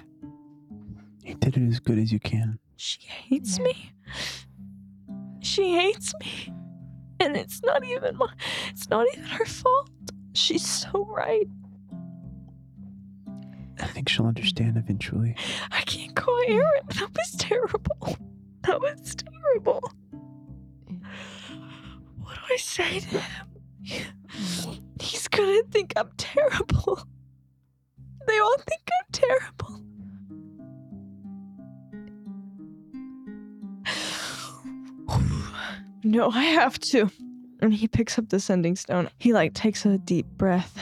You did it as good as you can. She hates me. She hates me. And it's not even my it's not even her fault. She's so right. I think she'll understand eventually. I can't call Aaron. That was terrible. That was terrible. What do I say to him? He's gonna think I'm terrible. They all think I'm terrible. No, I have to. And he picks up the sending stone. He like takes a deep breath.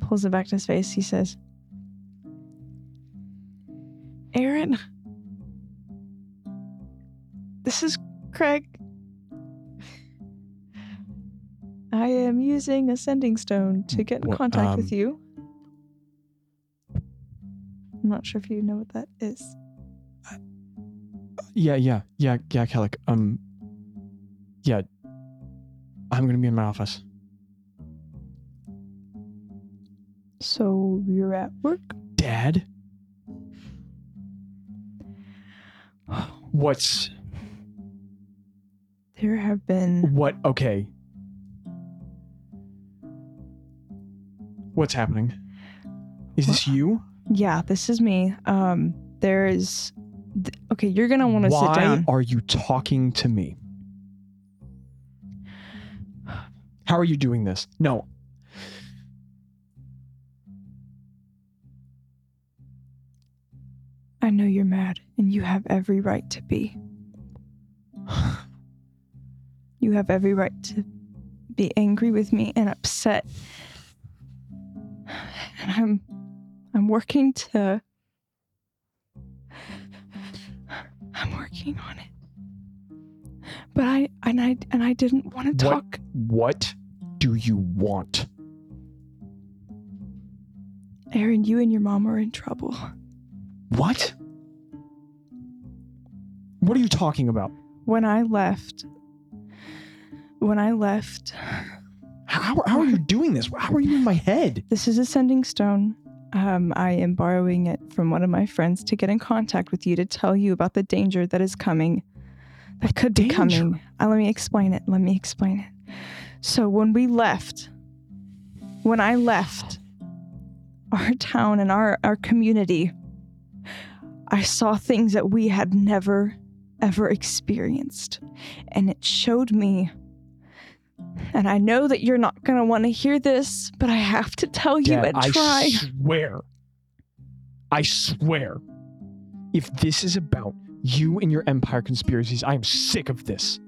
Pulls it back to his face. He says, Aaron. This is Craig. I am using a sending stone to get in What, contact with um, you. I'm not sure if you know what that is. Yeah, yeah, yeah, yeah, Kellic. Um Yeah. I'm gonna be in my office. So you're at work? Dad? Oh, What's There have been. what? Okay. What's happening? Is this you? Yeah, this is me. Um, there is. th- okay, you're gonna want to Why sit down. are you talking to me? How are you doing this? No. I know you're mad, and you have every right to be. you have every right to be angry with me and upset. And I'm I'm working to I'm working on it. But I and I and I didn't want What? to talk. What do you want? Aaron, you and your mom are in trouble. What? What are you talking about? When I left when I left How, how, how are you doing this? How are you in my head? This is a sending stone. Um, I am borrowing it from one of my friends to get in contact with you to tell you about the danger that is coming. That could be coming. Uh, let me explain it. Let me explain it. So, when we left, when I left our town and our, our community, I saw things that we had never, ever experienced. And it showed me and I know that you're not going to want to hear this, but I have to tell you Dad, and try. I swear. I swear. If this is about you and your empire conspiracies, I am sick of this.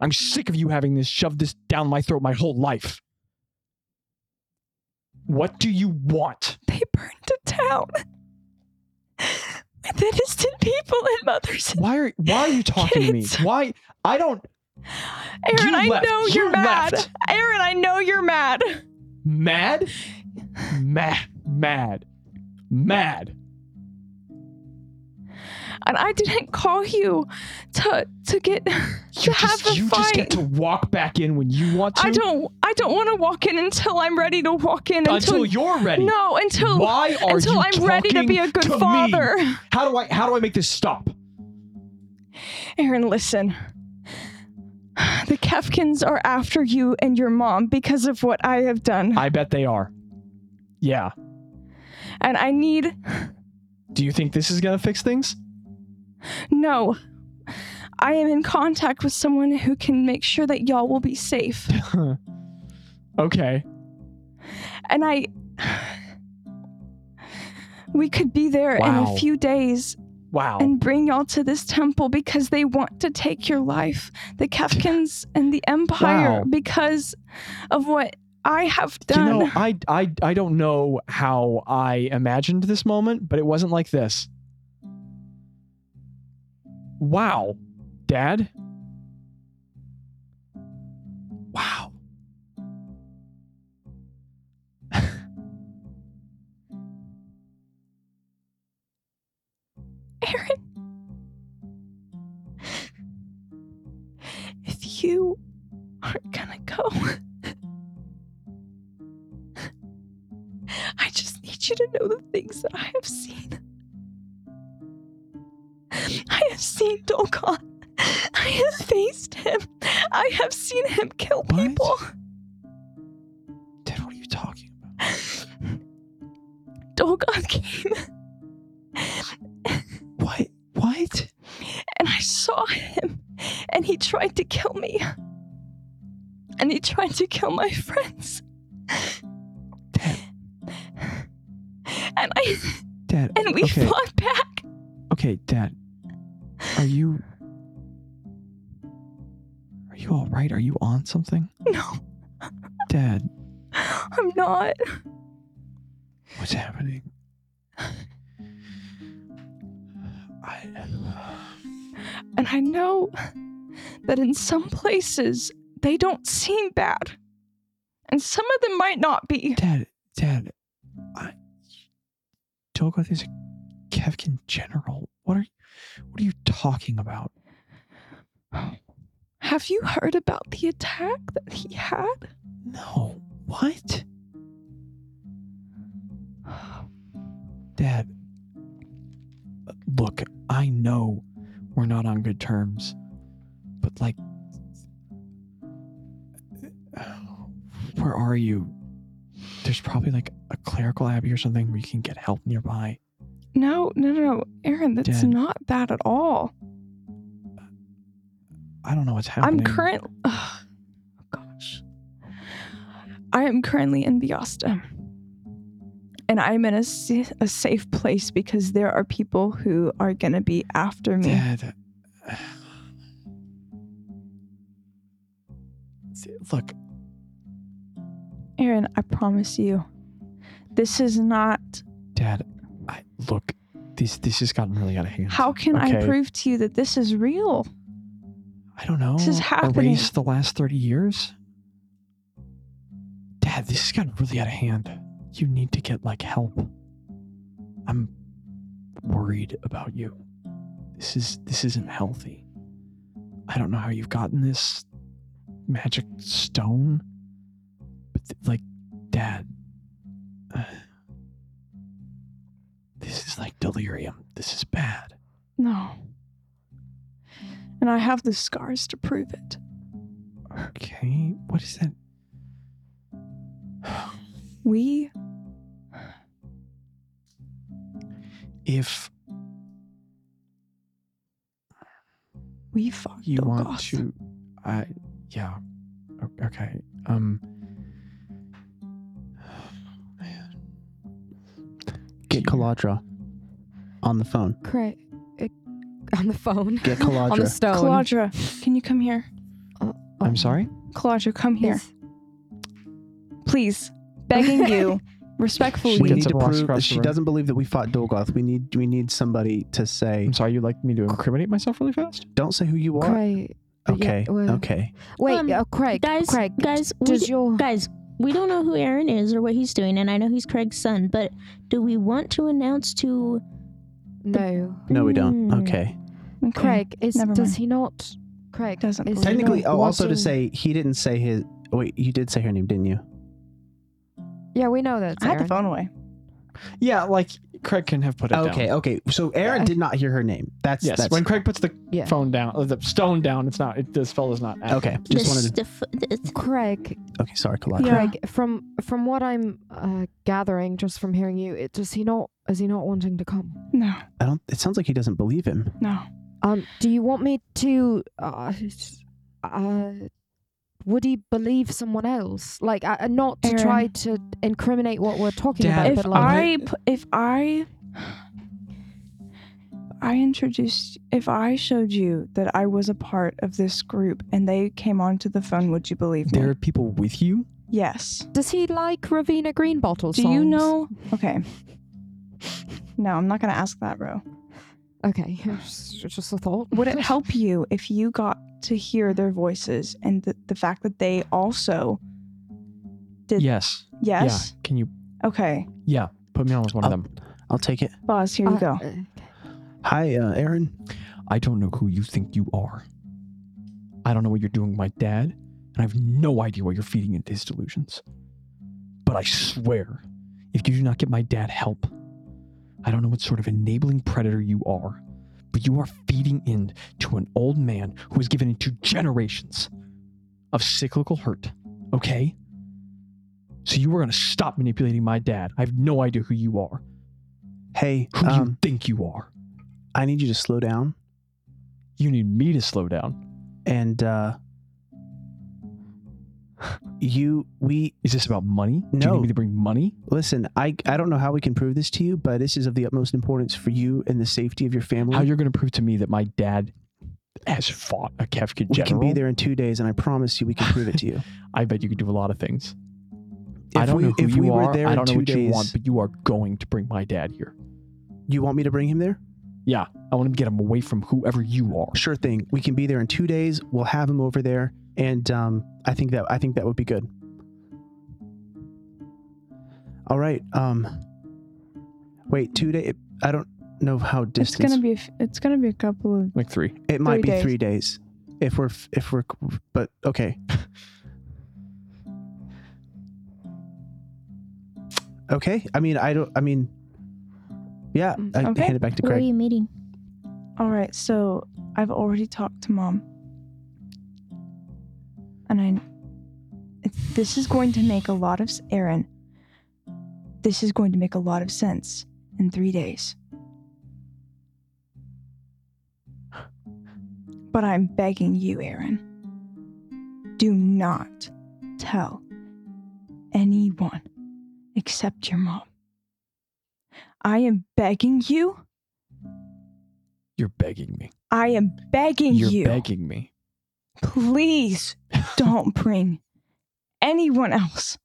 I'm sick of you having this shoved this down my throat my whole life. What do you want? they burned a town with innocent people and mothers. Why are why are you talking to me? Kids. Why I don't Aaron, You I left. know you're You mad. left. Aaron, I know you're mad. mad? Mad mad. Mad. And I didn't call you to to get You, to have just, a you fight. just get to walk back in when you want to I don't I don't want to walk in until I'm ready to walk in until, until you're ready. No, until Why are until you I'm ready to talking be a good to me? father. How do I how do I make this stop? Aaron, listen. The Kefkins are after you and your mom because of what I have done. I bet they are. Yeah. And I need Do you think this is gonna fix things? no. I am in contact with someone who can make sure that y'all will be safe. okay. And I we could be there in Wow. a few days Wow. and bring y'all to this temple because they want to take your life. The Kefkins and the Empire Wow. because of what I have you done. know, I, I I don't know how I imagined this moment, but it wasn't like this. Wow. Dad? Wow. Aaron, if you aren't gonna go, I just need you to know the things that I have seen. I have seen Dolgon. I have faced him. I have seen him kill What? people. Dad, what are you talking about? Dolgon came What? What? and I saw him, and he tried to kill me. And he tried to kill my friends. And I Dad. and we okay. fought back. Okay, Dad. Are you Are you all right? Are you on something? No, Dad, I'm not. what's happening? I And I know that in some places they don't seem bad. And some of them might not be. Dad, Dad, I Dolgoth is a Kevkin general. What are what are you talking about? Have you heard about the attack that he had? No. What? Dad, look, I know we're not on good terms. But like, where are you? There's probably like a clerical abbey or something where you can get help nearby. No, no, no, no. Aaron, that's Dad. not that at all. I don't know what's I'm happening. current. Oh, gosh. I am currently in Biasta. And I'm in a, sa- a safe place because there are people who are going to be after me. Dad. See, Look, Aaron, I promise you, this is not. Dad. I look. This this has gotten really out of hand. How can I Okay. prove to you that this is real? I don't know. This is happening. Erase the last 30 years? Dad, this has gotten really out of hand. You need to get, like, help. I'm worried about you. This is this isn't healthy. I don't know how you've gotten this magic stone, but th- like, Dad, uh, this is like delirium. This is bad. No. And I have the scars to prove it. Okay, what is that? We. If We fucked you oh, want God. to i yeah O- okay um man. Get Do you- Kaladra on the phone. Great. Uh, On the phone. Get Kaladra. on the stone. Kaladra, can you come here? i'm sorry Kaladra, come here. Yes. Please. Begging you. respectfully. She we gets need to up and walks prove across the she room. doesn't believe that we fought Dolgoth. We need we need somebody to say i'm sorry you'd like me to incriminate myself really fast don't say who you are. Craig. yeah, okay. well- okay. Wait, Um, uh, Craig. guys, Craig. guys, we does d- your guys, we don't know who Aaron is or what he's doing, and I know he's Craig's son, but do we want to announce to no No we don't. Hmm. Okay. Okay. Craig is never does mind. he not Craig Doesn't is he Technically not oh also to wanting- say he didn't say his wait, you did say her name, didn't you? Yeah, we know that. I had the phone away. yeah like craig can have put it down. Okay, okay. So Aaron Yeah. did not hear her name. That's yes that's when craig puts the Yeah. phone down or the stone down it's not it, this fella's not acting. Okay. the Just wanted stuff- the- Craig, to Okay, sorry, Kaladra. Yeah. Craig, from from what I'm uh, gathering, just from hearing you, it, does he not is he not wanting to come? No, I don't it sounds like he doesn't believe him. no. Um, do you want me to? Uh, uh, would he believe someone else? Like, uh, uh, not to try Aaron. to incriminate what we're talking Dad, about, If but like, I, p- if I, I introduced, if I showed you that I was a part of this group and they came onto the phone, would you believe me? there are people with you Yes. does he like Ravina Greenbottle Do songs? you know? Okay. No, I'm not going to ask that, bro. Okay, it's just a thought. Would it help you if you got to hear their voices and the, the fact that they also, Did- yes yes? yeah can you Okay. yeah put me on with one Uh, of them I'll take it. Boss, here you Uh, go. uh, Hi, uh, Aaron. i don't know who you think you are i don't know what you're doing with my dad and i have no idea what you're feeding into his delusions but i swear if you do not get my dad help i don't know what sort of enabling predator you are but you are feeding in to an old man who was given into generations of cyclical hurt okay so you are going to stop manipulating my dad i have no idea who you are Hey, who do you um, think you are I need you to slow down You need me to slow down. and uh you we Is this about money? Do you No. need me to bring money? Listen, I, I don't know how we can prove this to you, but this is of the utmost importance for you and the safety of your family. How you're going to prove to me that my dad has fought a Kefka we general? can be there in two days, and I promise you we can prove it to you. I bet you could do a lot of things. I don't we, know who if you we are. were there I don't in two know what days, you want, but you are going to bring my dad here. you want me to bring him there? Yeah, I want to get him away from whoever you are. Sure thing. We can be there in two days. We'll have him over there, and um, I think that I think that would be good. All right. Um, wait, two days. I don't know how It's distance. going to be, a f- it's going to be a couple of, Like three. it might three be days. three days if we're f- if we're but okay. okay. I mean, I don't. I mean, yeah. I Mm, I okay. hand it back to where are Craig. you meeting? All right, so I've already talked to mom. And I. it's- This is going to make a lot of. s- Aaron, this is going to make a lot of sense in three days. But I'm begging you, Aaron. Do not tell anyone except your mom. I am begging you. You're begging me. I am begging You're you. begging me. please don't bring anyone else.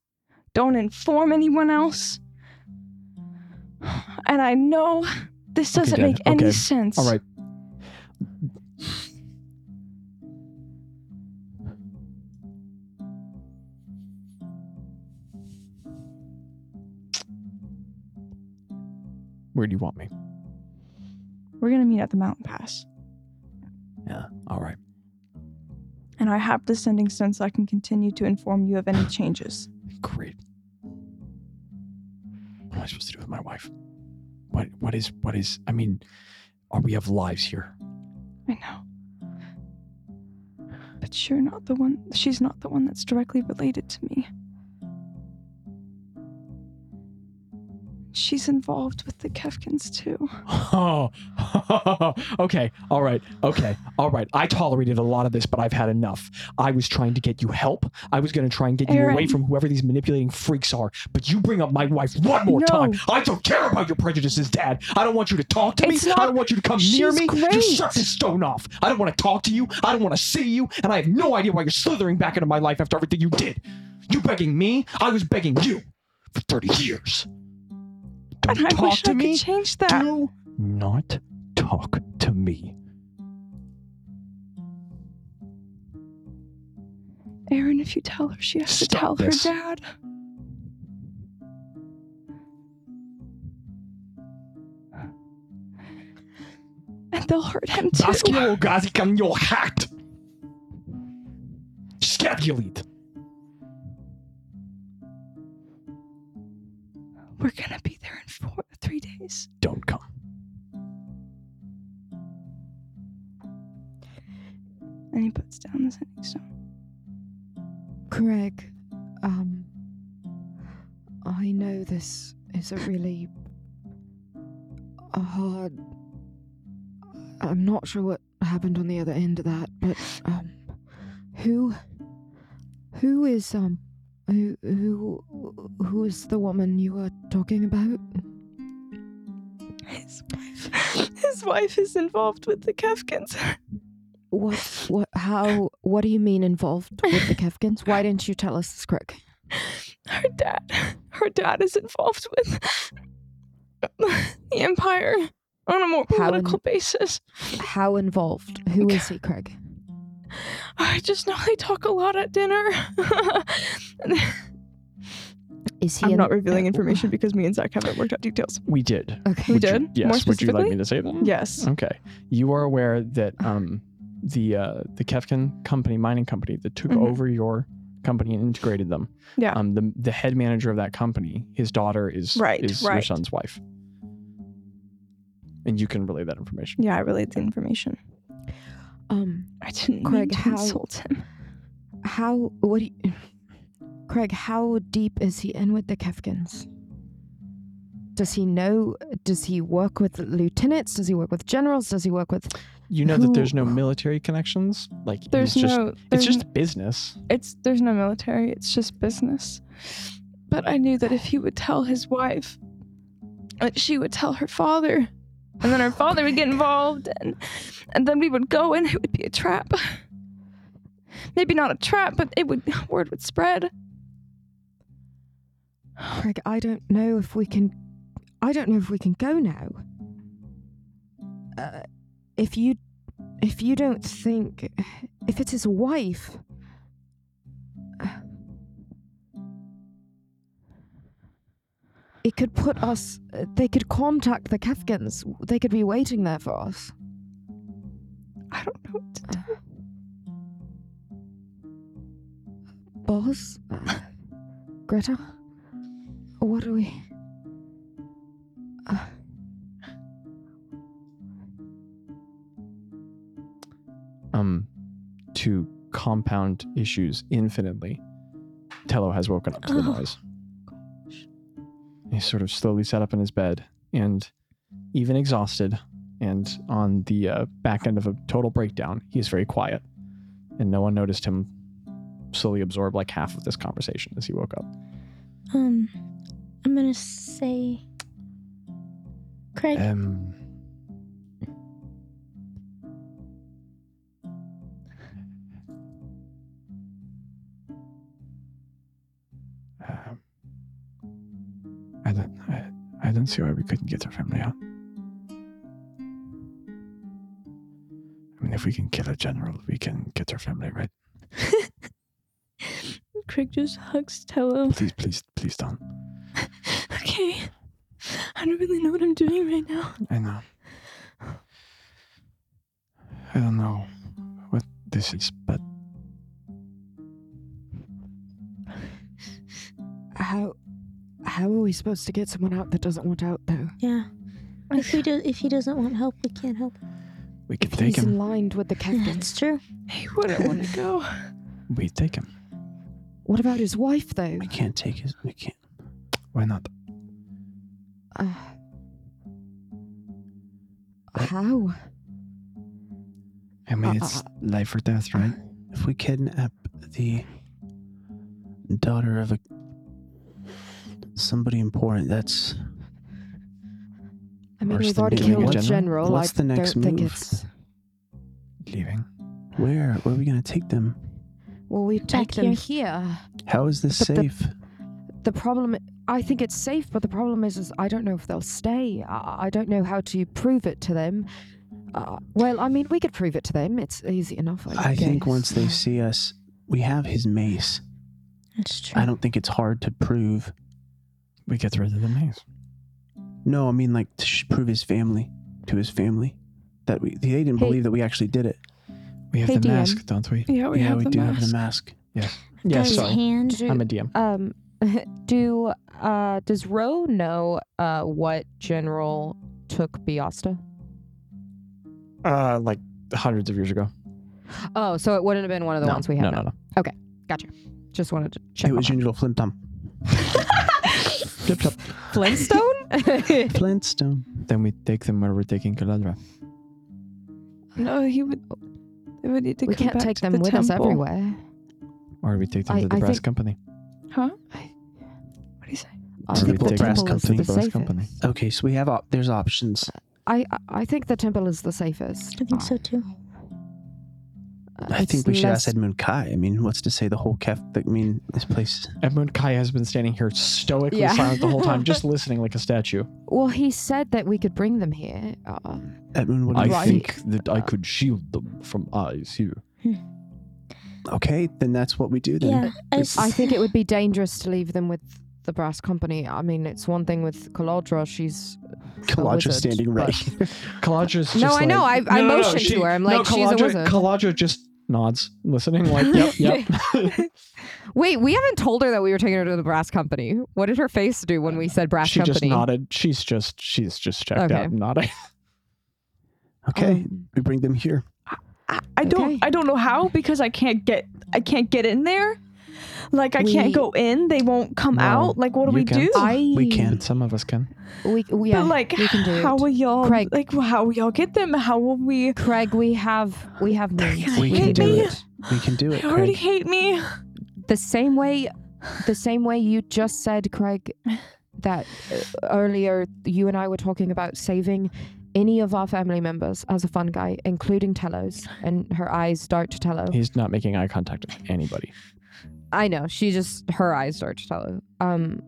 Don't inform anyone else. And I know this Okay, doesn't Dad. make any Okay. sense. All right. Where do you want me? We're going to meet at the mountain pass. Yeah. All right. And I have descending stone so I can continue to inform you of any changes. Great. What am I supposed to do with my wife? What what is what is I mean, are we have lives here? I know. But you're not the one. She's not the one that's directly related to me. She's involved with the Kefkins too. Oh, okay. All right. Okay. All right. I tolerated a lot of this, but I've had enough. I was trying to get you help. I was going to try and get you away Aaron. from whoever these manipulating freaks are. But you bring up my wife one more No. time. I don't care about your prejudices, Dad. I don't want you to talk to me. It's I not- don't want you to come near She's me. great. Just shut this stone off. I don't want to talk to you. I don't want to see you. And I have no idea why you're slithering back into my life after everything you did. You begging me? I was begging you for 30 years. Don't And I talk wish to I me. could change that. Do not talk to me. Aaron, if you tell her, she has to Stop tell this. her dad. And they'll hurt him too. Baskia Ogazi kan your hat. Scapulit. We're gonna be there in four, three days. Don't come. And he puts down the sending stone. Craig, um, I know this is a really a hard. I'm not sure what happened on the other end of that, but um, who, who is um, who who who is the woman you were talking about? His wife, his wife is involved with the Kefkins. What what how what do you mean involved with the Kefkins? Why didn't you tell us this, Craig? Her dad, her dad is involved with the Empire on a more How in- political basis. How involved? Who is he, Craig? I just know they talk a lot at dinner. Is he? I'm in- not revealing uh, information because me and Zach haven't worked out details. We did. Okay. We Would you- did? yes. More Would you like me specifically? to say that? Yes. Okay. You are aware that um, the uh, the Kefkin company, mining company, that took Mhm. over your company and integrated them. Yeah. Um, the the head manager of that company, his daughter is Right, is your right. son's wife. And you can relay that information. Yeah, I relayed the information. Um, I didn't Craig, mean to how- insult him. how? What do you, Craig? How deep is he in with the Kefkins? Does he know? Does he work with lieutenants? Does he work with generals? Does he work with? You know that there's no Who- military connections. Like There's he's just no. it's There's just n- business. it's there's no military. It's just business. But I knew that if he would tell his wife, that she would tell her father, and then her father would get involved, and and then we would go, and it would be a trap. Maybe not a trap, but it would word would spread. Craig, I don't know if we can. I don't know if we can go now. Uh, if you, if you don't think, if it's his wife, uh, it could put us. uh, They could contact the Kefkins. They could be waiting there for us. I don't know what to do. Boss, uh, Greta, what do we? Uh, um, to compound issues infinitely, Tello has woken up to the Oh. noise. He's sort of slowly sat up in his bed and, even exhausted and on the uh, back end of a total breakdown, he's very quiet. And no one noticed him slowly absorb like half of this conversation as he woke up. Um, I'm gonna say, Craig, Um, Um, I don't. I, I don't see why we couldn't get her family out. I mean, if we can kill a general, we can get her family, right? Craig just hugs Tello. Please, please, please don't. okay, I don't really know what I'm doing right now. I know. I don't know what this is, but How how are we supposed to get someone out that doesn't want out though? Yeah, if we do, if he doesn't want help, we can't help. we can If take he's in him. line with the captain. That's true. He wouldn't want to go. We take him. what about his wife though? We can't take his. We can't. Why not? Uh, how? I mean, Uh, uh, it's Uh-uh. life or death, right? Uh-huh. If we kidnap the daughter of a somebody important, that's I mean, Worse we've than already killing a killed a general? general. What's I the next don't think move? it's. Leaving. where. Where are we gonna take them? Well, we take Back them here. How is this But the- safe? The problem, I think it's safe, but the problem is, is I don't know if they'll stay. I, I don't know how to prove it to them. Uh, well, I mean, we could prove it to them. It's easy enough. I, I think guess. once they see us, we have his mace. That's true. I don't think it's hard to prove. We get rid of the maze. No, I mean like to sh- prove his family to his family that we they didn't Hey. believe that we actually did it. We have Hey, the DM. mask, don't we? Oh, Yeah, we yeah, have we the do mask. have the mask. Yeah, Got his sorry. hand. Do- I'm a DM. Um, do uh does Ro know uh what general took Biasta? Uh, like hundreds of years ago. Oh, so it wouldn't have been one of the no, ones we have no, now. no, no. Just wanted to check. it was on your little flintom. Flip top. that. Flintstone. Flintstone. Then we take them where we're taking Calandra. No, he would. They would need to we come can't back take to them the with us temple. everywhere. Or we take them I- to the I brass think- company. Huh? What do you say? I To think the the brass temple is company. the Brass company. safest. Okay, so we have op- there's options. I I- I think the temple is the safest. I think so too. Uh, I it's think we should less- ask Edmund Kai. I mean, what's to say the whole kef? I mean, this place. Edmund Kai has been standing here stoically Yeah. silent the whole time, just listening like a statue. Well, he said that we could bring them here. Uh, Edmund, what do I you Right. think? think that I could shield them from eyes here. Okay, then that's what we do. Then Yeah, I, s- I think it would be dangerous to leave them with the brass company. I mean, it's one thing with Caladra; she's Kaladra wizard, standing but- ready. Kaladra's just No, I know. like- I- I motioned to her. I'm like, she's a Kaladra- wizard. Kaladra just nods, listening, like, yep, yep. Wait, we haven't told her that we were taking her to the brass company. What did her face do when we said brass she company? just nodded. She's just, she's just checked Okay. out and nodding. Okay, Um, we bring them here. I, I don't Okay. I don't know how because I can't get I can't get in there. Like I can't We- go in. They won't come No, out. Like what do you we can't. do? I We can. Some of us can. We, we yeah, but like we can do it. how will y'all Craig. like how will y'all get them? How will we Craig, we have we have means. We can hate do me. it. We can do They it. already Craig. hate me. the same way, the same way you just said, Craig, that uh, earlier you and I were talking about saving any of our family members as a fun guy, including Tello's, and her eyes dart to Tello. He's not making eye contact with anybody. I know. She just her eyes start to tell her. Um,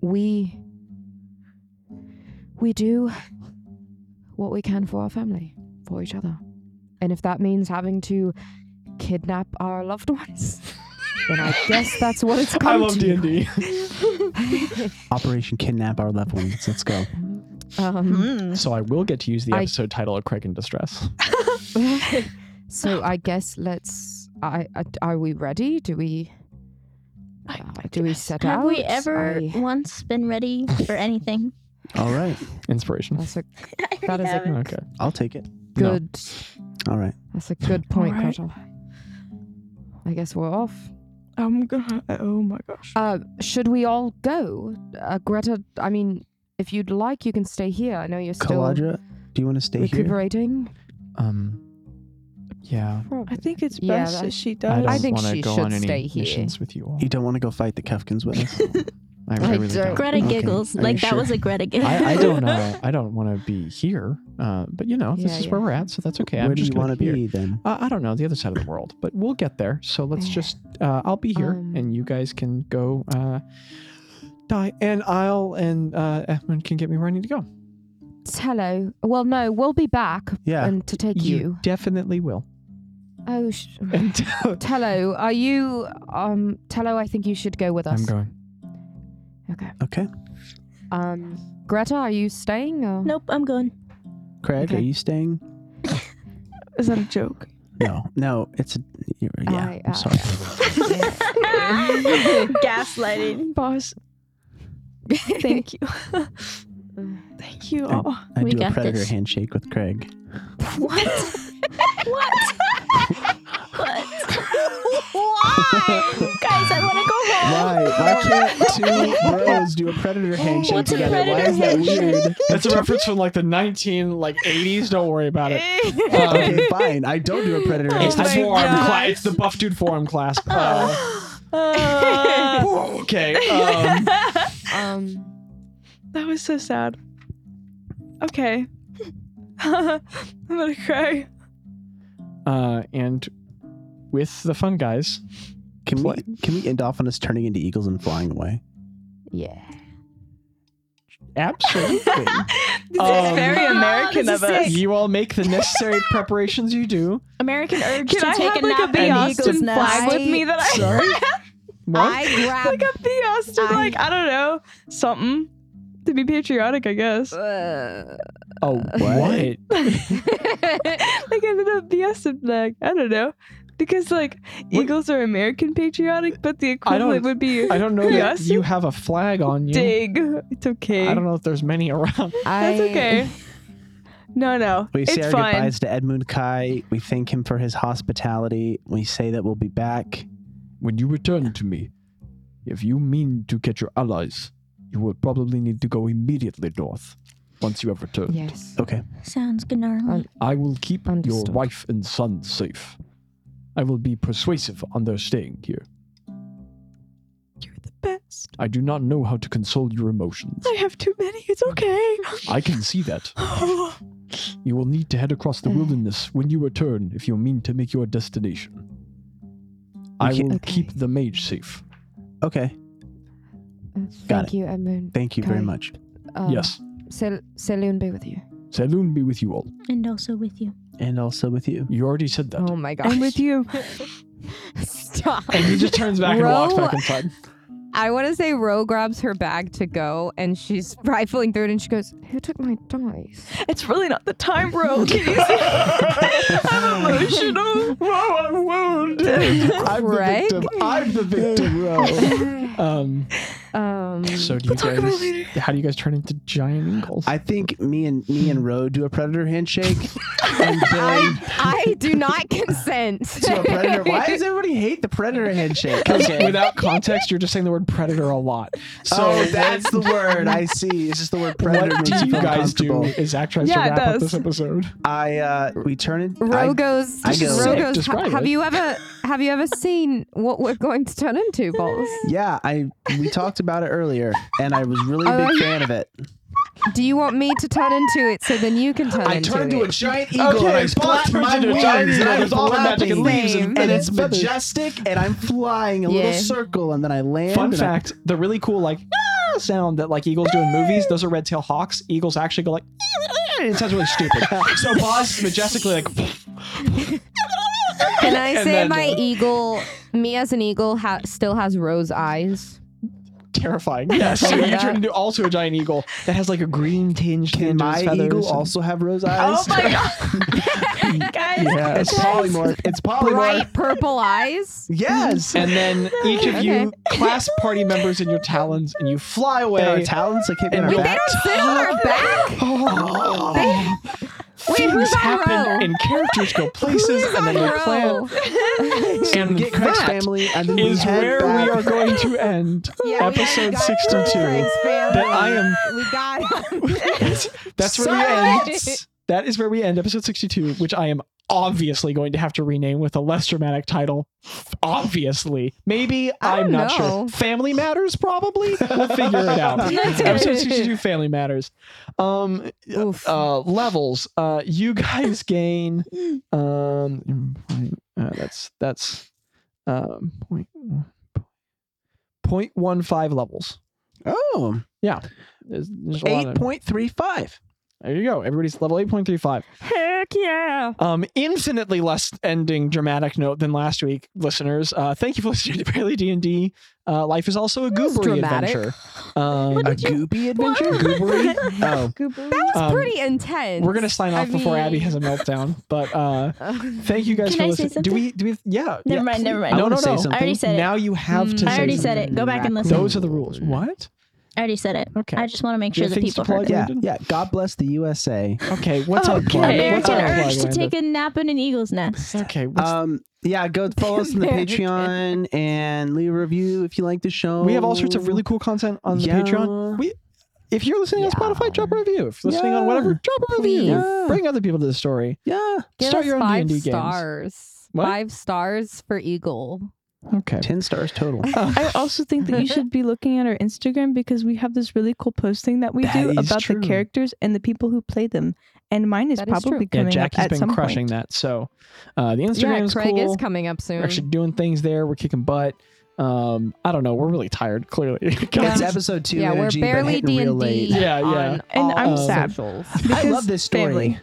we we do what we can for our family, for each other, and if that means having to kidnap our loved ones, then I guess that's what it's come I love to. D and D. Operation Kidnap Our Loved Ones. Let's go. Um, So I will get to use the I- episode title of Craig in Distress. Hmm. so I guess let's. I, I are we ready? Do we uh, do we set out? have we ever I- once been ready for anything? All right, Inspiration. that's a I That is a- haven't. Okay. I'll take it. No. good. All right. That's a good point, Alright. Gretel. I guess we're off. I'm gonna. Oh my gosh. Uh, should we all go? Uh, Greta, I mean, if you'd like, you can stay here. I know you're still Kaladra, do you want to stay here? recuperating. Um, yeah. I think it's Yeah, best that- that she I does. don't I think wanna she go should on any stay here. missions with you all. You don't want to go fight the Kefkins with us. I I, I really don't. don't. Greta Okay. giggles. Are you Like that sure? was a Greta giggle. I, I don't know. I don't want to be here. Uh, but you know, this Yeah, is where yeah. we're at, so that's okay. Where I'm do just you want to to be then? Uh, I don't know, the other side of the world, but we'll get there. So let's just, uh, I'll be here Um, and you guys can go uh, die. And I'll, and uh, Edmund can get me where I need to go. Hello. Well, no, we'll be back Yeah. and to take you, you. definitely will. Oh, sh- And Tello, are you? Um, Tello, I think you should go with us. I'm going. Okay. Okay. Um, Greta, are you staying? Or? Nope, I'm going. Craig, Okay. are you staying? Is that a joke? No, no, it's a. you're- Yeah, I- I'm I- sorry. Gaslighting. Boss. Thank you. Thank you all. I We do a got predator this. handshake with Craig. What? what? what? Why? Guys, I want to go home. Why? Why can't two bros do a predator handshake What's a together? Why predator is that weird? That's a reference from like the 19 like 80s. Don't worry about it. Um, okay, fine. I don't do a predator it's the handshake. forearm clasp. It's the buff dude forearm clasp. Uh, Oh. whoa, okay. Um, Um, That was so sad. Okay. I'm gonna cry. uh, and with the fun guys, Can we can we end off on us turning into eagles and flying away? yeah. absolutely. This Um, is very American this of us. you all make the necessary preparations you do. American urge Can to I take have a like a nap B. in the eagle's Austin nest. flag with me that I Sorry? What? I grab. like a B. Austin, I- like I don't know something to be patriotic, I guess. Uh, oh, what? like I ended up B. Austin flag. I don't know because like eagles are American patriotic, but the I don't- equivalent would be I don't know that Yes. you have a flag on you. dig. It's okay. I don't know if there's many around. That's okay. No, no, We say it's our fine. goodbyes to Edmund Kai. We thank him for his hospitality. We say that we'll be back. When you return to me, if you mean to get your allies, you will probably need to go immediately north once you have returned. Yes. Okay. Sounds gnarly. I will keep Understood. your wife and son safe. I will be persuasive on their staying here. You're the best. I do not know how to console your emotions. I have too many. It's okay. I can see that. You will need to head across Hmm. the wilderness when you return if you mean to make your destination. I Okay. will Okay. keep the mage safe. Okay. Uh, Got thank you, Edmund. Thank you very Kai. much. Oh. Um, yes. Sel- Saloon be with you. Saloon be with you all. And also with you. And also with you. You already said that. Oh my gosh. I'm with you. Stop. And he just turns back and walks Row- back inside. I want to say Ro grabs her bag to go and she's rifling through it and she goes, Who took my dice? It's really not the time, bro. Can you see? I'm emotional. Whoa, I'm wounded. I'm the Greg? victim. I'm the victim, Row. um, Um, so do you talk about it guys, later. how do you guys turn into giant eagles? I think me and me and Ro do a predator handshake. and then I do not consent. to a predator. Why does everybody hate the predator handshake? Okay. Without context, you're just saying the word predator a lot. So oh, that's the word. I see. It's just the word predator. what makes do me you feel guys do? uncomfortable. Is Zach tries Yeah, to it wrap up does. this episode. I uh we turn it Ro goes. I go- Ro Sick, goes. describe have it." you ever? Have you ever seen what we're going to turn into, balls? Yeah, I we talked about it earlier and I was really a Oh, big yeah. fan of it. Do you want me to turn into it so then you can turn into it? giant Okay, Blackbird's into a giant eagle with all the magic and leaves and- and and it's feathers. majestic and I'm flying a little Yeah. circle and then I land. Fun and I- fact: the really cool like "Ah," sound that like eagles do in movies. Those are red tail hawks. Eagles actually go like. "Ah," and It sounds really stupid. So Boz majestically like. Can I And say then, my uh, eagle? Me as an eagle ha- still has Ro's eyes. terrifying. Yes, so you turn into also a giant eagle that has like a green tinge. tinge Can of my its feathers eagle and- also have Oh rose eyes? Guys, It's polymorph. It's polymorph. Bright purple eyes. Yes. And then each of Okay. you clasp party members in your talons and you fly away. And our talons like hit me And in our we- They back. don't sit on our back. Oh, Wait, things happen Row? and characters go places and then they plan. So we And get Craig's that family, and then we is head where back. we are going to end Yeah, we episode got 62. Craig's family. That I am. We got That's where we end. Silence! That is where we end episode 62, which I am obviously going to have to rename with a less dramatic title. Obviously. Maybe I I'm don't not know. sure. Family Matters, probably. We'll figure it out. episode 62 Family Matters. Um, Oof. uh, levels. Uh, you guys gain. Um, uh, that's that's um, point, point one five levels. Oh, There's, there's a lot of- 8.35. there you go. Everybody's level eight point three five. Heck yeah. Um, infinitely less ending dramatic note than last week, listeners. Uh, thank you for listening to Barely D and D. Uh, life is also a goobery dramatic. adventure. Um, A goopy adventure? Goobery? Oh. That was Um, pretty intense. we're gonna sign off I before Abby mean- has a meltdown, but uh, gonna. thank you guys Can for I say listening. Do something? we? Do we? Yeah. Never yeah, mind, never please. mind. I No, wanna no, say no. something. I already said it. now you have to Mm. say I already something. Oh. said it. Go back and listen. Those are the rules. Mm. What? I already said it. Okay. I just want to make You sure have that things to people heard plug? it. Yeah, Landon? yeah. God bless the USA. Okay. What's our plug? What's American our plug, urge to Landon? take a nap in an eagle's nest. Okay. What's Um, yeah, go follow us on the American. Patreon and leave a review if you like the show. we have all sorts of really cool content on the Yeah. Patreon. We, if you're listening Yeah. on Spotify, drop a review. If you're listening on whatever, drop a review. Please. Bring other people to the story. Yeah. Give Start us your own five D&D games. stars. What? Five stars for Eagle. Okay. Uh, 10 stars total. I also think that you should be looking at our Instagram because we have this really cool posting that we That do is about true. the characters and the people who play them. And mine is That is true. probably Yeah, coming up Jackie's at been some crushing point. that. So uh, the yeah, Instagram is Craig cool. is coming up soon. We're actually doing things there. We're kicking butt. Um, I don't know. We're really tired, clearly. It's Guys, episode two. yeah, we're energy, but barely hitting D real and late. D. Yeah, yeah. And I'm sad. Socials. I love this story. family.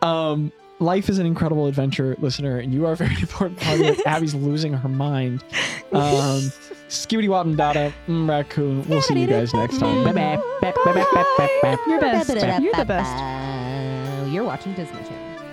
um, life is an incredible adventure, listener, and you are a very important part of it. Abby's losing her mind. Um, Skibbity Wop and Dada, mm, Raccoon. We'll see you guys next time. Bye bye. You're best. You're the best. You're watching Disney Channel.